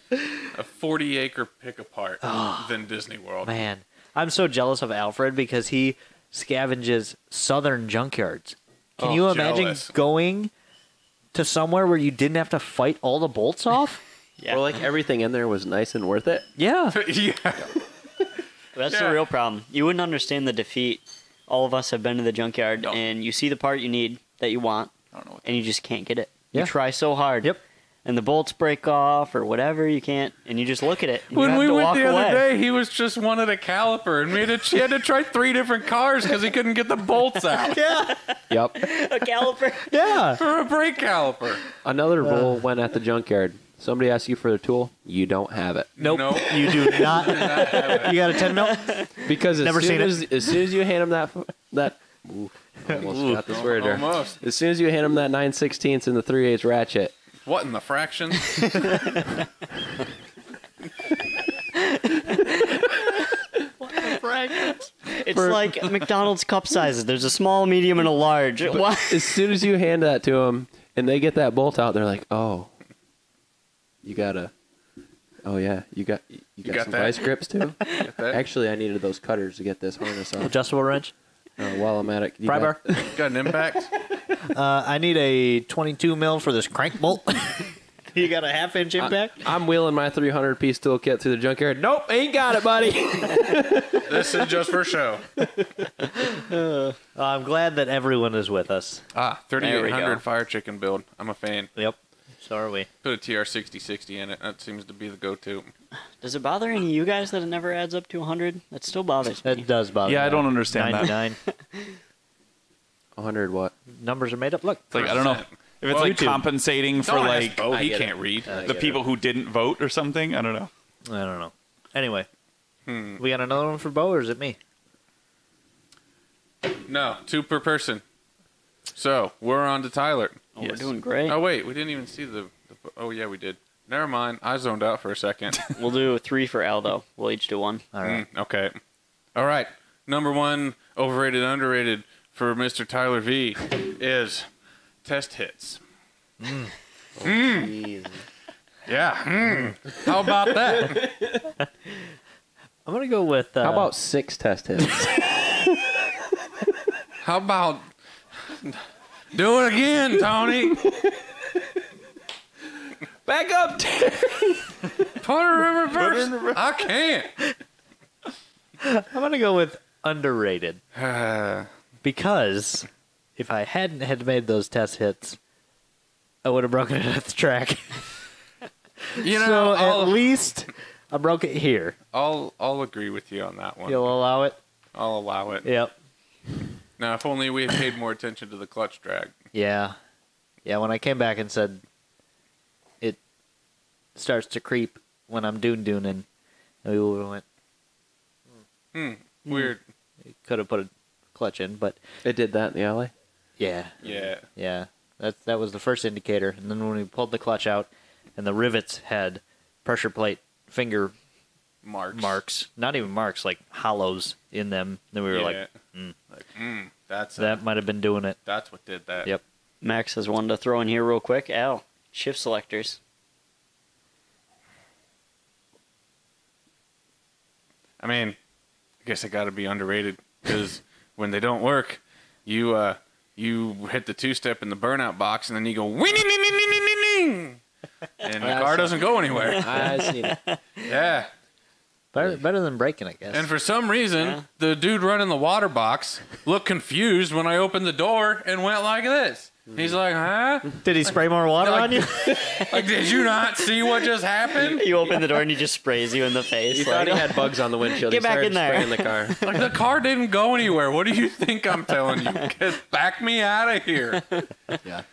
[SPEAKER 4] a forty acre pick apart than Disney World.
[SPEAKER 3] Man, I'm so jealous of Alfred because he scavenges southern junkyards. Can
[SPEAKER 4] Oh,
[SPEAKER 3] you imagine
[SPEAKER 4] jealous.
[SPEAKER 3] going to somewhere where you didn't have to fight all the bolts off?
[SPEAKER 2] yeah,
[SPEAKER 1] Or like everything in there was nice and worth it.
[SPEAKER 3] yeah.
[SPEAKER 4] yeah.
[SPEAKER 2] That's
[SPEAKER 4] Yeah.
[SPEAKER 2] the real problem. You wouldn't understand the defeat. All of us have been to the junkyard,
[SPEAKER 8] No.
[SPEAKER 2] and you see the part you need that you want,
[SPEAKER 8] I don't know what
[SPEAKER 2] and you just can't get it.
[SPEAKER 3] Yeah.
[SPEAKER 2] You try so hard.
[SPEAKER 3] Yep.
[SPEAKER 2] And the bolts break off or whatever. You can't, and you just look at it. And you
[SPEAKER 4] When
[SPEAKER 2] have
[SPEAKER 4] we
[SPEAKER 2] to
[SPEAKER 4] went
[SPEAKER 2] walk
[SPEAKER 4] the
[SPEAKER 2] away.
[SPEAKER 4] other day, he was just wanted a caliper, and we had to, she had to try three different cars because he couldn't get the bolts out
[SPEAKER 3] Yeah.
[SPEAKER 1] Yep.
[SPEAKER 2] a caliper.
[SPEAKER 3] Yeah.
[SPEAKER 4] for a brake caliper.
[SPEAKER 3] Uh.
[SPEAKER 1] Another rule when at the junkyard. Somebody asks you for the tool, you don't have it.
[SPEAKER 3] Nope.
[SPEAKER 4] Nope.
[SPEAKER 3] You do not. you got a 10 mil?
[SPEAKER 1] Because as
[SPEAKER 3] Never
[SPEAKER 1] soon
[SPEAKER 3] seen it.
[SPEAKER 1] as, as soon as you hand him that that oof, almost got this word there.
[SPEAKER 4] Almost.
[SPEAKER 1] As soon as you hand him that nine sixteenths and the three eighths ratchet,
[SPEAKER 4] What in the fraction?
[SPEAKER 2] It's like McDonald's cup sizes. There's a small, medium, and a large. Why?
[SPEAKER 1] as soon as you hand that to him and they get that bolt out, they're like, "Oh, you gotta, oh yeah, you got you, got,
[SPEAKER 4] got
[SPEAKER 1] some
[SPEAKER 4] that?
[SPEAKER 1] vice grips too."
[SPEAKER 4] That-
[SPEAKER 1] Actually, I needed those cutters to get this harness on.
[SPEAKER 3] Adjustable wrench.
[SPEAKER 1] Uh, while I'm at it, you
[SPEAKER 3] Pry
[SPEAKER 1] got-
[SPEAKER 3] bar.
[SPEAKER 4] Got an impact.
[SPEAKER 3] Uh, I need a 22 mil for this crank bolt. you got a half inch impact?
[SPEAKER 1] I'm wheeling my 300 piece tool kit through the junkyard. Nope, ain't got it, buddy.
[SPEAKER 4] This is just for show.
[SPEAKER 3] Uh, I'm glad that everyone is with us.
[SPEAKER 4] Ah,
[SPEAKER 2] There we go.
[SPEAKER 4] 3800 fire chicken build. I'm a fan.
[SPEAKER 3] Yep. So are we.
[SPEAKER 4] Put a TR6060 in it. That seems to be the go-to.
[SPEAKER 2] Does it bother any of you guys that it never adds up to 100? That still bothers me.
[SPEAKER 3] That does bother
[SPEAKER 6] Yeah,
[SPEAKER 3] me.
[SPEAKER 6] I don't understand that.
[SPEAKER 3] 99.
[SPEAKER 1] 100 what?
[SPEAKER 3] Numbers are made up. Look.
[SPEAKER 6] It's like I don't know if it's
[SPEAKER 4] Well,
[SPEAKER 6] like
[SPEAKER 4] YouTube.
[SPEAKER 6] compensating for
[SPEAKER 4] Don't ask
[SPEAKER 6] like
[SPEAKER 4] Bo,
[SPEAKER 1] I
[SPEAKER 4] he
[SPEAKER 1] get it.
[SPEAKER 4] can't read.
[SPEAKER 1] I
[SPEAKER 6] the
[SPEAKER 1] get
[SPEAKER 6] people who didn't vote or something. I don't know.
[SPEAKER 3] I don't know. Anyway,
[SPEAKER 6] Hmm.
[SPEAKER 3] we got another one for Bo, or is it me?
[SPEAKER 4] No, two per person. So we're on to Tyler.
[SPEAKER 2] Oh, We're doing great.
[SPEAKER 4] Oh wait, we didn't even see the. the oh yeah, we did. Never mind. I zoned out for a second.
[SPEAKER 2] We'll do three for Aldo. We'll each do one.
[SPEAKER 3] All right.
[SPEAKER 4] Mm, okay. All right. Number one, overrated, underrated for Mr. Tyler V is test hits.
[SPEAKER 2] Hmm.
[SPEAKER 4] Yeah. mm. How about that?
[SPEAKER 3] I'm gonna go with. Uh,
[SPEAKER 1] How about six test hits?
[SPEAKER 4] How about do it again, Tony?
[SPEAKER 1] Back up, Terry.
[SPEAKER 4] Put her in reverse. I can't.
[SPEAKER 3] I'm gonna go with underrated
[SPEAKER 4] Uh,
[SPEAKER 3] because if I hadn't had made those test hits, I would have broken it at the track.
[SPEAKER 4] you know,
[SPEAKER 3] so
[SPEAKER 4] I'll,
[SPEAKER 3] at least I broke it here.
[SPEAKER 4] I'll I'll agree with you on that one.
[SPEAKER 3] You'll allow it?
[SPEAKER 4] I'll allow it.
[SPEAKER 3] Yep.
[SPEAKER 4] Now, if only we had paid more attention to the clutch drag.
[SPEAKER 3] Yeah. Yeah, when I came back and said it starts to creep when I'm dune dooning, and we would've went,
[SPEAKER 4] Weird.
[SPEAKER 3] could have put a clutch in, but
[SPEAKER 1] It did that in the alley.
[SPEAKER 3] yeah,
[SPEAKER 4] Yeah.
[SPEAKER 3] yeah. That that was the first indicator, and then when we pulled the clutch out, and the rivets had pressure plate finger
[SPEAKER 4] Marks.
[SPEAKER 3] marks, not even marks, like hollows in them. Then we were like,
[SPEAKER 4] Like, mm, that's
[SPEAKER 3] that might have been doing it.
[SPEAKER 4] that's what did that.
[SPEAKER 3] Yep.
[SPEAKER 2] Max has one to throw in here real quick. Al, shift selectors.
[SPEAKER 4] I mean, I guess I got to be underrated because when they don't work, you uh, you hit the two step in the burnout box and then you go wing ding ding ding ding ding ding, ding. and the car doesn't go anywhere.
[SPEAKER 1] I seen it.
[SPEAKER 4] Yeah.
[SPEAKER 3] Better, better than breaking, I guess.
[SPEAKER 4] And for some reason, the dude running the water box looked confused when I opened the door and went like this.
[SPEAKER 3] Mm-hmm.
[SPEAKER 4] He's like, huh?
[SPEAKER 3] Did he spray more water
[SPEAKER 4] Like-
[SPEAKER 3] on you?
[SPEAKER 4] Like, did you not see what just happened?
[SPEAKER 2] You open the door and he just sprays you in the face.
[SPEAKER 1] He thought
[SPEAKER 2] like,
[SPEAKER 1] he had bugs on the windshield.
[SPEAKER 2] Get
[SPEAKER 1] he
[SPEAKER 2] back
[SPEAKER 1] started
[SPEAKER 2] in there.
[SPEAKER 1] spraying the car.
[SPEAKER 4] Like, the car didn't go anywhere. What do you think I'm telling you? Get back me out of here.
[SPEAKER 1] Yeah.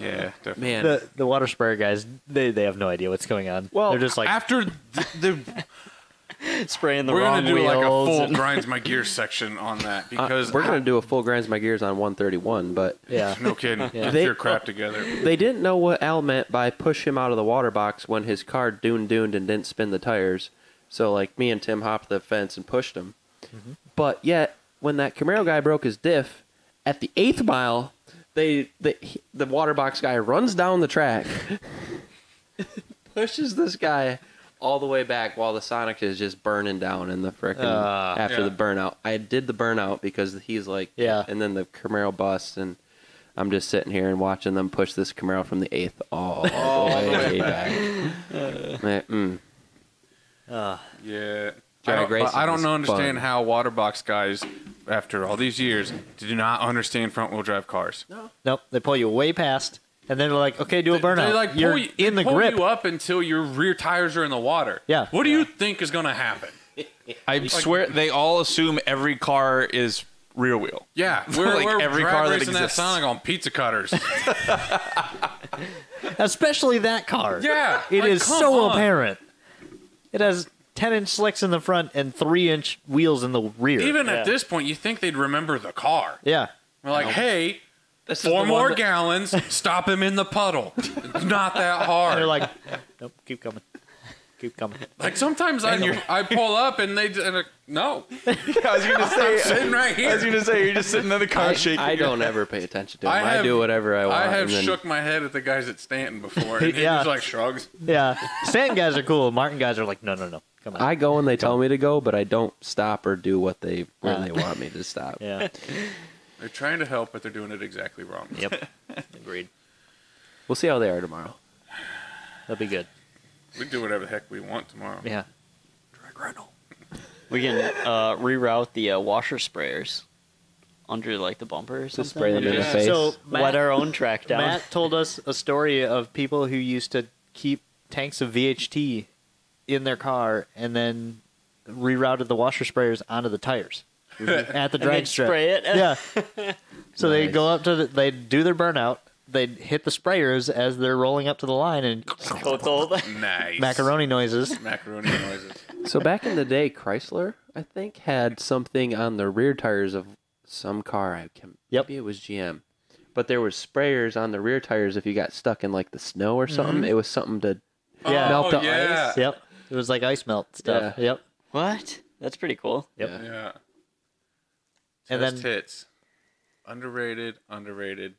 [SPEAKER 4] Yeah, definitely.
[SPEAKER 1] Man,
[SPEAKER 3] the the water sprayer guys, they they have no idea what's going on. Well, they're just like,
[SPEAKER 4] after th- the
[SPEAKER 2] spraying the
[SPEAKER 4] we're
[SPEAKER 2] wrong
[SPEAKER 4] gonna do like a
[SPEAKER 2] wheels
[SPEAKER 4] full
[SPEAKER 2] and-
[SPEAKER 4] grinds my gears section on that
[SPEAKER 1] uh,
[SPEAKER 4] because
[SPEAKER 1] we're gonna do a full grinds my gears on 131, but
[SPEAKER 3] yeah,
[SPEAKER 4] no kidding get
[SPEAKER 1] They-
[SPEAKER 4] your crap together.
[SPEAKER 1] they didn't know what Al meant by push him out of the water box when his car dune duned and didn't spin the tires. So like me and Tim hopped the fence and pushed him. But yet when that Camaro guy broke his diff at the eighth mile, they the he- the water box guy runs down the track, pushes this guy all the way back while the Sonic is just burning down in the frickin'
[SPEAKER 3] Ah.
[SPEAKER 1] after
[SPEAKER 4] Yeah.
[SPEAKER 1] the burnout. I did the burnout because he's like
[SPEAKER 3] Yeah.
[SPEAKER 1] and then the Camaro busts and. I'm just sitting here and watching them push this Camaro from the eighth all the way back. Man, mm.
[SPEAKER 3] Uh,
[SPEAKER 4] Yeah. I
[SPEAKER 1] Drag
[SPEAKER 4] don't, but
[SPEAKER 1] racing
[SPEAKER 4] I don't
[SPEAKER 1] is
[SPEAKER 4] know- understand
[SPEAKER 1] fun.
[SPEAKER 4] how water box guys, after all these years, do not understand front wheel drive cars.
[SPEAKER 3] nope. They pull you way past, and then they're like, okay, do a burnout.
[SPEAKER 4] They like pull
[SPEAKER 3] You're
[SPEAKER 4] you, they
[SPEAKER 3] in the
[SPEAKER 4] pull
[SPEAKER 3] grip.
[SPEAKER 4] you up until your rear tires are in the water.
[SPEAKER 3] Yeah.
[SPEAKER 4] What do you think is gonna happen?
[SPEAKER 6] I swear they all assume every car is rear wheel.
[SPEAKER 4] Yeah, we're,
[SPEAKER 6] Like
[SPEAKER 4] we're
[SPEAKER 6] every
[SPEAKER 4] drag
[SPEAKER 6] car that
[SPEAKER 4] racing that
[SPEAKER 6] exists.
[SPEAKER 4] Sonic on pizza cutters.
[SPEAKER 3] Especially that car.
[SPEAKER 4] Yeah,
[SPEAKER 3] it is
[SPEAKER 4] like, come
[SPEAKER 3] so
[SPEAKER 4] on.
[SPEAKER 3] apparent. It has ten inch slicks in the front and three inch wheels in the rear.
[SPEAKER 4] Even
[SPEAKER 2] Yeah.
[SPEAKER 4] at this point, you think they'd remember the car.
[SPEAKER 3] yeah,
[SPEAKER 4] We're like, hey,
[SPEAKER 1] This is
[SPEAKER 4] four
[SPEAKER 1] the
[SPEAKER 4] more
[SPEAKER 1] one that-
[SPEAKER 4] gallons, stop him in the puddle. It's not that hard.
[SPEAKER 3] they're like, nope, keep coming, keep coming.
[SPEAKER 4] Like sometimes I I pull up and they and uh, no
[SPEAKER 6] I was gonna say.
[SPEAKER 4] sitting right
[SPEAKER 6] I was
[SPEAKER 4] here.
[SPEAKER 6] gonna say you're just sitting in the car
[SPEAKER 1] I,
[SPEAKER 6] shaking.
[SPEAKER 1] I
[SPEAKER 6] your-
[SPEAKER 1] don't ever pay attention to him.
[SPEAKER 4] I
[SPEAKER 1] I,
[SPEAKER 4] have-
[SPEAKER 1] do whatever I want.
[SPEAKER 4] I have
[SPEAKER 1] and then-
[SPEAKER 4] shook my head at the guys at Stanton before, and he
[SPEAKER 3] Yeah.
[SPEAKER 4] just like shrugs.
[SPEAKER 3] Yeah, Stanton guys are cool. Martin guys are like, no, no, no, come on.
[SPEAKER 1] I go when they tell me to go, but I don't stop or do what they when
[SPEAKER 3] Uh.
[SPEAKER 1] they want me to stop.
[SPEAKER 3] yeah,
[SPEAKER 4] They're trying to help, but they're doing it exactly wrong.
[SPEAKER 3] yep, agreed.
[SPEAKER 1] We'll see how they are tomorrow.
[SPEAKER 9] That'd be good.
[SPEAKER 4] We do whatever the heck we want tomorrow.
[SPEAKER 9] Yeah.
[SPEAKER 2] We can uh, reroute the uh, washer sprayers under like the bumper or something.
[SPEAKER 1] Just spray them in the
[SPEAKER 4] Yeah.
[SPEAKER 1] face.
[SPEAKER 3] So Matt,
[SPEAKER 2] Let our own track down.
[SPEAKER 3] Matt told us a story of people who used to keep tanks of VHT in their car and then rerouted the washer sprayers onto the tires at the
[SPEAKER 2] and
[SPEAKER 3] drag
[SPEAKER 2] they'd
[SPEAKER 3] strip.
[SPEAKER 2] spray it.
[SPEAKER 3] Yeah. so they'd
[SPEAKER 1] Nice.
[SPEAKER 3] go up to the, they'd do their burnout, they'd hit the sprayers as they're rolling up to the line and
[SPEAKER 2] Go with the whole thing.
[SPEAKER 4] Nice.
[SPEAKER 3] macaroni noises.
[SPEAKER 4] Macaroni noises.
[SPEAKER 1] So back in the day, Chrysler, I think, had something on the rear tires of some car. I can
[SPEAKER 3] Yep.
[SPEAKER 1] maybe it was GM, but there was sprayers on the rear tires if you got stuck in like the snow
[SPEAKER 3] Mm-hmm.
[SPEAKER 1] or something. It was something to
[SPEAKER 3] Yeah.
[SPEAKER 1] melt
[SPEAKER 4] oh,
[SPEAKER 1] the
[SPEAKER 4] yeah.
[SPEAKER 1] ice.
[SPEAKER 3] Yep. It was like ice melt stuff.
[SPEAKER 1] Yeah.
[SPEAKER 3] Yep.
[SPEAKER 2] What? That's pretty cool.
[SPEAKER 3] Yep.
[SPEAKER 4] Yeah.
[SPEAKER 3] And
[SPEAKER 4] Test
[SPEAKER 3] then-
[SPEAKER 4] hits. Underrated, underrated.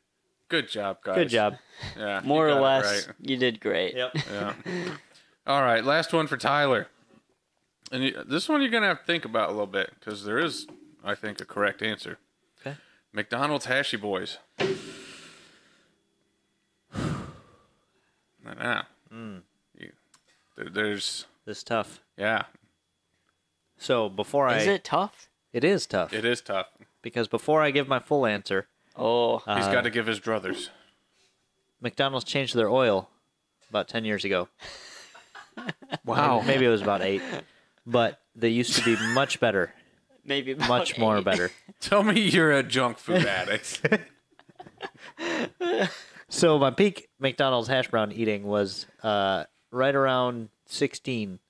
[SPEAKER 4] Good job, guys.
[SPEAKER 2] Good job.
[SPEAKER 4] Yeah. you
[SPEAKER 2] More or
[SPEAKER 4] got it
[SPEAKER 2] less,
[SPEAKER 4] right.
[SPEAKER 2] you did great.
[SPEAKER 3] Yep.
[SPEAKER 4] Yeah. All right, last one for Tyler. And you, this one you're going to have to think about a little bit because there is, I think, a correct answer.
[SPEAKER 9] Okay.
[SPEAKER 4] McDonald's Hashy Boys. I know.
[SPEAKER 2] Hmm.
[SPEAKER 4] You- there- there's,
[SPEAKER 9] This is tough.
[SPEAKER 4] yeah,
[SPEAKER 9] So before I,
[SPEAKER 2] Is it tough?
[SPEAKER 9] it is tough
[SPEAKER 4] it is tough.
[SPEAKER 9] because before I give my full answer,
[SPEAKER 2] Oh,
[SPEAKER 4] He's
[SPEAKER 9] Uh,
[SPEAKER 4] got to give his druthers.
[SPEAKER 3] McDonald's changed their oil about 10 years ago.
[SPEAKER 1] Wow.
[SPEAKER 3] Maybe it was about 8. But they used to be much better.
[SPEAKER 2] maybe about
[SPEAKER 3] Much more
[SPEAKER 2] eight.
[SPEAKER 3] better.
[SPEAKER 4] Tell me you're a junk food addict.
[SPEAKER 3] So my peak McDonald's hash brown eating was uh, right around 16,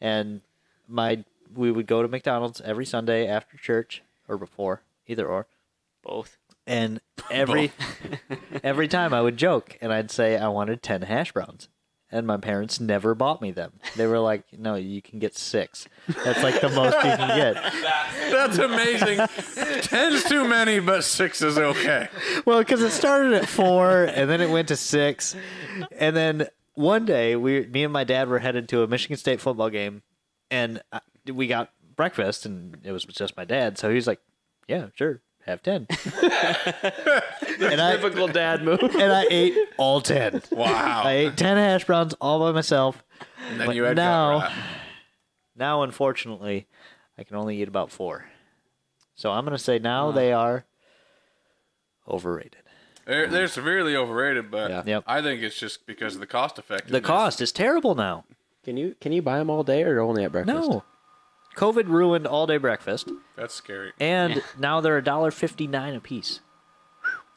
[SPEAKER 3] and my we would go to McDonald's every Sunday after church or before, either or.
[SPEAKER 2] Both.
[SPEAKER 3] And every every time I would joke and I'd say I wanted 10 hash browns. And my parents never bought me them. They were like, "No, you can get six. That's like the most you can get."
[SPEAKER 4] That's amazing. Ten's too many, but six is okay.
[SPEAKER 3] Well, because it started at four, and then it went to six, and then one day we, me and my dad, were headed to a Michigan State football game, and I, we got breakfast, and it was just my dad, so he was like, "Yeah, sure, have 10. and I
[SPEAKER 1] Typical dad move.
[SPEAKER 3] and I ate all ten.
[SPEAKER 4] Wow.
[SPEAKER 3] I ate ten hash browns all by myself.
[SPEAKER 4] and then
[SPEAKER 3] but
[SPEAKER 4] you had
[SPEAKER 3] now-
[SPEAKER 4] gut rot.
[SPEAKER 3] Now, unfortunately, I can only eat about four. So I'm gonna say now they are overrated.
[SPEAKER 4] They're, they're severely overrated, but
[SPEAKER 1] Yeah.
[SPEAKER 3] Yep.
[SPEAKER 4] I think it's just because of the cost effectiveness.
[SPEAKER 3] The cost is terrible now.
[SPEAKER 1] Can you can you buy them all day or only at breakfast?
[SPEAKER 3] No. COVID ruined all day breakfast,
[SPEAKER 4] That's scary.
[SPEAKER 3] and now they're a dollar fifty nine a piece.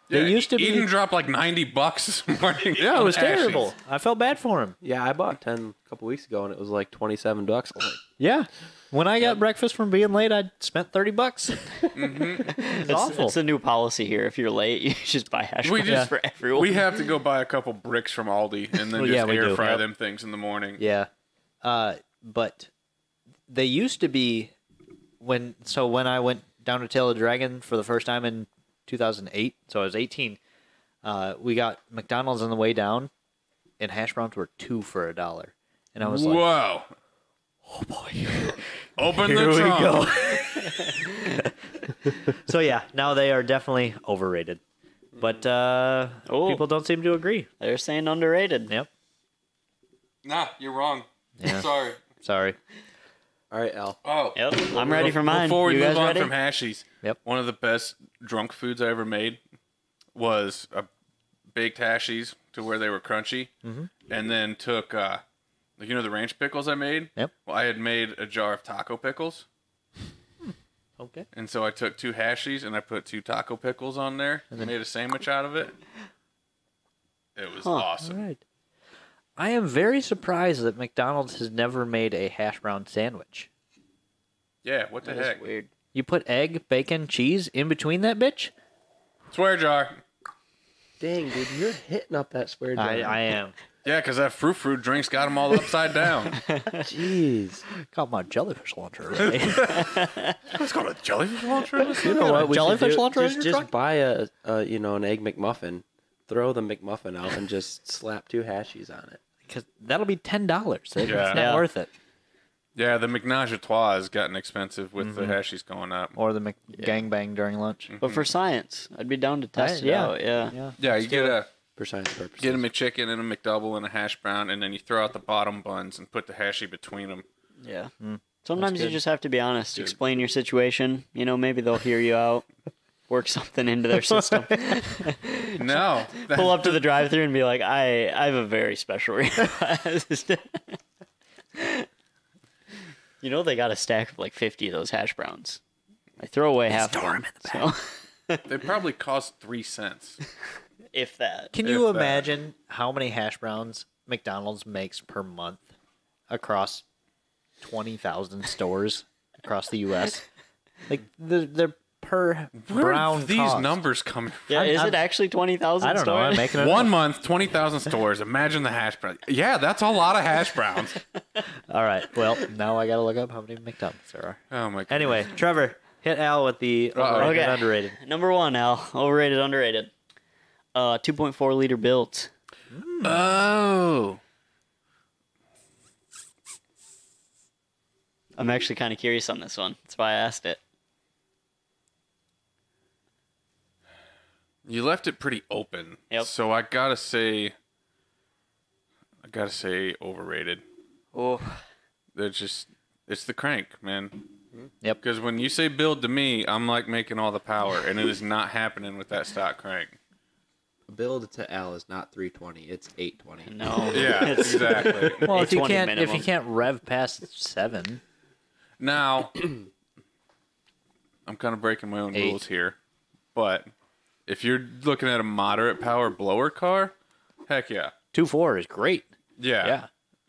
[SPEAKER 3] They
[SPEAKER 4] Yeah,
[SPEAKER 3] used to be-
[SPEAKER 4] Eden dropped like 90 bucks this morning.
[SPEAKER 3] Yeah, it was terrible. I felt bad for him.
[SPEAKER 1] Yeah, I bought ten a couple weeks ago and it was like twenty seven bucks. I was like,
[SPEAKER 3] Yeah. When I got breakfast from being late, I spent thirty bucks. It's
[SPEAKER 2] It's,
[SPEAKER 3] awful.
[SPEAKER 2] it's a new policy here. If you're late, you just buy hash
[SPEAKER 4] We
[SPEAKER 2] browns
[SPEAKER 4] just-
[SPEAKER 2] for everyone.
[SPEAKER 4] We have to go buy a couple bricks from Aldi and then
[SPEAKER 3] Well,
[SPEAKER 4] just
[SPEAKER 3] yeah, we
[SPEAKER 4] air
[SPEAKER 3] do.
[SPEAKER 4] fry
[SPEAKER 3] Yep.
[SPEAKER 4] them things in the morning.
[SPEAKER 3] Yeah. Uh, but they used to be when so when I went down to Tail of the Dragon for the first time in 2008, so I was 18. Uh, we got McDonald's on the way down, and hash browns were two for a dollar, and I was like,
[SPEAKER 4] Whoa. Oh boy. Open
[SPEAKER 3] Here
[SPEAKER 4] the
[SPEAKER 3] we
[SPEAKER 4] trunk.
[SPEAKER 3] go. so yeah, now they are definitely overrated, but uh,
[SPEAKER 2] Oh.
[SPEAKER 3] people don't seem to agree.
[SPEAKER 2] They're saying underrated.
[SPEAKER 3] Yep.
[SPEAKER 4] Nah, you're wrong.
[SPEAKER 3] Yeah.
[SPEAKER 4] Sorry.
[SPEAKER 3] Sorry.
[SPEAKER 1] all right, Al.
[SPEAKER 4] Oh.
[SPEAKER 2] Yep. I'm ready for mine.
[SPEAKER 4] Before we
[SPEAKER 2] you
[SPEAKER 4] move
[SPEAKER 2] guys
[SPEAKER 4] on
[SPEAKER 2] ready?
[SPEAKER 4] from hashies,
[SPEAKER 3] Yep.
[SPEAKER 4] one of the best drunk foods I ever made was uh baked hashies to where they were crunchy,
[SPEAKER 2] Mm-hmm.
[SPEAKER 4] and then took uh, like, you know the ranch pickles I made.
[SPEAKER 3] Yep.
[SPEAKER 4] Well, I had made a jar of taco pickles,
[SPEAKER 3] Okay.
[SPEAKER 4] and so I took two hashies and I put two taco pickles on there and made a sandwich out of it. It was awesome.
[SPEAKER 3] All right. I am very surprised that McDonald's has never made a hash brown sandwich.
[SPEAKER 4] Yeah. What the heck?
[SPEAKER 2] That's weird.
[SPEAKER 3] You put egg, bacon, cheese in between that bitch?
[SPEAKER 4] Swear jar.
[SPEAKER 1] Dang, dude, you're hitting up that square jar.
[SPEAKER 3] I, I am.
[SPEAKER 4] Yeah, because that fruit fruit drinks got them all upside down.
[SPEAKER 1] Jeez.
[SPEAKER 3] Caught my jellyfish launcher. Right?
[SPEAKER 4] It's called a jellyfish launcher.
[SPEAKER 3] you know what?
[SPEAKER 1] should
[SPEAKER 3] jellyfish
[SPEAKER 1] do-
[SPEAKER 3] launcher in
[SPEAKER 1] Just,
[SPEAKER 3] your
[SPEAKER 1] just
[SPEAKER 3] truck?
[SPEAKER 1] buy a, a you know an egg McMuffin, throw the McMuffin out, and just slap two hashies on it.
[SPEAKER 3] 'Cause that'll be ten dollars. It's
[SPEAKER 4] Yeah.
[SPEAKER 3] not
[SPEAKER 2] Yeah.
[SPEAKER 3] worth it.
[SPEAKER 4] Yeah, the McNage a Trois has gotten expensive with the hashies going up.
[SPEAKER 3] Or the Mc- gangbang during lunch.
[SPEAKER 2] But for science, I'd be down to test
[SPEAKER 3] I-
[SPEAKER 2] it
[SPEAKER 3] yeah.
[SPEAKER 2] out. Yeah.
[SPEAKER 3] Yeah.
[SPEAKER 4] Yeah, you get a
[SPEAKER 1] for science purposes.
[SPEAKER 4] Get a McChicken and a McDouble and a hash brown, and then you throw out the bottom buns and put the hashy between them.
[SPEAKER 2] Yeah.
[SPEAKER 3] Hmm.
[SPEAKER 2] Sometimes you
[SPEAKER 1] good.
[SPEAKER 2] just have to be honest. Explain your situation. You know, maybe they'll hear you out. Work something into their system.
[SPEAKER 4] No, that-
[SPEAKER 2] Pull up to the drive-through and be like, "I, I have a very special request." you know, they got a stack of like fifty of those hash browns. I throw away half of them. So,
[SPEAKER 4] they probably cost three cents.
[SPEAKER 2] if that,
[SPEAKER 3] Can
[SPEAKER 4] If
[SPEAKER 3] you
[SPEAKER 4] that.
[SPEAKER 3] imagine how many hash browns McDonald's makes per month across 20,000 stores across the U.S.? Like, they're, they're per
[SPEAKER 4] Where
[SPEAKER 3] brown
[SPEAKER 4] are these
[SPEAKER 3] cost.
[SPEAKER 4] numbers coming from?
[SPEAKER 2] yeah,
[SPEAKER 3] I'm-
[SPEAKER 2] is
[SPEAKER 3] I'm-
[SPEAKER 2] it actually twenty thousand?
[SPEAKER 3] I don't know. I'm making it
[SPEAKER 4] One
[SPEAKER 3] up.
[SPEAKER 4] month, 20,000 stores. Imagine the hash brown. Yeah, that's a lot of hash browns.
[SPEAKER 3] All right. Well, now I got to look up how many McDonald's there are.
[SPEAKER 4] Oh, my God.
[SPEAKER 10] Anyway, Trevor, hit Al with the
[SPEAKER 4] Uh-oh.
[SPEAKER 10] overrated
[SPEAKER 2] Okay.
[SPEAKER 10] underrated.
[SPEAKER 2] Number one, Al. Overrated, underrated. Uh, two point four liter built.
[SPEAKER 4] Oh.
[SPEAKER 2] I'm actually kind of curious on this one. That's why I asked it.
[SPEAKER 4] You left it pretty open.
[SPEAKER 2] Yep.
[SPEAKER 4] So I got to say, I got to say overrated.
[SPEAKER 2] Oh,
[SPEAKER 4] They're just, it's the crank, man.
[SPEAKER 3] Yep.
[SPEAKER 4] Because when you say build to me, I'm like making all the power, and it is not happening with that stock crank.
[SPEAKER 1] build to L is not 320; it's 820.
[SPEAKER 2] no.
[SPEAKER 4] Yeah,
[SPEAKER 2] It's-
[SPEAKER 4] exactly.
[SPEAKER 3] Well, if you
[SPEAKER 2] 820
[SPEAKER 3] can't if
[SPEAKER 2] minimum.
[SPEAKER 3] you can't rev past seven,
[SPEAKER 4] Now, I'm kind of breaking my own
[SPEAKER 3] Eight.
[SPEAKER 4] rules here, but if you're looking at a moderate power blower car, heck yeah,
[SPEAKER 3] two four is great.
[SPEAKER 4] yeah,
[SPEAKER 3] Yeah.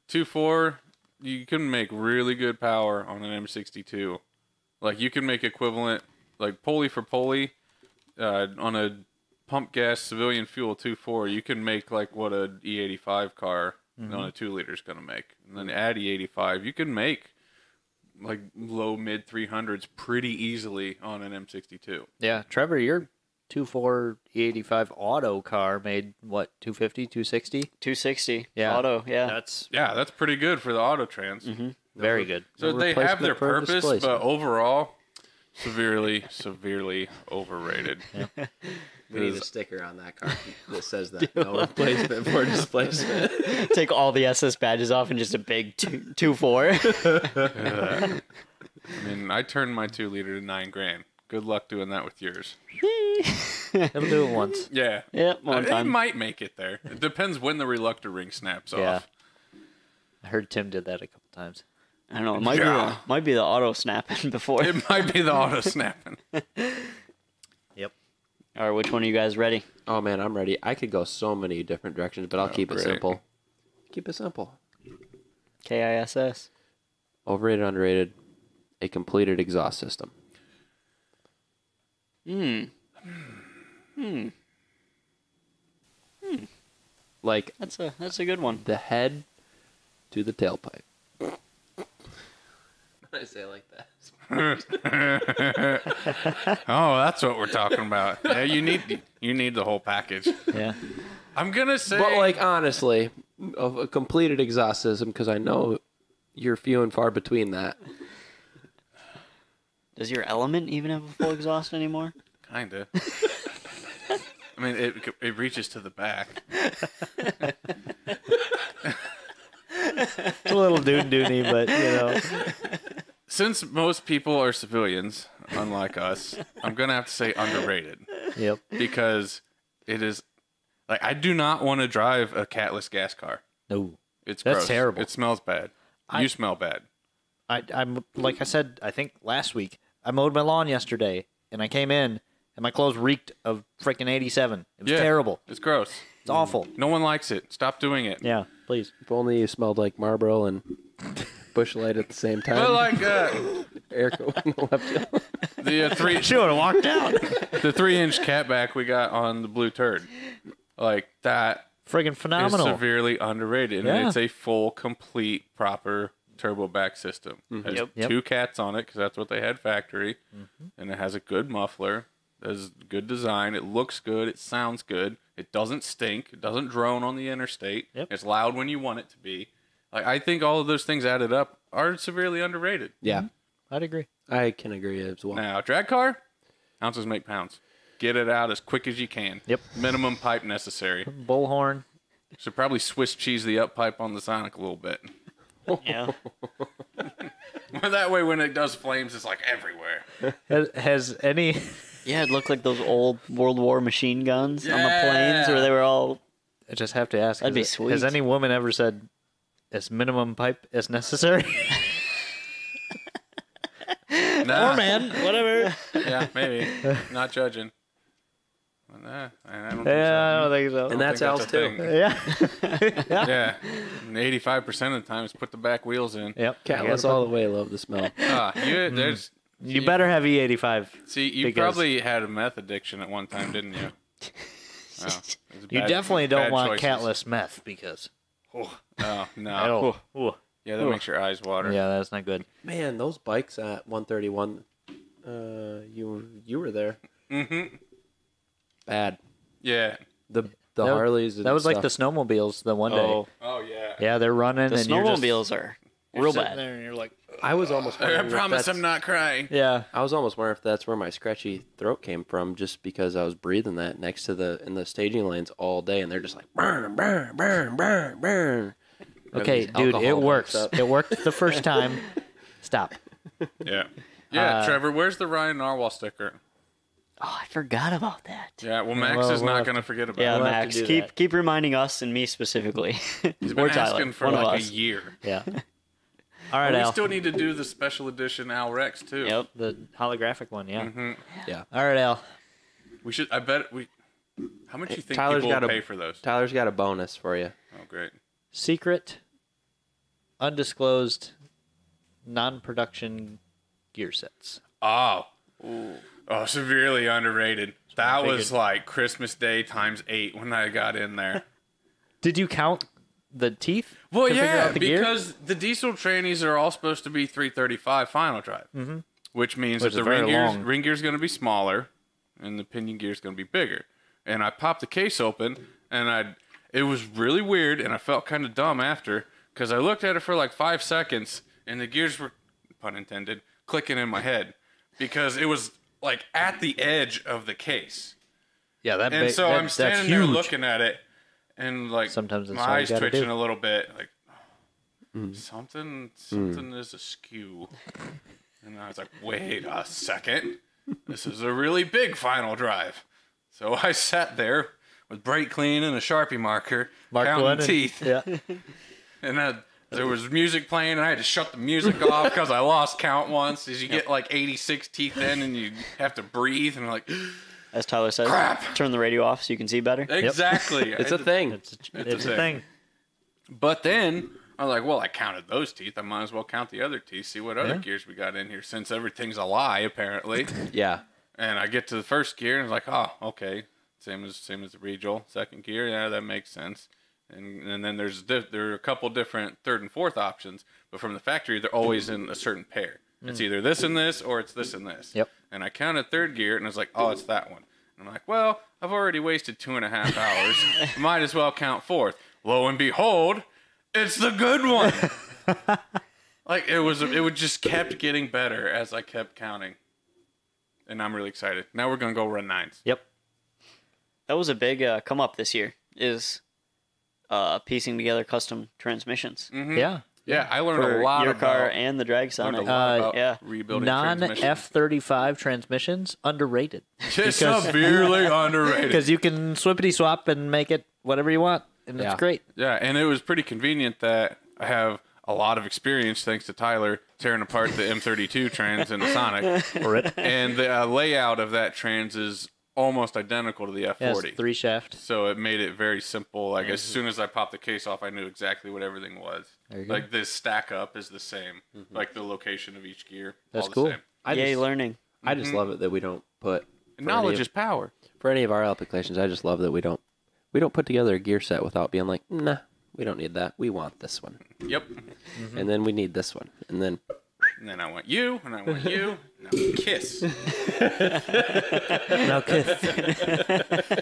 [SPEAKER 4] two four, you can make really good power on an M62. Like you can make equivalent, like pulley for pulley, uh, on a pump gas civilian fuel two four. You can make like what a E85 car on a two liter is gonna make, and then add E85, you can make like low mid 300s pretty easily on an M62.
[SPEAKER 3] Yeah. Trevor, your two four eighty five auto car made what 250, 260?
[SPEAKER 2] 260
[SPEAKER 3] Yeah.
[SPEAKER 2] auto yeah
[SPEAKER 10] That's
[SPEAKER 4] Yeah, Mm-hmm. that's pretty good for the auto trans.
[SPEAKER 3] Very good.
[SPEAKER 4] So
[SPEAKER 3] No
[SPEAKER 4] they have
[SPEAKER 3] replacement
[SPEAKER 4] their
[SPEAKER 3] for
[SPEAKER 4] purpose, but
[SPEAKER 3] displacement.
[SPEAKER 4] overall, severely, severely overrated.
[SPEAKER 1] We need a sticker on that car that says that no replacement for displacement.
[SPEAKER 2] take all the ss badges off and just a big two, two four
[SPEAKER 4] I mean, I turned my two liter to nine grand. Good luck doing that with yours.
[SPEAKER 3] it'll do it once.
[SPEAKER 4] Yeah.
[SPEAKER 2] yeah one
[SPEAKER 4] it
[SPEAKER 2] time
[SPEAKER 4] might make it there. It depends when the reluctor ring snaps
[SPEAKER 3] Yeah.
[SPEAKER 4] off.
[SPEAKER 3] I heard Tim did that a couple times.
[SPEAKER 2] i don't know it might be
[SPEAKER 4] Yeah.
[SPEAKER 2] the, might be the auto snapping before
[SPEAKER 4] It might be the auto snapping.
[SPEAKER 2] all right which one are you guys ready
[SPEAKER 1] Oh man, I'm ready. I could go so many different directions, but I'll keep it
[SPEAKER 4] great.
[SPEAKER 1] simple. Keep it simple.
[SPEAKER 2] kiss
[SPEAKER 1] Overrated, underrated. A completed exhaust system. Hmm. Hmm. Like
[SPEAKER 2] that's a that's a good one
[SPEAKER 1] the head to the tailpipe. I say it like that.
[SPEAKER 4] Oh, that's what we're talking about. Yeah, you need you need the whole package.
[SPEAKER 3] Yeah.
[SPEAKER 4] I'm gonna say
[SPEAKER 1] But like honestly, of a completed exhaust system because I know you're few and far between that.
[SPEAKER 2] does your element even have a full exhaust anymore
[SPEAKER 4] kinda. I mean, it it reaches to the back.
[SPEAKER 3] It's a little doon doony, but you know.
[SPEAKER 4] Since most people are civilians, unlike us, I'm gonna have to say underrated.
[SPEAKER 3] Yep.
[SPEAKER 4] because it is like I do not want to drive a catless gas car.
[SPEAKER 3] No.
[SPEAKER 4] It's
[SPEAKER 3] That's
[SPEAKER 4] gross.
[SPEAKER 3] terrible.
[SPEAKER 4] It smells bad.
[SPEAKER 3] I-
[SPEAKER 4] you smell bad.
[SPEAKER 3] I, I'm like I said, I think last week I mowed my lawn yesterday, and I came in and my clothes reeked of freaking 87. It was
[SPEAKER 4] Yeah.
[SPEAKER 3] terrible.
[SPEAKER 4] It's gross.
[SPEAKER 3] It's awful.
[SPEAKER 4] No one likes it. Stop doing it.
[SPEAKER 3] Mm. Yeah, please.
[SPEAKER 1] If only you smelled like Marlboro and Bushlight at the same time.
[SPEAKER 4] But like uh,
[SPEAKER 1] Erica wouldn't have left you.
[SPEAKER 4] the uh, three
[SPEAKER 3] She would have walked out.
[SPEAKER 4] the three inch catback we got on the blue turd, like that
[SPEAKER 3] Friggin'
[SPEAKER 4] is
[SPEAKER 3] phenomenal.
[SPEAKER 4] severely underrated,
[SPEAKER 3] Yeah.
[SPEAKER 4] and it's a full, complete, proper turbo back system. It has
[SPEAKER 3] Yep. Mm-hmm.
[SPEAKER 4] two cats on it because that's what they had factory, and it has a good muffler. There's good design. It looks good. It sounds good. It doesn't stink. It doesn't drone on the interstate.
[SPEAKER 3] Yep.
[SPEAKER 4] It's loud when you want it to be. Like I think all of those things added up are severely underrated.
[SPEAKER 1] Yeah,
[SPEAKER 3] I'd agree.
[SPEAKER 1] I can agree as well.
[SPEAKER 4] Now drag car, ounces make pounds. Get it out as quick as you can.
[SPEAKER 11] Yep.
[SPEAKER 4] Minimum pipe necessary.
[SPEAKER 11] Bullhorn.
[SPEAKER 4] Should probably Swiss cheese the up pipe on the Sonic a little bit.
[SPEAKER 2] Yeah.
[SPEAKER 4] that way, when it does flames, it's like everywhere.
[SPEAKER 11] Has, has any
[SPEAKER 2] Yeah, it looked like those old World War machine guns on the planes
[SPEAKER 4] Yeah.
[SPEAKER 2] where they were all.
[SPEAKER 11] I just have to ask.
[SPEAKER 2] That'd
[SPEAKER 11] has-
[SPEAKER 2] be sweet.
[SPEAKER 11] Has any woman ever said, "As minimum pipe as necessary"?
[SPEAKER 4] Nah,
[SPEAKER 3] man, whatever.
[SPEAKER 4] Yeah, maybe. Not judging. But nah, I I don't think so.
[SPEAKER 11] yeah, I don't think so.
[SPEAKER 1] And
[SPEAKER 4] I
[SPEAKER 1] that's
[SPEAKER 4] think
[SPEAKER 1] Al's
[SPEAKER 4] a
[SPEAKER 1] too.
[SPEAKER 4] thing.
[SPEAKER 11] yeah.
[SPEAKER 4] Yeah, eighty-five percent of the time, it's put the back wheels in.
[SPEAKER 11] Yep.
[SPEAKER 1] Catless all the way. Love the smell.
[SPEAKER 4] Ah, you, there's,
[SPEAKER 11] You better have E E85.
[SPEAKER 4] see, you
[SPEAKER 11] Because-
[SPEAKER 4] probably had a meth addiction at one time, didn't you? Oh, it's
[SPEAKER 11] You
[SPEAKER 4] bad-
[SPEAKER 11] definitely don't
[SPEAKER 4] bad
[SPEAKER 11] want
[SPEAKER 4] choices.
[SPEAKER 11] catless meth because.
[SPEAKER 4] Oh no.
[SPEAKER 11] Oh. Ooh.
[SPEAKER 4] Yeah, that makes your eyes water.
[SPEAKER 11] Yeah, that's not good.
[SPEAKER 1] Man, those bikes at 131. Uh, you you were there.
[SPEAKER 4] Mm-hmm.
[SPEAKER 1] Bad.
[SPEAKER 4] Yeah.
[SPEAKER 1] The
[SPEAKER 11] That-
[SPEAKER 1] the Harleys. and
[SPEAKER 11] That was like
[SPEAKER 1] stuff.
[SPEAKER 11] the snowmobiles the one day.
[SPEAKER 2] Oh,
[SPEAKER 4] Oh yeah.
[SPEAKER 11] Yeah, they're running
[SPEAKER 2] the
[SPEAKER 11] and you're just-
[SPEAKER 2] snowmobiles are real
[SPEAKER 11] sitting
[SPEAKER 2] bad.
[SPEAKER 11] there and you're like,
[SPEAKER 1] I was almost.
[SPEAKER 4] I
[SPEAKER 1] wondering if
[SPEAKER 4] promise
[SPEAKER 1] that's-
[SPEAKER 4] I'm not crying.
[SPEAKER 11] yeah.
[SPEAKER 1] I was almost wondering if that's where my scratchy throat came from, just because I was breathing that next to the in the staging lanes all day, and they're just like burn, burn, burn, burn, burn.
[SPEAKER 11] Okay,
[SPEAKER 1] these
[SPEAKER 11] dude, it
[SPEAKER 1] alcohol
[SPEAKER 11] works.
[SPEAKER 1] mixed up.
[SPEAKER 11] It worked the first time. Stop.
[SPEAKER 4] Yeah. Yeah,
[SPEAKER 11] Uh,
[SPEAKER 4] Trevor, where's the Ryan Narwhal sticker?
[SPEAKER 2] Oh, I forgot about that.
[SPEAKER 4] Yeah, well, Max
[SPEAKER 11] well,
[SPEAKER 4] is
[SPEAKER 11] we'll
[SPEAKER 4] not
[SPEAKER 11] have
[SPEAKER 4] going to forget about
[SPEAKER 2] Yeah,
[SPEAKER 4] it.
[SPEAKER 11] We'll have to
[SPEAKER 2] Max,
[SPEAKER 11] do
[SPEAKER 2] keep
[SPEAKER 11] that.
[SPEAKER 2] keep reminding us and me specifically.
[SPEAKER 4] He's been
[SPEAKER 2] Or
[SPEAKER 4] asking
[SPEAKER 2] Tyler,
[SPEAKER 4] for
[SPEAKER 2] one of
[SPEAKER 4] like a
[SPEAKER 2] us.
[SPEAKER 4] year.
[SPEAKER 11] Yeah. All right,
[SPEAKER 4] we
[SPEAKER 11] Al.
[SPEAKER 4] still need to do the special edition Al Rex too.
[SPEAKER 2] yep.
[SPEAKER 11] the holographic one, yeah.
[SPEAKER 4] Mhm.
[SPEAKER 11] All right, Al.
[SPEAKER 4] We should. I bet we. How much you think
[SPEAKER 1] Tyler's
[SPEAKER 4] people will
[SPEAKER 1] got a-
[SPEAKER 4] pay for those?
[SPEAKER 1] Tyler's got a bonus for you.
[SPEAKER 4] Oh, great.
[SPEAKER 11] Secret, undisclosed, non-production gear sets.
[SPEAKER 4] Oh. Oh, severely underrated. That was like Christmas Day times eight when I got in there.
[SPEAKER 11] Did you count the teeth?
[SPEAKER 4] Well,
[SPEAKER 11] to figure
[SPEAKER 4] yeah,
[SPEAKER 11] out the gear?
[SPEAKER 4] because the diesel trannies are all supposed to be 335 final drive, mm-hmm. which means
[SPEAKER 11] Which
[SPEAKER 4] that
[SPEAKER 11] is
[SPEAKER 4] the ring
[SPEAKER 11] very
[SPEAKER 4] gear's,
[SPEAKER 11] long.
[SPEAKER 4] ring gear's going to be smaller and the pinion gear's going to be bigger. And I popped the case open and I it was really weird and I felt kind of dumb after because I looked at it for like five seconds and the gears were, pun intended, clicking in my head because it was like at the edge of the case.
[SPEAKER 11] Yeah, that.
[SPEAKER 4] And
[SPEAKER 11] ba-
[SPEAKER 4] so
[SPEAKER 11] that-
[SPEAKER 4] I'm
[SPEAKER 11] that's
[SPEAKER 4] standing
[SPEAKER 11] huge.
[SPEAKER 4] there looking at it, and like
[SPEAKER 11] Sometimes that's
[SPEAKER 4] my
[SPEAKER 11] all you
[SPEAKER 4] eyes
[SPEAKER 11] gotta
[SPEAKER 4] twitching
[SPEAKER 11] do.
[SPEAKER 4] a little bit, like something something is askew. And I was like, wait a second, this is a really big final drive. So I sat there with brake clean and a sharpie marker,
[SPEAKER 11] Marked
[SPEAKER 4] counting
[SPEAKER 11] one and-
[SPEAKER 4] teeth,
[SPEAKER 11] Yeah.
[SPEAKER 4] and then there was music playing, and I had to shut the music off because I lost count once. As you get like 86 teeth in, and you have to breathe, and like
[SPEAKER 2] As Tyler says,
[SPEAKER 4] Crap.
[SPEAKER 2] turn the radio off so you can see better.
[SPEAKER 4] exactly,
[SPEAKER 1] It's
[SPEAKER 4] I
[SPEAKER 1] a
[SPEAKER 4] had to-
[SPEAKER 1] thing.
[SPEAKER 11] It's, a, it's a
[SPEAKER 4] thing.
[SPEAKER 11] thing.
[SPEAKER 4] But then I was like, well, I counted those teeth. I might as well count the other teeth, see what other
[SPEAKER 11] Yeah.
[SPEAKER 4] gears we got in here, since everything's a lie apparently.
[SPEAKER 1] yeah.
[SPEAKER 4] and I get to the first gear and it's like, oh, okay, same as same as the regal. Second gear, yeah, that makes sense. And and then there's di- there are a couple different third and fourth options, but from the factory they're always in a certain pair. It's either this and this or it's this and this.
[SPEAKER 11] Yep.
[SPEAKER 4] And I counted third gear and I was like, oh, it's that one. And I'm like, well, I've already wasted two and a half hours. Might as well count fourth. Lo and behold, it's the good one. like it was, it would just kept getting better as I kept counting and I'm really excited. Now we're gonna go run nines.
[SPEAKER 11] Yep.
[SPEAKER 2] That was a big uh, come up this year. Is uh, piecing together custom transmissions
[SPEAKER 11] Yeah.
[SPEAKER 4] Yeah, I Mm-hmm. learned
[SPEAKER 2] for
[SPEAKER 4] a lot
[SPEAKER 2] your
[SPEAKER 4] about,
[SPEAKER 2] car and the drag
[SPEAKER 4] learned a
[SPEAKER 2] sonic.
[SPEAKER 4] lot
[SPEAKER 11] Uh,
[SPEAKER 4] about
[SPEAKER 2] yeah.
[SPEAKER 4] rebuilding
[SPEAKER 11] Non
[SPEAKER 4] transmissions.
[SPEAKER 11] F thirty five transmissions underrated
[SPEAKER 4] Just severely underrated.
[SPEAKER 11] because you can swippity swap and make it whatever you want, and
[SPEAKER 1] Yeah.
[SPEAKER 11] it's great.
[SPEAKER 4] Yeah, and it was pretty convenient that I have a lot of experience thanks to Tyler tearing apart the M32 trans in the Sonic,
[SPEAKER 11] Rip.
[SPEAKER 4] and the uh, layout of that trans is almost identical to the F40.
[SPEAKER 11] Yeah, it's three shaft.
[SPEAKER 4] So it made it very simple. Like as soon as I popped the case off, I knew exactly what everything was.
[SPEAKER 11] There you go. Mm-hmm.
[SPEAKER 4] Like this stack up is the same. Like the location of each gear.
[SPEAKER 11] That's
[SPEAKER 4] all the
[SPEAKER 11] cool.
[SPEAKER 4] Same.
[SPEAKER 1] I
[SPEAKER 2] Yay,
[SPEAKER 1] just,
[SPEAKER 2] learning.
[SPEAKER 1] I just love it that we don't put for any
[SPEAKER 4] Knowledge
[SPEAKER 1] of-
[SPEAKER 4] is power.
[SPEAKER 1] for any of our applications. I just love that we don't we don't put together a gear set without being like, nah, we don't need that. We want this one,
[SPEAKER 4] Yep.
[SPEAKER 1] and then we need this one, and then
[SPEAKER 4] And then I want you, and I want you, and I want kiss.
[SPEAKER 11] Now, Kith,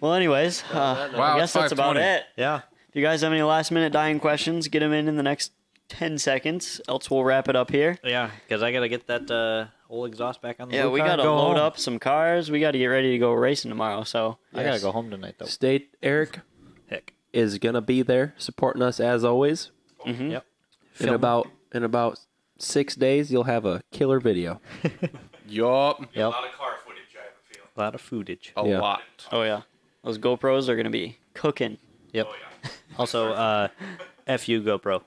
[SPEAKER 2] Well, anyways, uh,
[SPEAKER 4] Wow,
[SPEAKER 2] I guess
[SPEAKER 4] it's
[SPEAKER 2] that's about
[SPEAKER 4] 5:20.
[SPEAKER 2] it.
[SPEAKER 11] yeah.
[SPEAKER 2] If you guys have any last minute dying questions, get them in in the next 10 seconds, else we'll wrap it up here.
[SPEAKER 11] Yeah, because I gotta get that uh,
[SPEAKER 3] whole exhaust back on the
[SPEAKER 2] Yeah,
[SPEAKER 3] blue
[SPEAKER 2] we
[SPEAKER 3] car,
[SPEAKER 2] gotta
[SPEAKER 3] go
[SPEAKER 2] load
[SPEAKER 3] home.
[SPEAKER 2] up some cars. We gotta get ready to go racing tomorrow. So
[SPEAKER 11] I gotta go home tonight though.
[SPEAKER 1] State Eric
[SPEAKER 3] Heck.
[SPEAKER 1] is gonna be there supporting us as always.
[SPEAKER 4] Mm-hmm.
[SPEAKER 3] Yep.
[SPEAKER 1] In about in about six days, you'll have a killer video.
[SPEAKER 4] Yup.
[SPEAKER 11] Yep.
[SPEAKER 5] A lot of car footage, I have a feeling.
[SPEAKER 3] A lot of footage.
[SPEAKER 4] A
[SPEAKER 1] Yeah.
[SPEAKER 4] lot.
[SPEAKER 2] Oh yeah, those GoPros are gonna be cooking.
[SPEAKER 11] Yep.
[SPEAKER 3] Also, uh, F you, GoPro.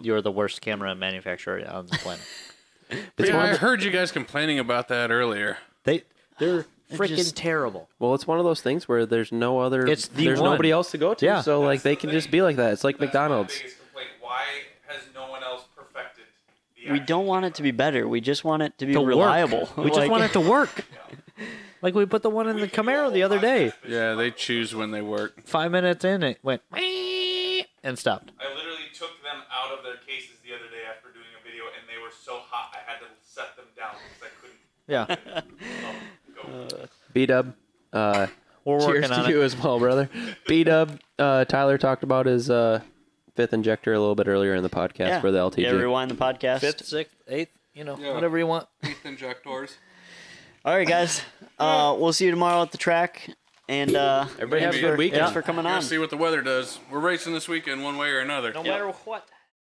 [SPEAKER 3] You're the worst camera manufacturer on the planet.
[SPEAKER 1] It's
[SPEAKER 4] Yeah,
[SPEAKER 1] one
[SPEAKER 4] I
[SPEAKER 1] of the-
[SPEAKER 4] heard you guys complaining about that earlier.
[SPEAKER 11] They they're
[SPEAKER 2] They're
[SPEAKER 11] freaking
[SPEAKER 2] just-
[SPEAKER 11] terrible.
[SPEAKER 1] well, it's one of those things where there's no other.
[SPEAKER 11] It's the
[SPEAKER 1] there's
[SPEAKER 11] one.
[SPEAKER 1] nobody else to go to.
[SPEAKER 11] Yeah.
[SPEAKER 1] So like they
[SPEAKER 5] the
[SPEAKER 1] can
[SPEAKER 5] thing.
[SPEAKER 1] just be like that. It's like McDonald's.
[SPEAKER 5] That's my biggest complaint. Why has no one else perfected the
[SPEAKER 2] We
[SPEAKER 5] action?
[SPEAKER 2] don't want it to be better. We just want it to be
[SPEAKER 11] To work.
[SPEAKER 2] reliable.
[SPEAKER 11] We just want it to work. Like we put the one in the Camaro the other day.
[SPEAKER 4] Yeah, they choose when they work.
[SPEAKER 11] Five minutes in, it went "Meep," and stopped.
[SPEAKER 5] I literally took them out of their cases the other day after doing a video, and they were so hot I had to set them down because I
[SPEAKER 11] Yeah,
[SPEAKER 5] couldn't go.
[SPEAKER 1] B Dub. Uh,
[SPEAKER 3] We're working
[SPEAKER 1] cheers to
[SPEAKER 3] on it.
[SPEAKER 1] you as well, brother. B Dub. Uh, Tyler talked about his uh, fifth injector a little bit earlier in the podcast
[SPEAKER 2] yeah.
[SPEAKER 1] for the LTG.
[SPEAKER 2] Yeah, rewind the podcast.
[SPEAKER 3] Fifth, sixth, eighth, you know,
[SPEAKER 4] Yeah.
[SPEAKER 3] whatever you want.
[SPEAKER 4] Teeth injectors.
[SPEAKER 2] All right, guys. Uh, we'll see you tomorrow at the track. And uh,
[SPEAKER 1] Everybody have a
[SPEAKER 2] thanks
[SPEAKER 1] good
[SPEAKER 2] for-
[SPEAKER 1] weekend.
[SPEAKER 2] Thanks for coming on.
[SPEAKER 4] see what the weather does. We're racing this weekend, one way or another.
[SPEAKER 3] No
[SPEAKER 2] Yep.
[SPEAKER 3] matter what.